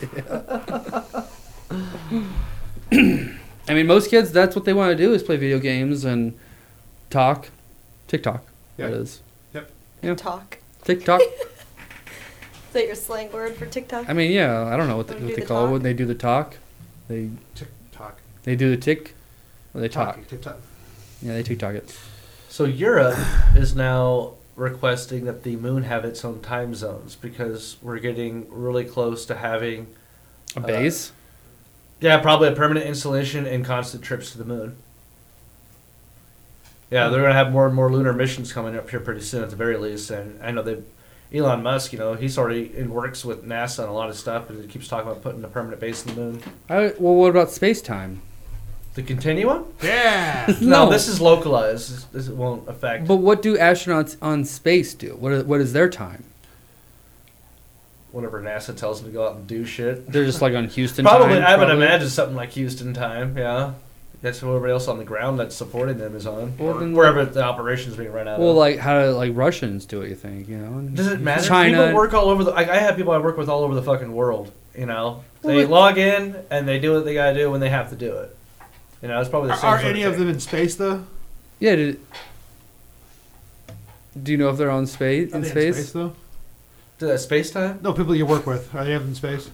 [SPEAKER 2] I mean, most kids that's what they want to do is play video games and talk, TikTok. That
[SPEAKER 3] Yeah.
[SPEAKER 2] is
[SPEAKER 4] Talk.
[SPEAKER 2] TikTok.
[SPEAKER 4] Is that your slang word for TikTok?
[SPEAKER 2] I mean, yeah, I don't know what, the,
[SPEAKER 4] Wanna
[SPEAKER 2] what
[SPEAKER 4] do
[SPEAKER 2] they
[SPEAKER 4] the
[SPEAKER 2] call it
[SPEAKER 4] talk?
[SPEAKER 2] when they do the talk. They
[SPEAKER 3] TikTok.
[SPEAKER 2] they do the tick. Or they talk.
[SPEAKER 3] Talking. TikTok.
[SPEAKER 2] Yeah, they TikTok it.
[SPEAKER 1] So Europe is now requesting that the moon have its own time zones because we're getting really close to having
[SPEAKER 2] A
[SPEAKER 1] Uh,
[SPEAKER 2] base.
[SPEAKER 1] Yeah, probably a permanent installation and constant trips to the moon. Yeah, they're gonna have more and more lunar missions coming up here pretty soon, at the very least. And I know they, Elon Musk, you know, he's already in works with NASA on a lot of stuff, and he keeps talking about putting a permanent base in the moon.
[SPEAKER 2] I, well, what about space time?
[SPEAKER 1] The continuum?
[SPEAKER 3] Yeah.
[SPEAKER 1] No, this is localized. This, this won't affect.
[SPEAKER 2] But what do astronauts on space do? What are, what is their time?
[SPEAKER 1] Whenever NASA tells them to go out and do shit,
[SPEAKER 2] They're just like on Houston.
[SPEAKER 1] probably
[SPEAKER 2] time,
[SPEAKER 1] I would
[SPEAKER 2] probably?
[SPEAKER 1] imagine something like Houston time. Yeah, that's what everybody else on the ground that's supporting them is on,
[SPEAKER 2] Well, then-
[SPEAKER 1] wherever the operation's being run out.
[SPEAKER 2] Well,
[SPEAKER 1] of.
[SPEAKER 2] like how do like Russians do it? You think you know? and-
[SPEAKER 1] Does it matter?
[SPEAKER 2] China.
[SPEAKER 1] People work all over the. Like, I have people I work with all over the fucking world. You know, they
[SPEAKER 2] Well, but-
[SPEAKER 1] log in and they do what they gotta do when they have to do it. You know, it's probably the
[SPEAKER 3] Are,
[SPEAKER 1] same.
[SPEAKER 3] are
[SPEAKER 1] sort
[SPEAKER 3] any
[SPEAKER 1] of,
[SPEAKER 3] of them in space though?
[SPEAKER 2] Yeah. Did, do you know if they're on space?
[SPEAKER 3] Are
[SPEAKER 2] In
[SPEAKER 3] they
[SPEAKER 2] space?
[SPEAKER 3] though?
[SPEAKER 1] space time?
[SPEAKER 3] No, people you work with. Are they in space?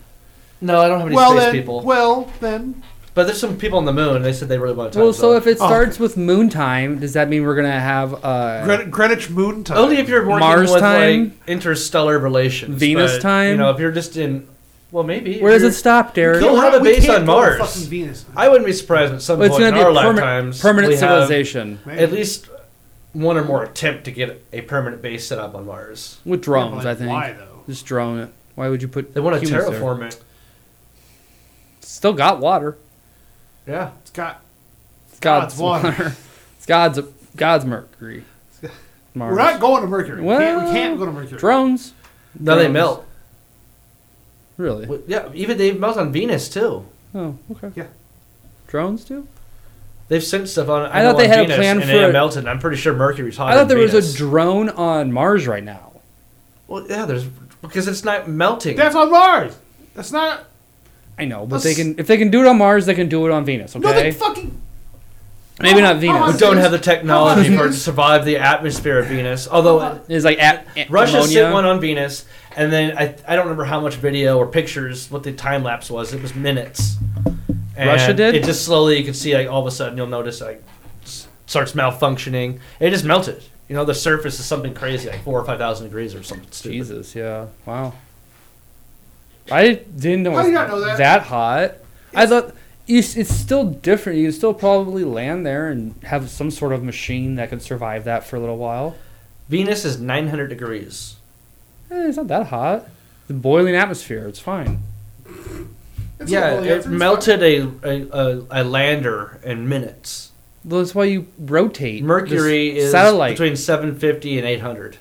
[SPEAKER 1] No, I don't have any
[SPEAKER 3] Well
[SPEAKER 1] space
[SPEAKER 3] then.
[SPEAKER 1] people.
[SPEAKER 3] Well then.
[SPEAKER 1] but there's some people on the moon. They said they really want to.
[SPEAKER 2] Well, so if it
[SPEAKER 3] Oh, okay.
[SPEAKER 2] starts with moon time, does that mean we're gonna have uh,
[SPEAKER 3] Greenwich, Greenwich Moon time.
[SPEAKER 1] only if you're working
[SPEAKER 2] Mars
[SPEAKER 1] with like
[SPEAKER 2] time?
[SPEAKER 1] interstellar relations,
[SPEAKER 2] Venus
[SPEAKER 1] but, You
[SPEAKER 2] time?
[SPEAKER 1] know, if you're just in, well, maybe if
[SPEAKER 2] Where does
[SPEAKER 1] you're-
[SPEAKER 2] it stop, Derek?
[SPEAKER 1] They'll have a
[SPEAKER 3] We
[SPEAKER 1] base
[SPEAKER 3] can't
[SPEAKER 1] on
[SPEAKER 3] go to
[SPEAKER 1] Mars.
[SPEAKER 3] Fucking Venus.
[SPEAKER 1] I wouldn't be surprised at some
[SPEAKER 2] Well, it's
[SPEAKER 1] point
[SPEAKER 2] gonna
[SPEAKER 1] in
[SPEAKER 2] be
[SPEAKER 1] our
[SPEAKER 2] a perma-
[SPEAKER 1] lifetimes
[SPEAKER 2] permanent
[SPEAKER 1] we have
[SPEAKER 2] civilization
[SPEAKER 3] Maybe.
[SPEAKER 1] At least one or more attempt to get a permanent base set up on Mars.
[SPEAKER 2] with drones.
[SPEAKER 3] Yeah,
[SPEAKER 2] I
[SPEAKER 3] but
[SPEAKER 2] think
[SPEAKER 3] Why though?
[SPEAKER 2] just drone it. Why would you put?
[SPEAKER 1] They want to
[SPEAKER 2] humans there?
[SPEAKER 1] terraform it.
[SPEAKER 2] Still got water.
[SPEAKER 1] Yeah.
[SPEAKER 3] It's got.
[SPEAKER 2] It's
[SPEAKER 3] God's
[SPEAKER 2] God's,
[SPEAKER 3] water.
[SPEAKER 2] water. it's God's God's mercury. Mars.
[SPEAKER 3] We're not going to Mercury. we, can't, we
[SPEAKER 2] Well,
[SPEAKER 3] can't go to Mercury.
[SPEAKER 2] drones.
[SPEAKER 1] No, they
[SPEAKER 2] Drones.
[SPEAKER 1] melt.
[SPEAKER 2] Really?
[SPEAKER 1] W- Yeah, even they melt on Venus too.
[SPEAKER 2] Oh, okay.
[SPEAKER 3] Yeah.
[SPEAKER 2] Drones do?
[SPEAKER 1] They've sent stuff on.
[SPEAKER 2] I thought they
[SPEAKER 1] on
[SPEAKER 2] had a
[SPEAKER 1] Venus,
[SPEAKER 2] plan
[SPEAKER 1] and it
[SPEAKER 2] for-
[SPEAKER 1] melted. and I'm pretty sure Mercury's hot.
[SPEAKER 2] I thought
[SPEAKER 1] on
[SPEAKER 2] there was
[SPEAKER 1] Venus.
[SPEAKER 2] a drone on Mars right now.
[SPEAKER 1] well, yeah, there's because it's not melting.
[SPEAKER 3] That's on Mars. That's not.
[SPEAKER 2] I know, but
[SPEAKER 3] Let's-
[SPEAKER 2] they can if they can do it on Mars, they can do it on Venus. Okay.
[SPEAKER 3] No, they fucking.
[SPEAKER 2] Maybe
[SPEAKER 3] how
[SPEAKER 2] not
[SPEAKER 1] we
[SPEAKER 2] Venus.
[SPEAKER 1] don't have the technology
[SPEAKER 3] How about
[SPEAKER 1] for it to
[SPEAKER 3] this?
[SPEAKER 1] survive the atmosphere of Venus. Although
[SPEAKER 2] It's like at, at
[SPEAKER 1] Russia sent
[SPEAKER 2] ammonia.
[SPEAKER 1] one on Venus, and then I I don't remember how much video or pictures what the time lapse was. It was minutes. And
[SPEAKER 2] Russia did?
[SPEAKER 1] It just slowly you can see like all of a sudden you'll notice like s- starts malfunctioning. It just melted. You know the surface is something crazy like four or five thousand degrees or something stupid.
[SPEAKER 2] Jesus, yeah. Wow. I didn't know
[SPEAKER 3] How
[SPEAKER 2] it
[SPEAKER 3] do you
[SPEAKER 2] was
[SPEAKER 3] not know that?
[SPEAKER 2] hot. I thought it's, it's still different. You can still probably land there and have some sort of machine that can survive that for a little while.
[SPEAKER 1] Venus is 900 degrees.
[SPEAKER 2] Eh, it's not that hot. The boiling atmosphere. It's fine.
[SPEAKER 3] It's
[SPEAKER 1] yeah,
[SPEAKER 3] all-
[SPEAKER 1] it
[SPEAKER 3] it's-
[SPEAKER 1] melted a, a, a, a lander in minutes.
[SPEAKER 2] Well, that's why you rotate. this
[SPEAKER 1] Mercury is
[SPEAKER 2] satellite.
[SPEAKER 1] between 750 and 800.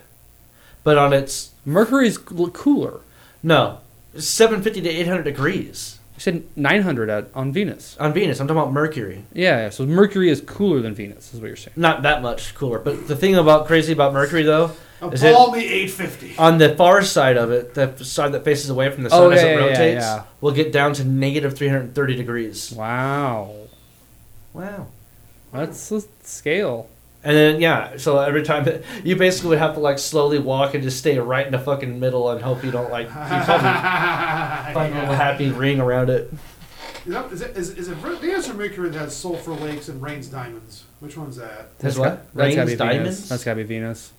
[SPEAKER 1] But on its.
[SPEAKER 2] Mercury's l- cooler.
[SPEAKER 1] No, 750 to 800 degrees
[SPEAKER 2] You said 900 at, on Venus.
[SPEAKER 1] on Venus. I'm talking about Mercury.
[SPEAKER 2] Yeah, yeah. So Mercury is cooler than Venus, is what you're saying.
[SPEAKER 1] Not that much cooler. But the thing about crazy about Mercury, though, is it-
[SPEAKER 3] Appall me 850.
[SPEAKER 1] on the far side of it, the side that faces away from the sun
[SPEAKER 2] Oh,
[SPEAKER 1] as
[SPEAKER 2] yeah,
[SPEAKER 1] it
[SPEAKER 2] yeah, yeah,
[SPEAKER 1] rotates,
[SPEAKER 2] yeah.
[SPEAKER 1] will get down to negative 330 degrees.
[SPEAKER 2] Wow.
[SPEAKER 1] Wow.
[SPEAKER 2] That's the scale.
[SPEAKER 1] And then yeah, so every time you basically would have to like slowly walk and just stay right in the fucking middle and hope you don't like Oh, you find a little
[SPEAKER 3] yeah.
[SPEAKER 1] happy ring around it.
[SPEAKER 3] Yep, Is it, is, is it Ven- Venus or Mercury that has sulfur lakes and rains diamonds? Which one's that?
[SPEAKER 1] That's
[SPEAKER 2] got-
[SPEAKER 1] what
[SPEAKER 2] that's gotta
[SPEAKER 1] rings
[SPEAKER 2] be
[SPEAKER 1] diamonds.
[SPEAKER 2] Venus. That's gotta be Venus.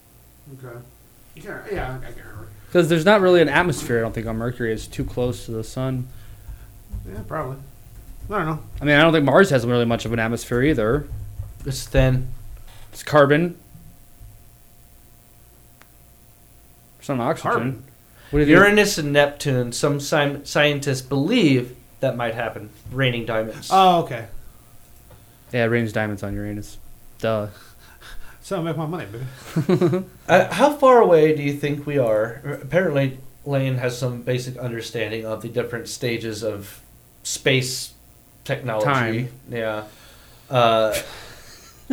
[SPEAKER 3] Okay. You can't, yeah, I can't remember.
[SPEAKER 2] Because there's not really an atmosphere, I don't think, on Mercury. It's too close to the sun.
[SPEAKER 3] Yeah, probably. I don't know.
[SPEAKER 2] I mean, I don't think Mars has really much of an atmosphere either.
[SPEAKER 1] it's thin.
[SPEAKER 2] It's carbon. It's not oxygen.
[SPEAKER 3] Carbon.
[SPEAKER 2] What do you think?
[SPEAKER 1] Uranus and Neptune. Some sci- scientists believe that might happen. Raining diamonds.
[SPEAKER 3] Oh, okay.
[SPEAKER 2] Yeah, it rains diamonds on Uranus. Duh.
[SPEAKER 3] So I make my money, baby.
[SPEAKER 1] Uh, how far away do you think we are? Apparently, Lane has some basic understanding of the different stages of space technology.
[SPEAKER 2] Time.
[SPEAKER 1] Yeah. Uh,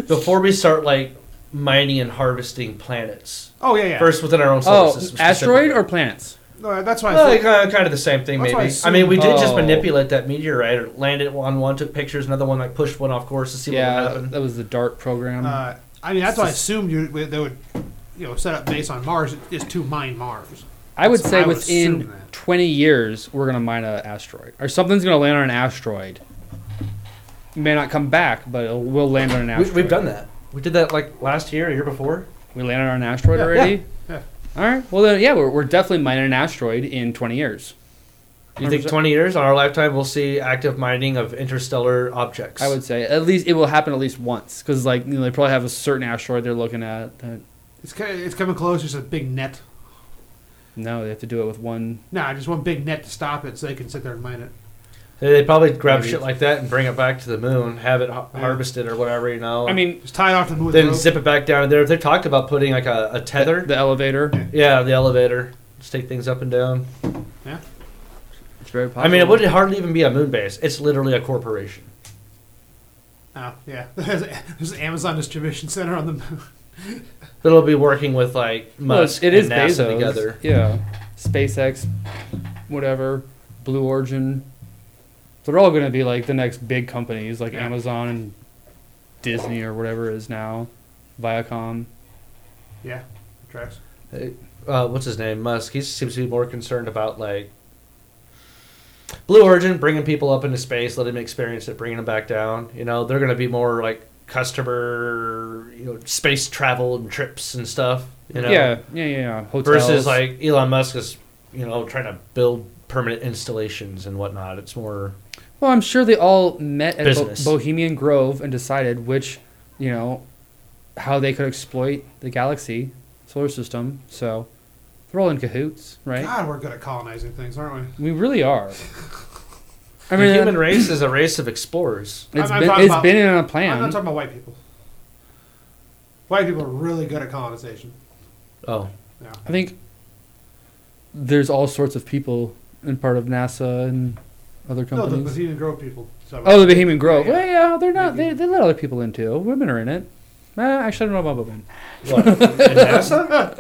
[SPEAKER 1] before we start like mining and harvesting planets,
[SPEAKER 3] Oh, yeah, yeah.
[SPEAKER 1] first within our own solar
[SPEAKER 2] Oh,
[SPEAKER 1] system.
[SPEAKER 2] asteroid or
[SPEAKER 1] specifically.
[SPEAKER 2] planets?
[SPEAKER 3] No, that's why
[SPEAKER 1] Well,
[SPEAKER 3] I
[SPEAKER 1] like,
[SPEAKER 3] thought,
[SPEAKER 1] uh, kind of the same thing, maybe.
[SPEAKER 3] That's what I
[SPEAKER 1] I,
[SPEAKER 3] assumed.
[SPEAKER 1] mean, we did just
[SPEAKER 2] Oh.
[SPEAKER 1] manipulate that meteorite, or landed on one, took pictures, another one like pushed one off course to see what would
[SPEAKER 2] Yeah,
[SPEAKER 1] happen.
[SPEAKER 2] that was the DART
[SPEAKER 1] um,
[SPEAKER 2] program.
[SPEAKER 3] uh, I mean, that's why I assumed you, they would, you know, set up base on Mars is to mine Mars.
[SPEAKER 2] I would
[SPEAKER 3] That's-
[SPEAKER 2] say
[SPEAKER 3] I would
[SPEAKER 2] within
[SPEAKER 3] assume that.
[SPEAKER 2] 20 years, we're going to mine an asteroid. Or something's going to land on an asteroid. May not come back, but it will land on an
[SPEAKER 1] We,
[SPEAKER 2] asteroid.
[SPEAKER 1] we've done that. We did that like last year, year before.
[SPEAKER 2] We landed on an asteroid
[SPEAKER 3] Yeah.
[SPEAKER 2] already?
[SPEAKER 3] Yeah.
[SPEAKER 2] All right. Well, then, yeah, we're, we're definitely mining an asteroid in 20 years.
[SPEAKER 1] You think
[SPEAKER 2] 100%.
[SPEAKER 1] 20 years on our lifetime we'll see active mining of interstellar objects?
[SPEAKER 2] I would say at least it will happen at least once because like you know, they probably have a certain asteroid they're looking at. That,
[SPEAKER 3] It's, ca- it's coming close. Just a big net.
[SPEAKER 2] no, they have to do it with one.
[SPEAKER 3] Nah, just one big net to stop it so they can sit there and mine it.
[SPEAKER 1] They they probably grab
[SPEAKER 2] Maybe.
[SPEAKER 1] shit like that and bring it back to the moon, have it ha-
[SPEAKER 3] Yeah.
[SPEAKER 1] harvested or whatever, you know.
[SPEAKER 2] I mean,
[SPEAKER 3] Just tie it off to the moon. with
[SPEAKER 1] then
[SPEAKER 3] rope.
[SPEAKER 1] zip it back down there. They talked about putting like a, a tether.
[SPEAKER 2] the elevator.
[SPEAKER 1] yeah, the elevator. Just take things up and down.
[SPEAKER 2] It's very possible.
[SPEAKER 1] I mean, it would hardly even be a moon base. It's literally a corporation.
[SPEAKER 3] Oh, yeah. There's, there's an Amazon distribution center on the moon.
[SPEAKER 1] But it'll be working with like
[SPEAKER 2] Well,
[SPEAKER 1] Musk
[SPEAKER 2] it
[SPEAKER 1] and
[SPEAKER 2] is
[SPEAKER 1] NASA
[SPEAKER 2] Bezos.
[SPEAKER 1] together.
[SPEAKER 2] Yeah, SpaceX, whatever, Blue Origin. They're all going to be like the next big companies like
[SPEAKER 3] Yeah.
[SPEAKER 2] Amazon and Disney or whatever it is now, Viacom.
[SPEAKER 3] Yeah, tracks.
[SPEAKER 1] Uh, what's his name? Musk. He seems to be more concerned about like Blue Origin bringing people up into space, let them experience it, bringing them back down. You know, they're going to be more like customer, you know, space travel and trips and stuff. You know,
[SPEAKER 2] Yeah, yeah, yeah. yeah. Hotels.
[SPEAKER 1] versus like Elon Musk is, you know, trying to build permanent installations and whatnot. It's more
[SPEAKER 2] Well, I'm sure they all met at Bo-
[SPEAKER 1] Business.
[SPEAKER 2] Bohemian Grove and decided which, you know, how they could exploit the galaxy, solar system. So they're all in cahoots, right?
[SPEAKER 3] God, we're good at colonizing things, aren't
[SPEAKER 2] We really are. I mean, uh,
[SPEAKER 1] the human race is a race of explorers.
[SPEAKER 2] it's
[SPEAKER 3] I'm- I'm
[SPEAKER 2] been,
[SPEAKER 3] talking
[SPEAKER 2] it's
[SPEAKER 3] about-
[SPEAKER 2] been in a
[SPEAKER 3] we? I'm
[SPEAKER 2] plan.
[SPEAKER 3] not talking about white people. White people are really good at colonization.
[SPEAKER 1] Oh,
[SPEAKER 3] Yeah.
[SPEAKER 2] I think there's all sorts of people in part of NASA and other
[SPEAKER 3] No, the
[SPEAKER 2] companies.
[SPEAKER 3] Brazilian Grove people. So
[SPEAKER 2] oh, the Bohemian Grove.
[SPEAKER 3] Yeah,
[SPEAKER 2] Yeah,
[SPEAKER 3] yeah.
[SPEAKER 2] well, yeah they're not. They, they let other people in too. Women are in it. Uh, actually, I don't know about women.
[SPEAKER 1] what? In NASA?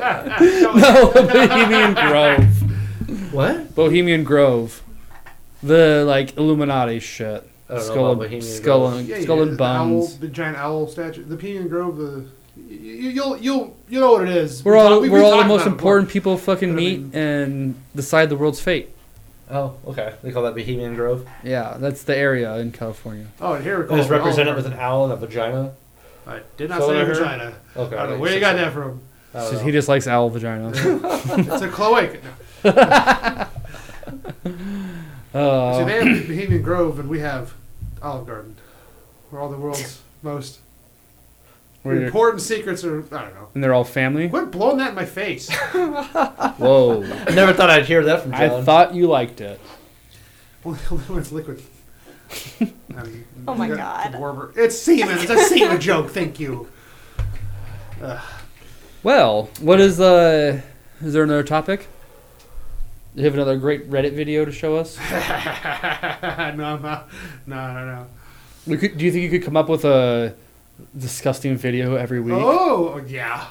[SPEAKER 2] no, Bohemian Grove.
[SPEAKER 1] What?
[SPEAKER 2] Bohemian Grove, the like Illuminati shit.
[SPEAKER 1] I don't know
[SPEAKER 2] skull,
[SPEAKER 1] about
[SPEAKER 2] and,
[SPEAKER 1] Bohemian
[SPEAKER 2] skull,
[SPEAKER 1] Grove.
[SPEAKER 2] and,
[SPEAKER 3] Yeah,
[SPEAKER 2] skull
[SPEAKER 3] yeah,
[SPEAKER 2] and
[SPEAKER 3] the owl-
[SPEAKER 2] bones.
[SPEAKER 3] the giant owl statue. The Bohemian Grove, the. You, you'll, you'll, you know what it is.
[SPEAKER 2] We're
[SPEAKER 3] We
[SPEAKER 2] all
[SPEAKER 3] talk- we-
[SPEAKER 2] we're
[SPEAKER 3] we
[SPEAKER 2] all the
[SPEAKER 3] talked
[SPEAKER 2] most
[SPEAKER 3] about it before.
[SPEAKER 2] important people fucking
[SPEAKER 3] But I
[SPEAKER 2] meet
[SPEAKER 3] mean-
[SPEAKER 2] and decide the world's fate.
[SPEAKER 1] Oh, okay. They call that Bohemian Grove.
[SPEAKER 2] Yeah, that's the area in California.
[SPEAKER 3] Oh, and here we
[SPEAKER 1] It
[SPEAKER 3] go.
[SPEAKER 1] was represented with an owl and a vagina.
[SPEAKER 3] I did not
[SPEAKER 1] So
[SPEAKER 3] say
[SPEAKER 1] I heard-
[SPEAKER 3] vagina.
[SPEAKER 1] Okay.
[SPEAKER 3] I don't know where you got that from.
[SPEAKER 1] I don't
[SPEAKER 2] So
[SPEAKER 1] know.
[SPEAKER 2] he just likes owl vagina.
[SPEAKER 3] It's a cloaca. No. See,
[SPEAKER 2] Uh,
[SPEAKER 3] they have Bohemian Grove, and we have Olive Garden, where all the world's most
[SPEAKER 2] Where you're-
[SPEAKER 3] important secrets are. I don't know.
[SPEAKER 2] and they're all family.
[SPEAKER 3] Quit blowing that in my face.
[SPEAKER 2] Whoa!
[SPEAKER 1] I never thought I'd hear that from
[SPEAKER 2] I
[SPEAKER 1] John.
[SPEAKER 2] thought you liked it.
[SPEAKER 3] Only when it's liquid. Um,
[SPEAKER 4] Oh my
[SPEAKER 3] yeah,
[SPEAKER 4] God.
[SPEAKER 3] the Warmer. It's semen. It's a semen joke. Thank you.
[SPEAKER 2] Well, what is the? Is there another topic? Do you have another great Reddit video to show us?
[SPEAKER 3] no, I'm not. No, no, no.
[SPEAKER 2] We could, do you think you could come up with a disgusting video every week?
[SPEAKER 3] Oh, yeah.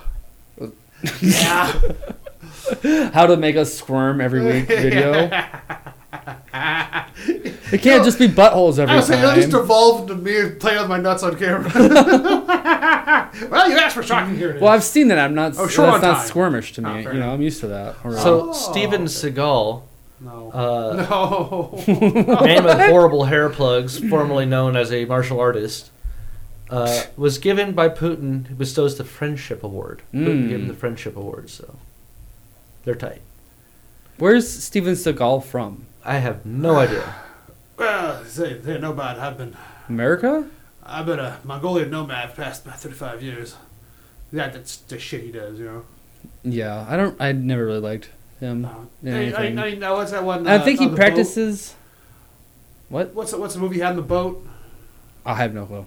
[SPEAKER 3] yeah.
[SPEAKER 2] How to make us squirm every week video? it can't just be buttholes every
[SPEAKER 3] I was saying, it'll just
[SPEAKER 2] time.
[SPEAKER 3] evolve to me playing with my nuts on camera. well, you asked for shocking here. it
[SPEAKER 2] Well,
[SPEAKER 3] is.
[SPEAKER 2] I've seen that. I'm not.
[SPEAKER 3] Oh,
[SPEAKER 2] that's
[SPEAKER 3] sure
[SPEAKER 2] not
[SPEAKER 3] on time.
[SPEAKER 2] squirmish to me.
[SPEAKER 3] Oh,
[SPEAKER 2] you
[SPEAKER 3] fair
[SPEAKER 2] know,
[SPEAKER 3] enough.
[SPEAKER 2] I'm used to that. uh, already.
[SPEAKER 1] So
[SPEAKER 3] Oh,
[SPEAKER 1] Steven
[SPEAKER 3] okay.
[SPEAKER 1] Seagal,
[SPEAKER 3] no.
[SPEAKER 1] uh,
[SPEAKER 3] no.
[SPEAKER 1] man with horrible hair plugs, formerly known as a martial artist, uh, was given by Putin who bestows the friendship award. Putin gave him
[SPEAKER 2] Mm.
[SPEAKER 3] Hmm.
[SPEAKER 1] the friendship award, so they're tight.
[SPEAKER 2] Where's Steven Seagal from?
[SPEAKER 1] I have no idea.
[SPEAKER 3] well, they, they're nomad. I've been,
[SPEAKER 2] America?
[SPEAKER 3] I've been a Mongolian nomad past my 35 years. Yeah, that's the shit he does, you know.
[SPEAKER 2] Yeah, I don't. I never really liked him.
[SPEAKER 3] No.
[SPEAKER 2] Mm. Yeah,
[SPEAKER 3] Uh, I, I,
[SPEAKER 2] anything.
[SPEAKER 3] I, I, what's that one?
[SPEAKER 2] I
[SPEAKER 3] uh,
[SPEAKER 2] think he
[SPEAKER 3] on the boat?
[SPEAKER 2] practices. What?
[SPEAKER 3] What's the, what's the movie he had on the boat?
[SPEAKER 2] I have no clue.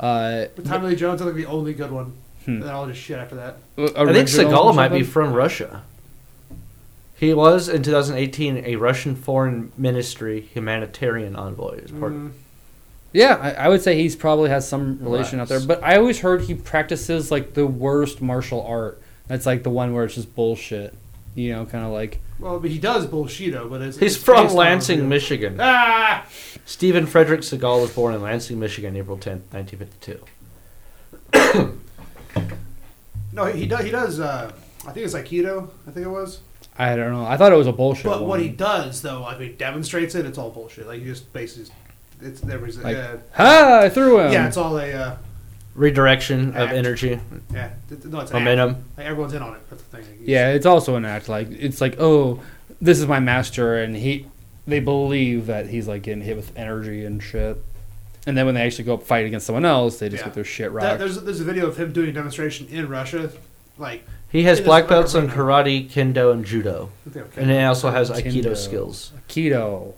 [SPEAKER 2] Uh,
[SPEAKER 3] With Tommy Lee Jones, I think the only good one.
[SPEAKER 2] Hmm.
[SPEAKER 3] And then all just shit after that.
[SPEAKER 2] Uh,
[SPEAKER 1] I think Seagal might be from Russia. He was in 2018 a Russian Foreign Ministry humanitarian envoy. As part
[SPEAKER 3] Mm.
[SPEAKER 2] Yeah, I, I would say he's probably has some relation out there.
[SPEAKER 1] Relax.
[SPEAKER 2] But I always heard he practices like the worst martial art. That's like the one where it's just bullshit. You know, kind of like
[SPEAKER 3] Well, but he does Bullshido, but it's
[SPEAKER 1] He's
[SPEAKER 3] it's
[SPEAKER 1] from
[SPEAKER 3] based on
[SPEAKER 1] Lansing,
[SPEAKER 3] real-
[SPEAKER 1] Michigan.
[SPEAKER 3] Ah,
[SPEAKER 1] Stephen Frederick Seagal was born in Lansing, Michigan, April 10th, 1952.
[SPEAKER 3] no, he does. He does. Uh, I think it's Aikido. I think it was.
[SPEAKER 2] I don't know. I thought it was a bullshit.
[SPEAKER 3] But
[SPEAKER 2] one.
[SPEAKER 3] what he does, though, I mean, demonstrates it. It's all bullshit. Like he just bases. It's there was.
[SPEAKER 2] Like- um,
[SPEAKER 3] uh,
[SPEAKER 2] ha! I threw him.
[SPEAKER 3] yeah, it's all a. Uh,
[SPEAKER 1] Redirection of
[SPEAKER 3] Act.
[SPEAKER 1] energy,
[SPEAKER 3] yeah, th- no, it's an act.
[SPEAKER 1] momentum.
[SPEAKER 3] Like everyone's in on it. That's the thing. Like, he's-
[SPEAKER 2] Yeah, it's also an act. Like it's like, oh, this is my master, and he, they believe that he's like getting hit with energy and shit. And then when they actually go up fight against someone else, they just
[SPEAKER 3] Yeah.
[SPEAKER 2] get their shit
[SPEAKER 3] that-
[SPEAKER 2] rocked.
[SPEAKER 3] there's there's a video of him doing a demonstration in Russia, like
[SPEAKER 1] He has
[SPEAKER 3] It is
[SPEAKER 1] black belts on
[SPEAKER 3] whatever.
[SPEAKER 1] karate, kendo, and judo.
[SPEAKER 3] I think, okay.
[SPEAKER 1] And he also has
[SPEAKER 2] Kendo.
[SPEAKER 1] aikido skills.
[SPEAKER 2] Keto.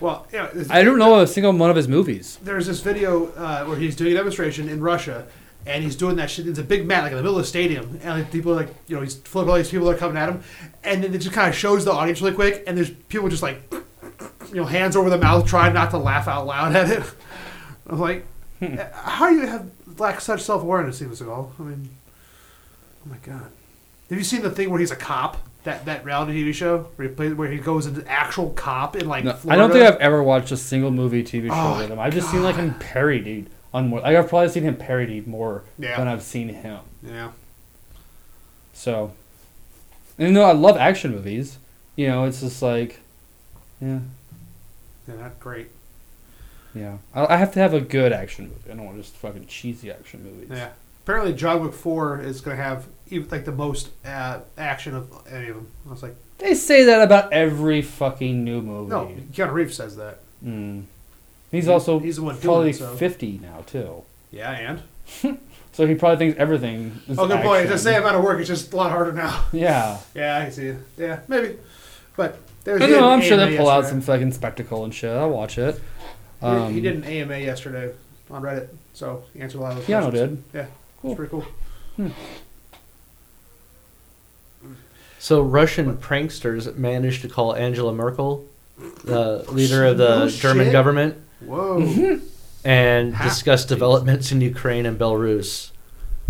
[SPEAKER 3] well, yeah. it's-
[SPEAKER 2] I don't know a single one of his movies.
[SPEAKER 3] there's this video uh, where he's doing a demonstration in Russia, and he's doing that shit. It's a big mat, like in the middle of the stadium, and like, people are like, you know, he's flipping all these people that are coming at him, and then it just kind of shows the audience really quick, and there's people just like, you know, hands over the mouth, trying not to laugh out loud at it. I'm like,
[SPEAKER 2] Hmm.
[SPEAKER 3] "Uh, how do you have lack such self awareness, Steven Seagal? I mean, oh my god, have you seen the thing where he's a cop? That, that reality TV show where he, plays, where he goes into actual cop in like
[SPEAKER 2] No, I
[SPEAKER 3] Florida.
[SPEAKER 2] don't think I've ever watched a single movie, TV show
[SPEAKER 3] Oh,
[SPEAKER 2] with him. I've just seen like him parodied on more. Like I've probably seen him parodied more
[SPEAKER 3] Yeah.
[SPEAKER 2] than I've seen him.
[SPEAKER 3] yeah
[SPEAKER 2] So, and though I love action movies, you know, it's just like, yeah.
[SPEAKER 3] yeah not great
[SPEAKER 2] Yeah, I, I have to have a good action movie. I don't want just fucking cheesy action movies.
[SPEAKER 3] Yeah. Apparently, John Wick Four is going to have even, like the most uh, action of any of them. I was like,
[SPEAKER 2] They say that about every fucking new movie.
[SPEAKER 3] no, Keanu Reeves says that.
[SPEAKER 2] Mm. He's also
[SPEAKER 3] He's the one doing
[SPEAKER 2] probably
[SPEAKER 3] it, so-
[SPEAKER 2] fifty now too,
[SPEAKER 3] Yeah, and
[SPEAKER 2] so he probably thinks everything. Is
[SPEAKER 3] oh, good point.
[SPEAKER 2] action.
[SPEAKER 3] It's the same amount of work. It's just a lot harder now.
[SPEAKER 2] Yeah.
[SPEAKER 3] yeah, I can see. It. Yeah, maybe. But
[SPEAKER 2] I
[SPEAKER 3] there's.
[SPEAKER 2] don't know, I'm sure they'll pull out um, some fucking spectacle and shit. I'll watch it.
[SPEAKER 3] he, he did an AMA yesterday on Reddit, so he answered a lot of those
[SPEAKER 2] Keanu
[SPEAKER 3] questions.
[SPEAKER 2] did.
[SPEAKER 3] Yeah,
[SPEAKER 2] Cool.
[SPEAKER 3] it's pretty cool.
[SPEAKER 1] So Russian pranksters managed to call Angela Merkel, the leader of the
[SPEAKER 3] No
[SPEAKER 1] German
[SPEAKER 3] shit.
[SPEAKER 1] government,
[SPEAKER 3] Whoa.
[SPEAKER 2] Mm-hmm.
[SPEAKER 1] and
[SPEAKER 3] Ha-
[SPEAKER 1] discuss developments in Ukraine and Belarus.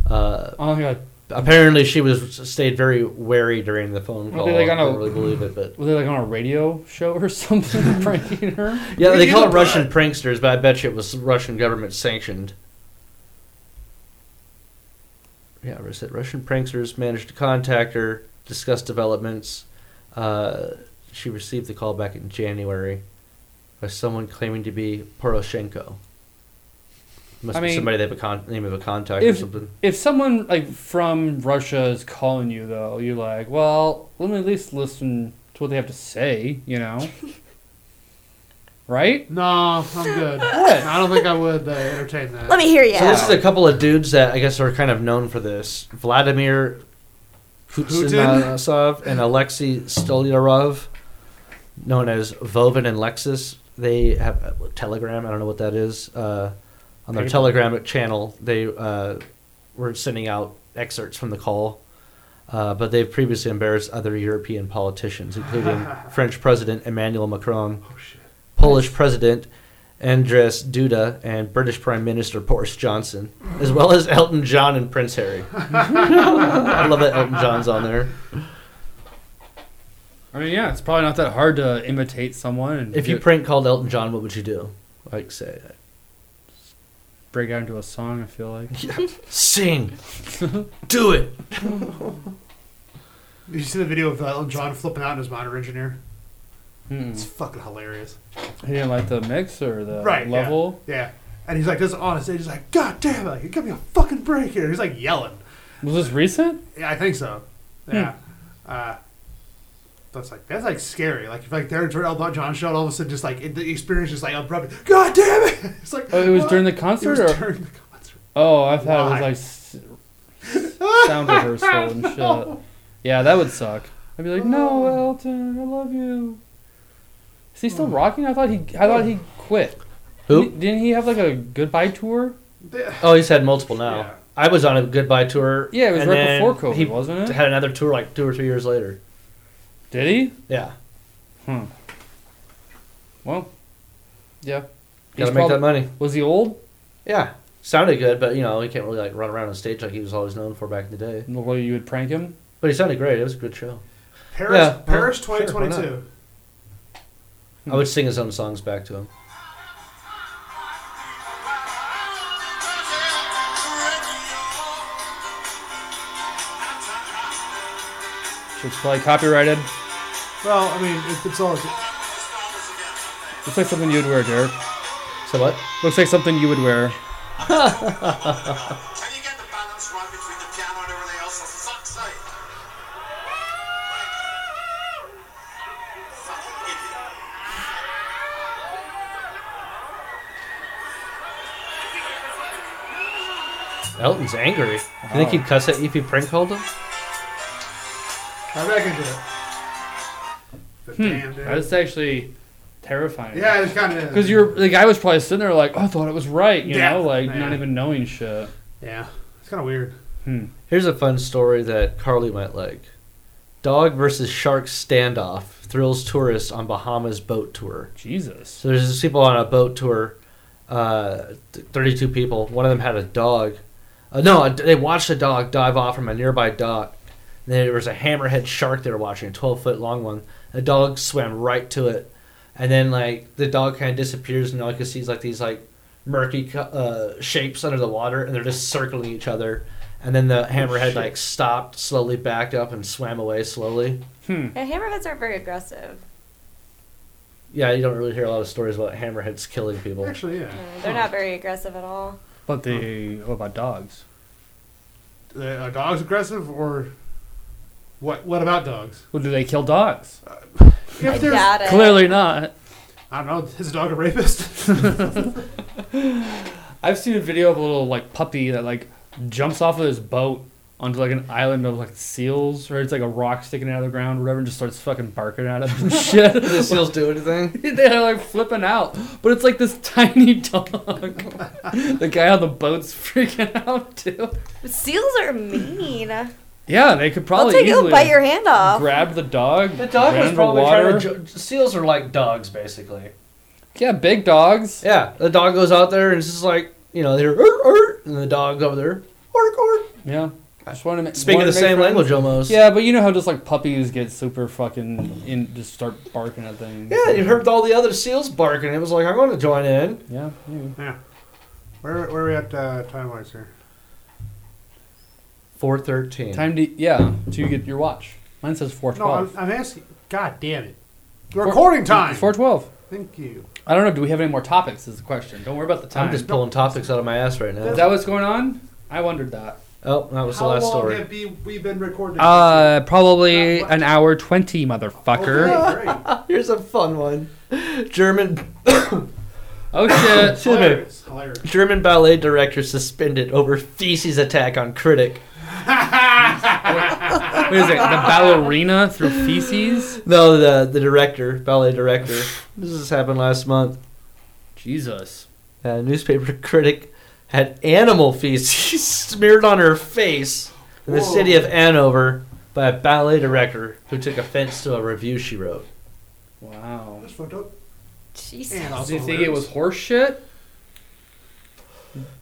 [SPEAKER 1] Uh,
[SPEAKER 2] Oh my god,
[SPEAKER 1] apparently, she was stayed very wary during the phone
[SPEAKER 2] Were
[SPEAKER 1] call.
[SPEAKER 2] they, like,
[SPEAKER 1] I
[SPEAKER 2] on a-
[SPEAKER 1] don't really believe it, but
[SPEAKER 2] was it like on a radio show or something pranking her?
[SPEAKER 1] yeah,
[SPEAKER 3] We
[SPEAKER 1] they
[SPEAKER 3] need
[SPEAKER 1] call
[SPEAKER 3] a
[SPEAKER 1] it Russian pranksters, but I bet you it was Russian government sanctioned. Yeah, I said Russian pranksters managed to contact her, discuss developments. Uh, she received the call back in January by someone claiming to be Poroshenko. Must
[SPEAKER 2] I
[SPEAKER 1] be
[SPEAKER 2] mean,
[SPEAKER 1] somebody they have a con- name of a contact or
[SPEAKER 2] if
[SPEAKER 1] something.
[SPEAKER 2] if someone like from Russia is calling you though, you're like, well, let me at least listen to what they have to say, you know. right?
[SPEAKER 3] No, I'm good. I don't think I would uh, entertain that.
[SPEAKER 4] Let me hear you.
[SPEAKER 1] So this is a couple of dudes that I guess are kind of known for this: Vladimir Kutsinasov and Alexei Stolyarov, known as Vovin and Lexus. They have a Telegram. I don't know what that is. Uh, on their
[SPEAKER 3] Paper.
[SPEAKER 1] Telegram channel, they uh, were sending out excerpts from the call. Uh, but they've previously embarrassed other European politicians, including French President Emmanuel Macron,
[SPEAKER 3] Oh, shit.
[SPEAKER 1] Polish President Andrzej Duda and British Prime Minister Boris Johnson, as well as Elton John and Prince Harry. I love that Elton John's on there.
[SPEAKER 2] I mean, yeah, it's probably not that hard to imitate someone. And
[SPEAKER 1] If you
[SPEAKER 2] get-
[SPEAKER 1] prank called Elton John, what would you do? Like say,
[SPEAKER 2] break out into a song, I feel like
[SPEAKER 1] sing, do it.
[SPEAKER 3] Did you see the video of Elton John flipping out in his monitor engineer?
[SPEAKER 2] Mm-mm.
[SPEAKER 3] It's fucking hilarious.
[SPEAKER 2] he Hmm. didn't like the mix or the
[SPEAKER 3] Right, yeah.
[SPEAKER 2] level.
[SPEAKER 3] Yeah. And he's like this on his stage. He's like, God damn it! Like, give me a fucking break here. He's like yelling.
[SPEAKER 2] Was this recent?
[SPEAKER 3] Yeah, I think so.
[SPEAKER 2] Hmm.
[SPEAKER 3] Yeah. Uh, that's like that's like scary. Like if like they're Elton John show, and all of a sudden just like it, the experience is like abruptly. God damn it! It's like
[SPEAKER 2] Oh, it was
[SPEAKER 3] what?
[SPEAKER 2] during the
[SPEAKER 3] It
[SPEAKER 2] concert.
[SPEAKER 3] was
[SPEAKER 2] Or?
[SPEAKER 3] during the concert.
[SPEAKER 2] oh, I
[SPEAKER 3] Why?
[SPEAKER 2] thought it was like s- sound rehearsal and shit. Yeah, that would suck. I'd be like, no, Elton, I love you. Is he still rocking? I thought he. I thought he quit.
[SPEAKER 1] Who?
[SPEAKER 2] Didn't- Didn't he have like a goodbye tour?
[SPEAKER 3] Yeah.
[SPEAKER 1] Oh, he's had multiple now.
[SPEAKER 3] Yeah.
[SPEAKER 1] I was on a goodbye tour.
[SPEAKER 2] Yeah, it was
[SPEAKER 1] and
[SPEAKER 2] right
[SPEAKER 1] then
[SPEAKER 2] before COVID,
[SPEAKER 1] He
[SPEAKER 2] wasn't it?
[SPEAKER 1] had another tour like two or three years later.
[SPEAKER 2] Did he?
[SPEAKER 1] Yeah,
[SPEAKER 2] Well, yeah.
[SPEAKER 1] gotta
[SPEAKER 2] He's
[SPEAKER 1] make
[SPEAKER 2] probably-
[SPEAKER 1] that money.
[SPEAKER 2] Was he old?
[SPEAKER 1] Yeah, sounded good, but you know he can't really like run around on stage like he was always known for back in the day.
[SPEAKER 2] The way you would prank him?
[SPEAKER 1] But he sounded great. It was a good show.
[SPEAKER 3] Paris,
[SPEAKER 1] Yeah, well,
[SPEAKER 3] Paris,
[SPEAKER 1] sure, why
[SPEAKER 3] twenty twenty
[SPEAKER 1] not?
[SPEAKER 3] two.
[SPEAKER 1] I would sing his own songs back to him.
[SPEAKER 2] It's probably copyrighted.
[SPEAKER 3] Well, I mean, it, it's all.
[SPEAKER 2] Looks like something you would wear, Derek.
[SPEAKER 1] So what?
[SPEAKER 2] Looks like something you would wear.
[SPEAKER 7] Can you get the balance right between the piano and everything else? For fuck's sake. Fucking idiot.
[SPEAKER 1] Elton's angry. You think he'd cuss at you if you prank called him?
[SPEAKER 3] I'm back into it. But
[SPEAKER 2] Hmm.
[SPEAKER 3] damn, dude.
[SPEAKER 2] That's actually terrifying.
[SPEAKER 3] yeah, it's kind of
[SPEAKER 2] Because you're the guy was probably sitting there like, oh, I thought it was right, you
[SPEAKER 3] Yeah.
[SPEAKER 2] know, like
[SPEAKER 3] Yeah.
[SPEAKER 2] not even knowing shit.
[SPEAKER 3] Yeah, it's kind of weird.
[SPEAKER 1] Here's a fun story that Carly might like. Dog versus shark standoff thrills tourists on Bahamas boat tour.
[SPEAKER 2] Jesus.
[SPEAKER 1] So there's these people on a boat tour, uh, th- 32 people. One of them had a dog. Uh, no, a- they watched a dog dive off from a nearby dock. And there was a hammerhead shark they were watching, a 12 foot long one. The dog swam right to it, and then like the dog kind of disappears, and all you can see is like these like murky co- uh, shapes under the water, and they're just circling each other. And then the hammerhead like stopped, slowly backed up, and swam away slowly.
[SPEAKER 3] Hmm.
[SPEAKER 4] Yeah, hammerheads aren't very aggressive.
[SPEAKER 1] Yeah, you don't really hear a lot of stories about hammerheads killing people.
[SPEAKER 3] Actually, yeah.
[SPEAKER 4] No, they're not very aggressive at all.
[SPEAKER 2] But they what about dogs?
[SPEAKER 3] Uh, Are dogs aggressive or what? What about dogs?
[SPEAKER 2] Well, do they kill dogs?
[SPEAKER 4] I
[SPEAKER 3] If there's,
[SPEAKER 4] doubt it.
[SPEAKER 2] Clearly not.
[SPEAKER 3] I don't know, is a dog a rapist?
[SPEAKER 2] I've seen a video of a little like puppy that like jumps off of this boat onto like an island of like seals or it's like a rock sticking out of the ground or whatever and just starts fucking barking at them and shit.
[SPEAKER 1] Does seals do anything?
[SPEAKER 2] They're like flipping out, but it's like this tiny dog. the guy on the boat's freaking out too.
[SPEAKER 4] But seals are mean.
[SPEAKER 2] Yeah, they could
[SPEAKER 4] I'll
[SPEAKER 2] probably
[SPEAKER 4] take you
[SPEAKER 2] easily
[SPEAKER 4] bite your hand off.
[SPEAKER 2] grab the dog.
[SPEAKER 1] The dog
[SPEAKER 2] ran
[SPEAKER 1] was
[SPEAKER 2] the
[SPEAKER 1] probably
[SPEAKER 2] water.
[SPEAKER 1] trying to. Jo- seals are like dogs, basically.
[SPEAKER 2] yeah, big dogs.
[SPEAKER 1] Yeah, the dog goes out there and it's just like you know they're "Urt, urt," and the dog's over there. Ork, ork.
[SPEAKER 2] Yeah, just want to make,
[SPEAKER 1] Speaking the same language almost.
[SPEAKER 2] Yeah, but you know how just like puppies get super fucking in, just start barking at things.
[SPEAKER 1] Yeah, you heard all the other seals barking. It was like I'm going to join in.
[SPEAKER 2] Yeah, you.
[SPEAKER 3] yeah. Where, where are we at uh, time wise here?
[SPEAKER 1] Four thirteen.
[SPEAKER 2] time to yeah to get your watch. Mine says four
[SPEAKER 3] No, I'm,
[SPEAKER 2] twelve.
[SPEAKER 3] I'm asking. God damn it. Recording time!
[SPEAKER 2] Four twelve.
[SPEAKER 3] Thank you.
[SPEAKER 2] I don't know. Do we have any more topics? Is the question. Don't worry about the time.
[SPEAKER 1] I'm just pulling topics out of my ass right now.
[SPEAKER 2] Is that what's going on? I wondered that.
[SPEAKER 1] Oh, that was
[SPEAKER 8] How
[SPEAKER 1] the last
[SPEAKER 8] long
[SPEAKER 1] story.
[SPEAKER 8] have be, we been recording?
[SPEAKER 2] Uh, probably an hour twenty, motherfucker.
[SPEAKER 8] Okay, great.
[SPEAKER 1] Here's a fun one. German
[SPEAKER 2] Oh shit!
[SPEAKER 1] Excuse me.
[SPEAKER 8] Hilarious, hilarious.
[SPEAKER 1] German ballet director suspended over feces attack on critic.
[SPEAKER 2] What is it? The ballerina through feces?
[SPEAKER 1] No, the the director, ballet director. this has happened last month.
[SPEAKER 2] Jesus.
[SPEAKER 1] A Uh, newspaper critic had animal feces smeared on her face in the
[SPEAKER 8] Whoa.
[SPEAKER 1] city of Hanover by a ballet director who took offense to a review she wrote.
[SPEAKER 2] Wow.
[SPEAKER 8] That's fucked up.
[SPEAKER 4] Jesus.
[SPEAKER 8] And
[SPEAKER 2] Did
[SPEAKER 8] also
[SPEAKER 2] you think it was
[SPEAKER 8] hilarious.
[SPEAKER 2] horse shit?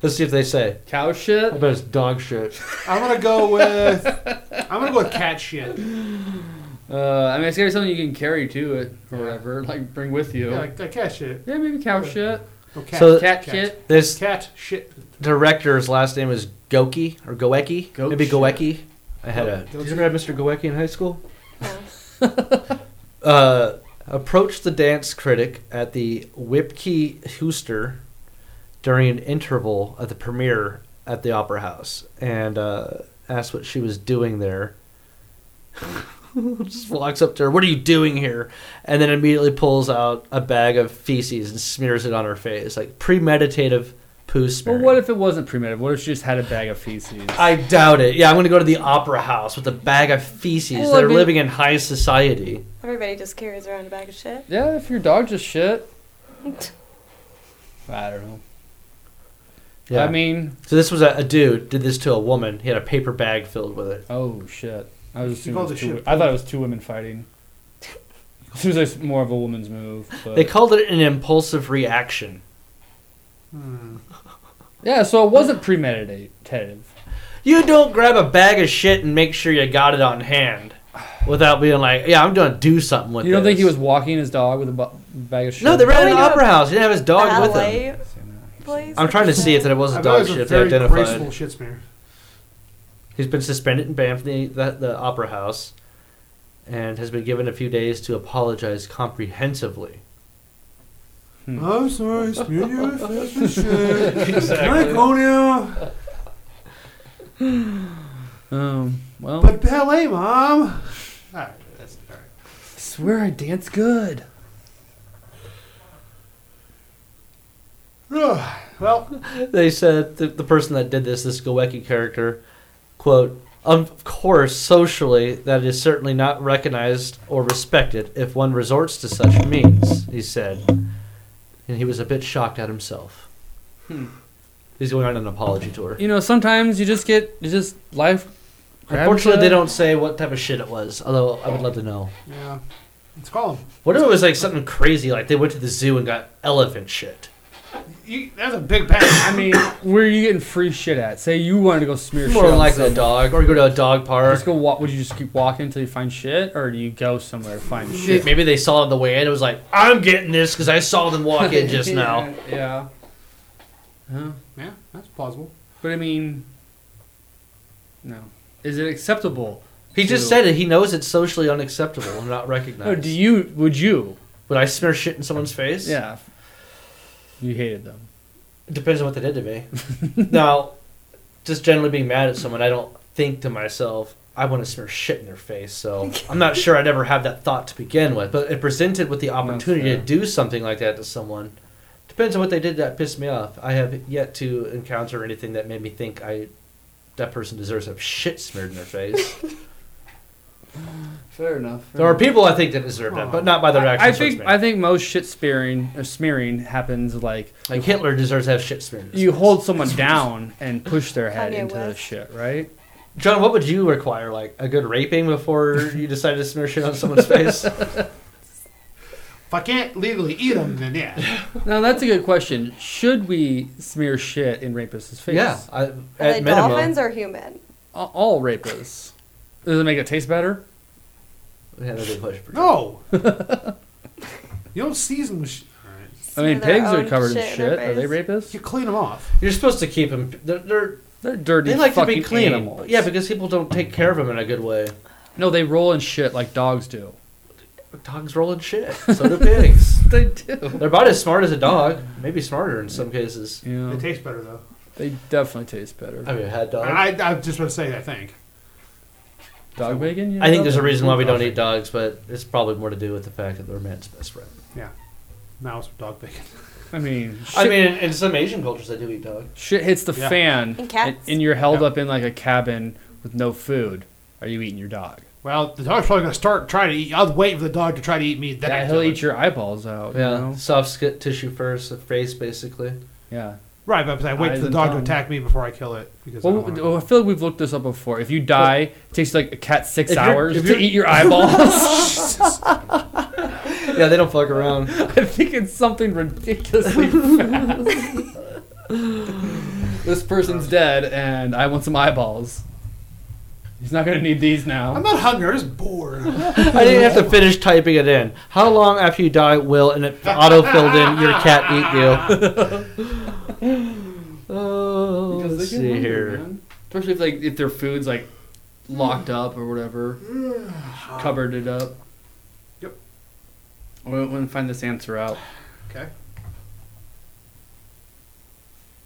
[SPEAKER 1] Let's see if they say.
[SPEAKER 2] Cow shit?
[SPEAKER 1] I bet it's dog shit.
[SPEAKER 8] I'm gonna go with. I'm gonna go with cat shit.
[SPEAKER 2] Uh, I mean, it's gotta be something you can carry to it or whatever, like bring with you.
[SPEAKER 8] Yeah,
[SPEAKER 2] Yeah,
[SPEAKER 8] like,
[SPEAKER 3] uh,
[SPEAKER 8] like cat shit.
[SPEAKER 2] maybe cow shit.
[SPEAKER 3] Oh,
[SPEAKER 8] No, cat,
[SPEAKER 1] So-
[SPEAKER 2] Cat
[SPEAKER 8] cat
[SPEAKER 2] shit.
[SPEAKER 1] This
[SPEAKER 8] Cat shit.
[SPEAKER 1] director's last name is Goki or Goeki.
[SPEAKER 2] Goki.
[SPEAKER 1] Maybe Goeki. I had a.
[SPEAKER 8] Goki.
[SPEAKER 1] Did you ever have Mr. Goeki in high school?
[SPEAKER 4] No.
[SPEAKER 1] uh, approached the dance critic at the Whipkey Hooster during an interval at the premiere at the Opera House and uh, asked what she was doing there. Just walks up to her, What are you doing here? And then immediately pulls out a bag of feces and smears it on her face. Like premeditative poo
[SPEAKER 2] Well,
[SPEAKER 1] smear.
[SPEAKER 2] what if it wasn't premeditated? What if she just had a bag of feces?
[SPEAKER 1] I doubt it. Yeah, I'm going to go to the opera house with a bag of feces.
[SPEAKER 2] Well, I
[SPEAKER 1] They're
[SPEAKER 2] mean-
[SPEAKER 1] living in high society.
[SPEAKER 4] Everybody just carries around a bag of shit.
[SPEAKER 2] yeah, if your dog just shit. I don't know.
[SPEAKER 1] Yeah.
[SPEAKER 2] I mean,
[SPEAKER 1] so this was a, a dude did this to a woman. He had a paper bag filled with it.
[SPEAKER 2] oh shit! I was assuming it
[SPEAKER 8] called
[SPEAKER 2] was
[SPEAKER 8] it
[SPEAKER 2] two,
[SPEAKER 8] shit.
[SPEAKER 2] I thought it was two women fighting. Seems like it's more of a woman's move. But.
[SPEAKER 1] They called it an impulsive reaction.
[SPEAKER 2] yeah, so it wasn't premeditated.
[SPEAKER 1] You don't grab a bag of shit and make sure you got it on hand without being like, yeah, I'm going to do something with
[SPEAKER 2] You don't think he
[SPEAKER 1] this."
[SPEAKER 2] was walking his dog with a bu- bag of shit?
[SPEAKER 1] No, they were at an
[SPEAKER 4] Going to a
[SPEAKER 1] opera house. He didn't have his dog with him.
[SPEAKER 4] Ballet place.
[SPEAKER 1] I'm trying to see if that it was a
[SPEAKER 8] I thought
[SPEAKER 1] dog
[SPEAKER 8] it was a
[SPEAKER 1] shit. They
[SPEAKER 8] very
[SPEAKER 1] identified.
[SPEAKER 8] graceful shit smear.
[SPEAKER 1] He's been suspended and banned from the, the, the opera house and has been given a few days to apologize comprehensively.
[SPEAKER 8] I'm sorry, I smeared you with feces shit. Can I go now?
[SPEAKER 2] Um, well,
[SPEAKER 8] But ballet, mom. Alright, that's alright.
[SPEAKER 2] I swear I dance good.
[SPEAKER 8] Ugh, well,
[SPEAKER 1] They said the, the person that did this, this Gowecki character, quote, of course, socially, that is certainly not recognized or respected if one resorts to such means, he said. And he was a bit shocked at himself. He's going on an apology tour.
[SPEAKER 2] You know, sometimes you just get you just life. grabs
[SPEAKER 1] Unfortunately,
[SPEAKER 2] ya.
[SPEAKER 1] they don't say what type of shit it was, although I would love to know.
[SPEAKER 8] yeah. Let's call him.
[SPEAKER 1] What if it was like something crazy, like they went to the zoo and got elephant shit?
[SPEAKER 8] You, that's a big pack.
[SPEAKER 2] I mean, where are you getting free shit at? Say you wanted to go smear
[SPEAKER 1] More
[SPEAKER 2] shit.
[SPEAKER 1] than
[SPEAKER 2] on
[SPEAKER 1] likely a
[SPEAKER 2] someone.
[SPEAKER 1] dog, or go to a dog
[SPEAKER 2] Just
[SPEAKER 1] park.
[SPEAKER 2] go walk. Would you just keep walking until you find shit, or do you go somewhere to find shit?
[SPEAKER 1] Maybe they saw it on the way in. It was like, I'm getting this because I saw them walk in just now.
[SPEAKER 2] Yeah. Huh?
[SPEAKER 8] yeah, that's plausible.
[SPEAKER 2] But I mean, no. Is it acceptable?
[SPEAKER 1] He just
[SPEAKER 2] Dude.
[SPEAKER 1] said it. He knows it's socially unacceptable and not
[SPEAKER 2] No.
[SPEAKER 1] recognized.
[SPEAKER 2] Oh, Do you? Would you?
[SPEAKER 1] Would I smear shit in someone's face?
[SPEAKER 2] Yeah. You hated them.
[SPEAKER 1] It depends on what they did to me. now, just generally being mad at someone, I don't think to myself, I want to smear shit in their face. So I'm not sure I'd ever have that thought to begin with. But if presented with the opportunity to
[SPEAKER 2] fair.
[SPEAKER 1] do something like that to someone, depends on what they did that pissed me off. I have yet to encounter anything that made me think I that person deserves a shit smeared in their face.
[SPEAKER 2] Fair enough.
[SPEAKER 1] there are people I think that deserve that, but not by their
[SPEAKER 2] I
[SPEAKER 1] actions.
[SPEAKER 2] think I think most shit spearing or smearing happens like
[SPEAKER 1] like Hitler deserves to have shit smeared. in his
[SPEAKER 2] you
[SPEAKER 1] face.
[SPEAKER 2] hold someone down and push their head
[SPEAKER 4] Kanye
[SPEAKER 2] into the
[SPEAKER 4] West.
[SPEAKER 2] shit, right?
[SPEAKER 1] John, what would you require? Like a good raping before you decide to smear shit on someone's face?
[SPEAKER 8] If I can't legally eat them, then yeah.
[SPEAKER 2] Now that's a good question. Should we smear shit in rapists' face?
[SPEAKER 1] Yeah, I,
[SPEAKER 4] Are they
[SPEAKER 1] at minimum.
[SPEAKER 4] dolphins or human?
[SPEAKER 2] A- all rapists. Does it make it taste better?
[SPEAKER 1] Yeah, that'd be a push for sure.
[SPEAKER 8] No. you don't season with sh- Alright.
[SPEAKER 2] I mean,
[SPEAKER 4] Smear their
[SPEAKER 2] pigs are
[SPEAKER 4] own
[SPEAKER 2] covered in
[SPEAKER 4] shit in
[SPEAKER 2] shit.
[SPEAKER 4] their
[SPEAKER 2] Are they rapists?
[SPEAKER 8] You clean them off.
[SPEAKER 1] You're supposed to keep them. They're, they're
[SPEAKER 2] They're dirty
[SPEAKER 1] they like to
[SPEAKER 2] fucking
[SPEAKER 1] be clean.
[SPEAKER 2] animals.
[SPEAKER 1] Yeah, because people don't take care of them in a good way.
[SPEAKER 2] no, they roll in shit like dogs do.
[SPEAKER 1] Dogs roll in shit. So do pigs.
[SPEAKER 2] They do.
[SPEAKER 1] They're about as smart as a dog, maybe smarter in some cases.
[SPEAKER 2] Yeah.
[SPEAKER 8] They taste better though.
[SPEAKER 2] They definitely taste better.
[SPEAKER 1] Have you had
[SPEAKER 8] Oh.
[SPEAKER 1] dog?
[SPEAKER 3] I, I was just going to say, I think.
[SPEAKER 2] Dog bacon? You
[SPEAKER 1] I think
[SPEAKER 2] know?
[SPEAKER 1] there's a reason why we don't eat dogs, but it's probably more to do with the fact that they're man's best friend.
[SPEAKER 3] Yeah. Now it's dog bacon.
[SPEAKER 2] I mean, shit,
[SPEAKER 1] I mean, in, in some Asian cultures, they do eat dog.
[SPEAKER 2] shit hits the
[SPEAKER 3] Yeah.
[SPEAKER 2] fan,
[SPEAKER 4] And cats.
[SPEAKER 2] and you're held
[SPEAKER 3] Yeah.
[SPEAKER 2] up in like a cabin with no food. Are you eating your dog?
[SPEAKER 3] Well, the dog's probably going to start trying to eat. I'll wait for the dog to try to eat me. Then
[SPEAKER 2] Yeah,
[SPEAKER 3] I
[SPEAKER 2] he'll
[SPEAKER 3] do it.
[SPEAKER 2] eat your eyeballs out. Yeah,
[SPEAKER 1] Yeah, soft skin tissue first, a face basically.
[SPEAKER 2] yeah.
[SPEAKER 3] Right, but I wait
[SPEAKER 2] Eyes
[SPEAKER 3] for the
[SPEAKER 2] and
[SPEAKER 3] dog to
[SPEAKER 2] tongue.
[SPEAKER 3] attack me before I kill it. Because I
[SPEAKER 2] Well,
[SPEAKER 3] don't wanna-
[SPEAKER 2] well, I feel like we've looked this up before. If you die, it takes like a cat six
[SPEAKER 1] If you're-
[SPEAKER 2] hours
[SPEAKER 1] if
[SPEAKER 2] to
[SPEAKER 1] you're-
[SPEAKER 2] eat your eyeballs.
[SPEAKER 1] Yeah, they don't fuck around.
[SPEAKER 2] I think it's something ridiculously fast. this person's dead, and I want some eyeballs. He's not gonna need these now.
[SPEAKER 3] I'm not hungry. I'm just bored.
[SPEAKER 1] I didn't have to finish typing it in. How long after you die will and it auto filled in your cat eat you? oh,
[SPEAKER 2] Because
[SPEAKER 1] let's
[SPEAKER 2] they
[SPEAKER 1] see
[SPEAKER 2] get hungry,
[SPEAKER 1] here.
[SPEAKER 2] man. Especially if like if their food's like locked up or whatever, covered it up.
[SPEAKER 3] Yep.
[SPEAKER 2] We will going find this answer out.
[SPEAKER 3] okay.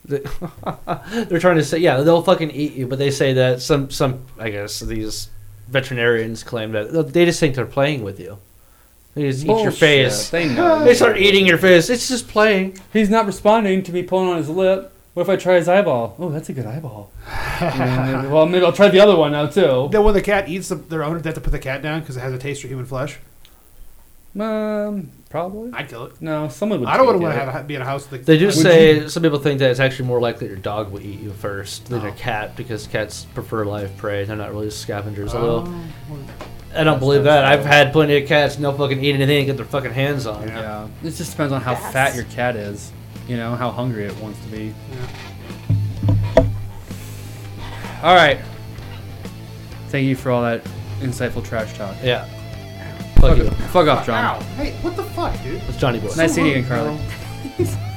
[SPEAKER 1] The- They're trying to say, yeah, they'll fucking eat you, but they say that some, some, I guess these veterinarians claim that they just think they're playing with you. They just eat your
[SPEAKER 2] Bullshit.
[SPEAKER 1] face.
[SPEAKER 2] They know.
[SPEAKER 1] They start eating your face. It's just playing.
[SPEAKER 2] He's not responding to me pulling on his lip. What if I try his eyeball? Oh, that's a good eyeball. You know, maybe- well, maybe I'll try the other one now too.
[SPEAKER 3] Then when the cat eats the, their owner, they have to put the cat down because it has a taste for human flesh.
[SPEAKER 2] Um, probably.
[SPEAKER 3] I'd kill it.
[SPEAKER 2] No, someone would.
[SPEAKER 3] I don't
[SPEAKER 2] take
[SPEAKER 3] want
[SPEAKER 2] it.
[SPEAKER 3] to have a, be in a house. That,
[SPEAKER 1] They do
[SPEAKER 3] Would
[SPEAKER 1] say some people think that it's actually more likely your dog will eat you first than your
[SPEAKER 3] Oh.
[SPEAKER 1] cat because cats prefer live prey. They're not really scavengers.
[SPEAKER 3] Oh,
[SPEAKER 1] Although
[SPEAKER 3] well,
[SPEAKER 1] I don't believe that. I've had plenty of cats no fucking eat anything they get their fucking hands on.
[SPEAKER 3] Yeah.
[SPEAKER 2] Yeah, it just depends on how
[SPEAKER 4] Yes.
[SPEAKER 2] fat your cat is. You know how hungry it wants to be. All right. Thank you for all that insightful trash talk.
[SPEAKER 1] Yeah. Fuck you.
[SPEAKER 2] Fuck off, John.
[SPEAKER 3] Ow! Hey, what the fuck, dude?
[SPEAKER 1] It's Johnny Boy.
[SPEAKER 2] Nice seeing you again, Carly.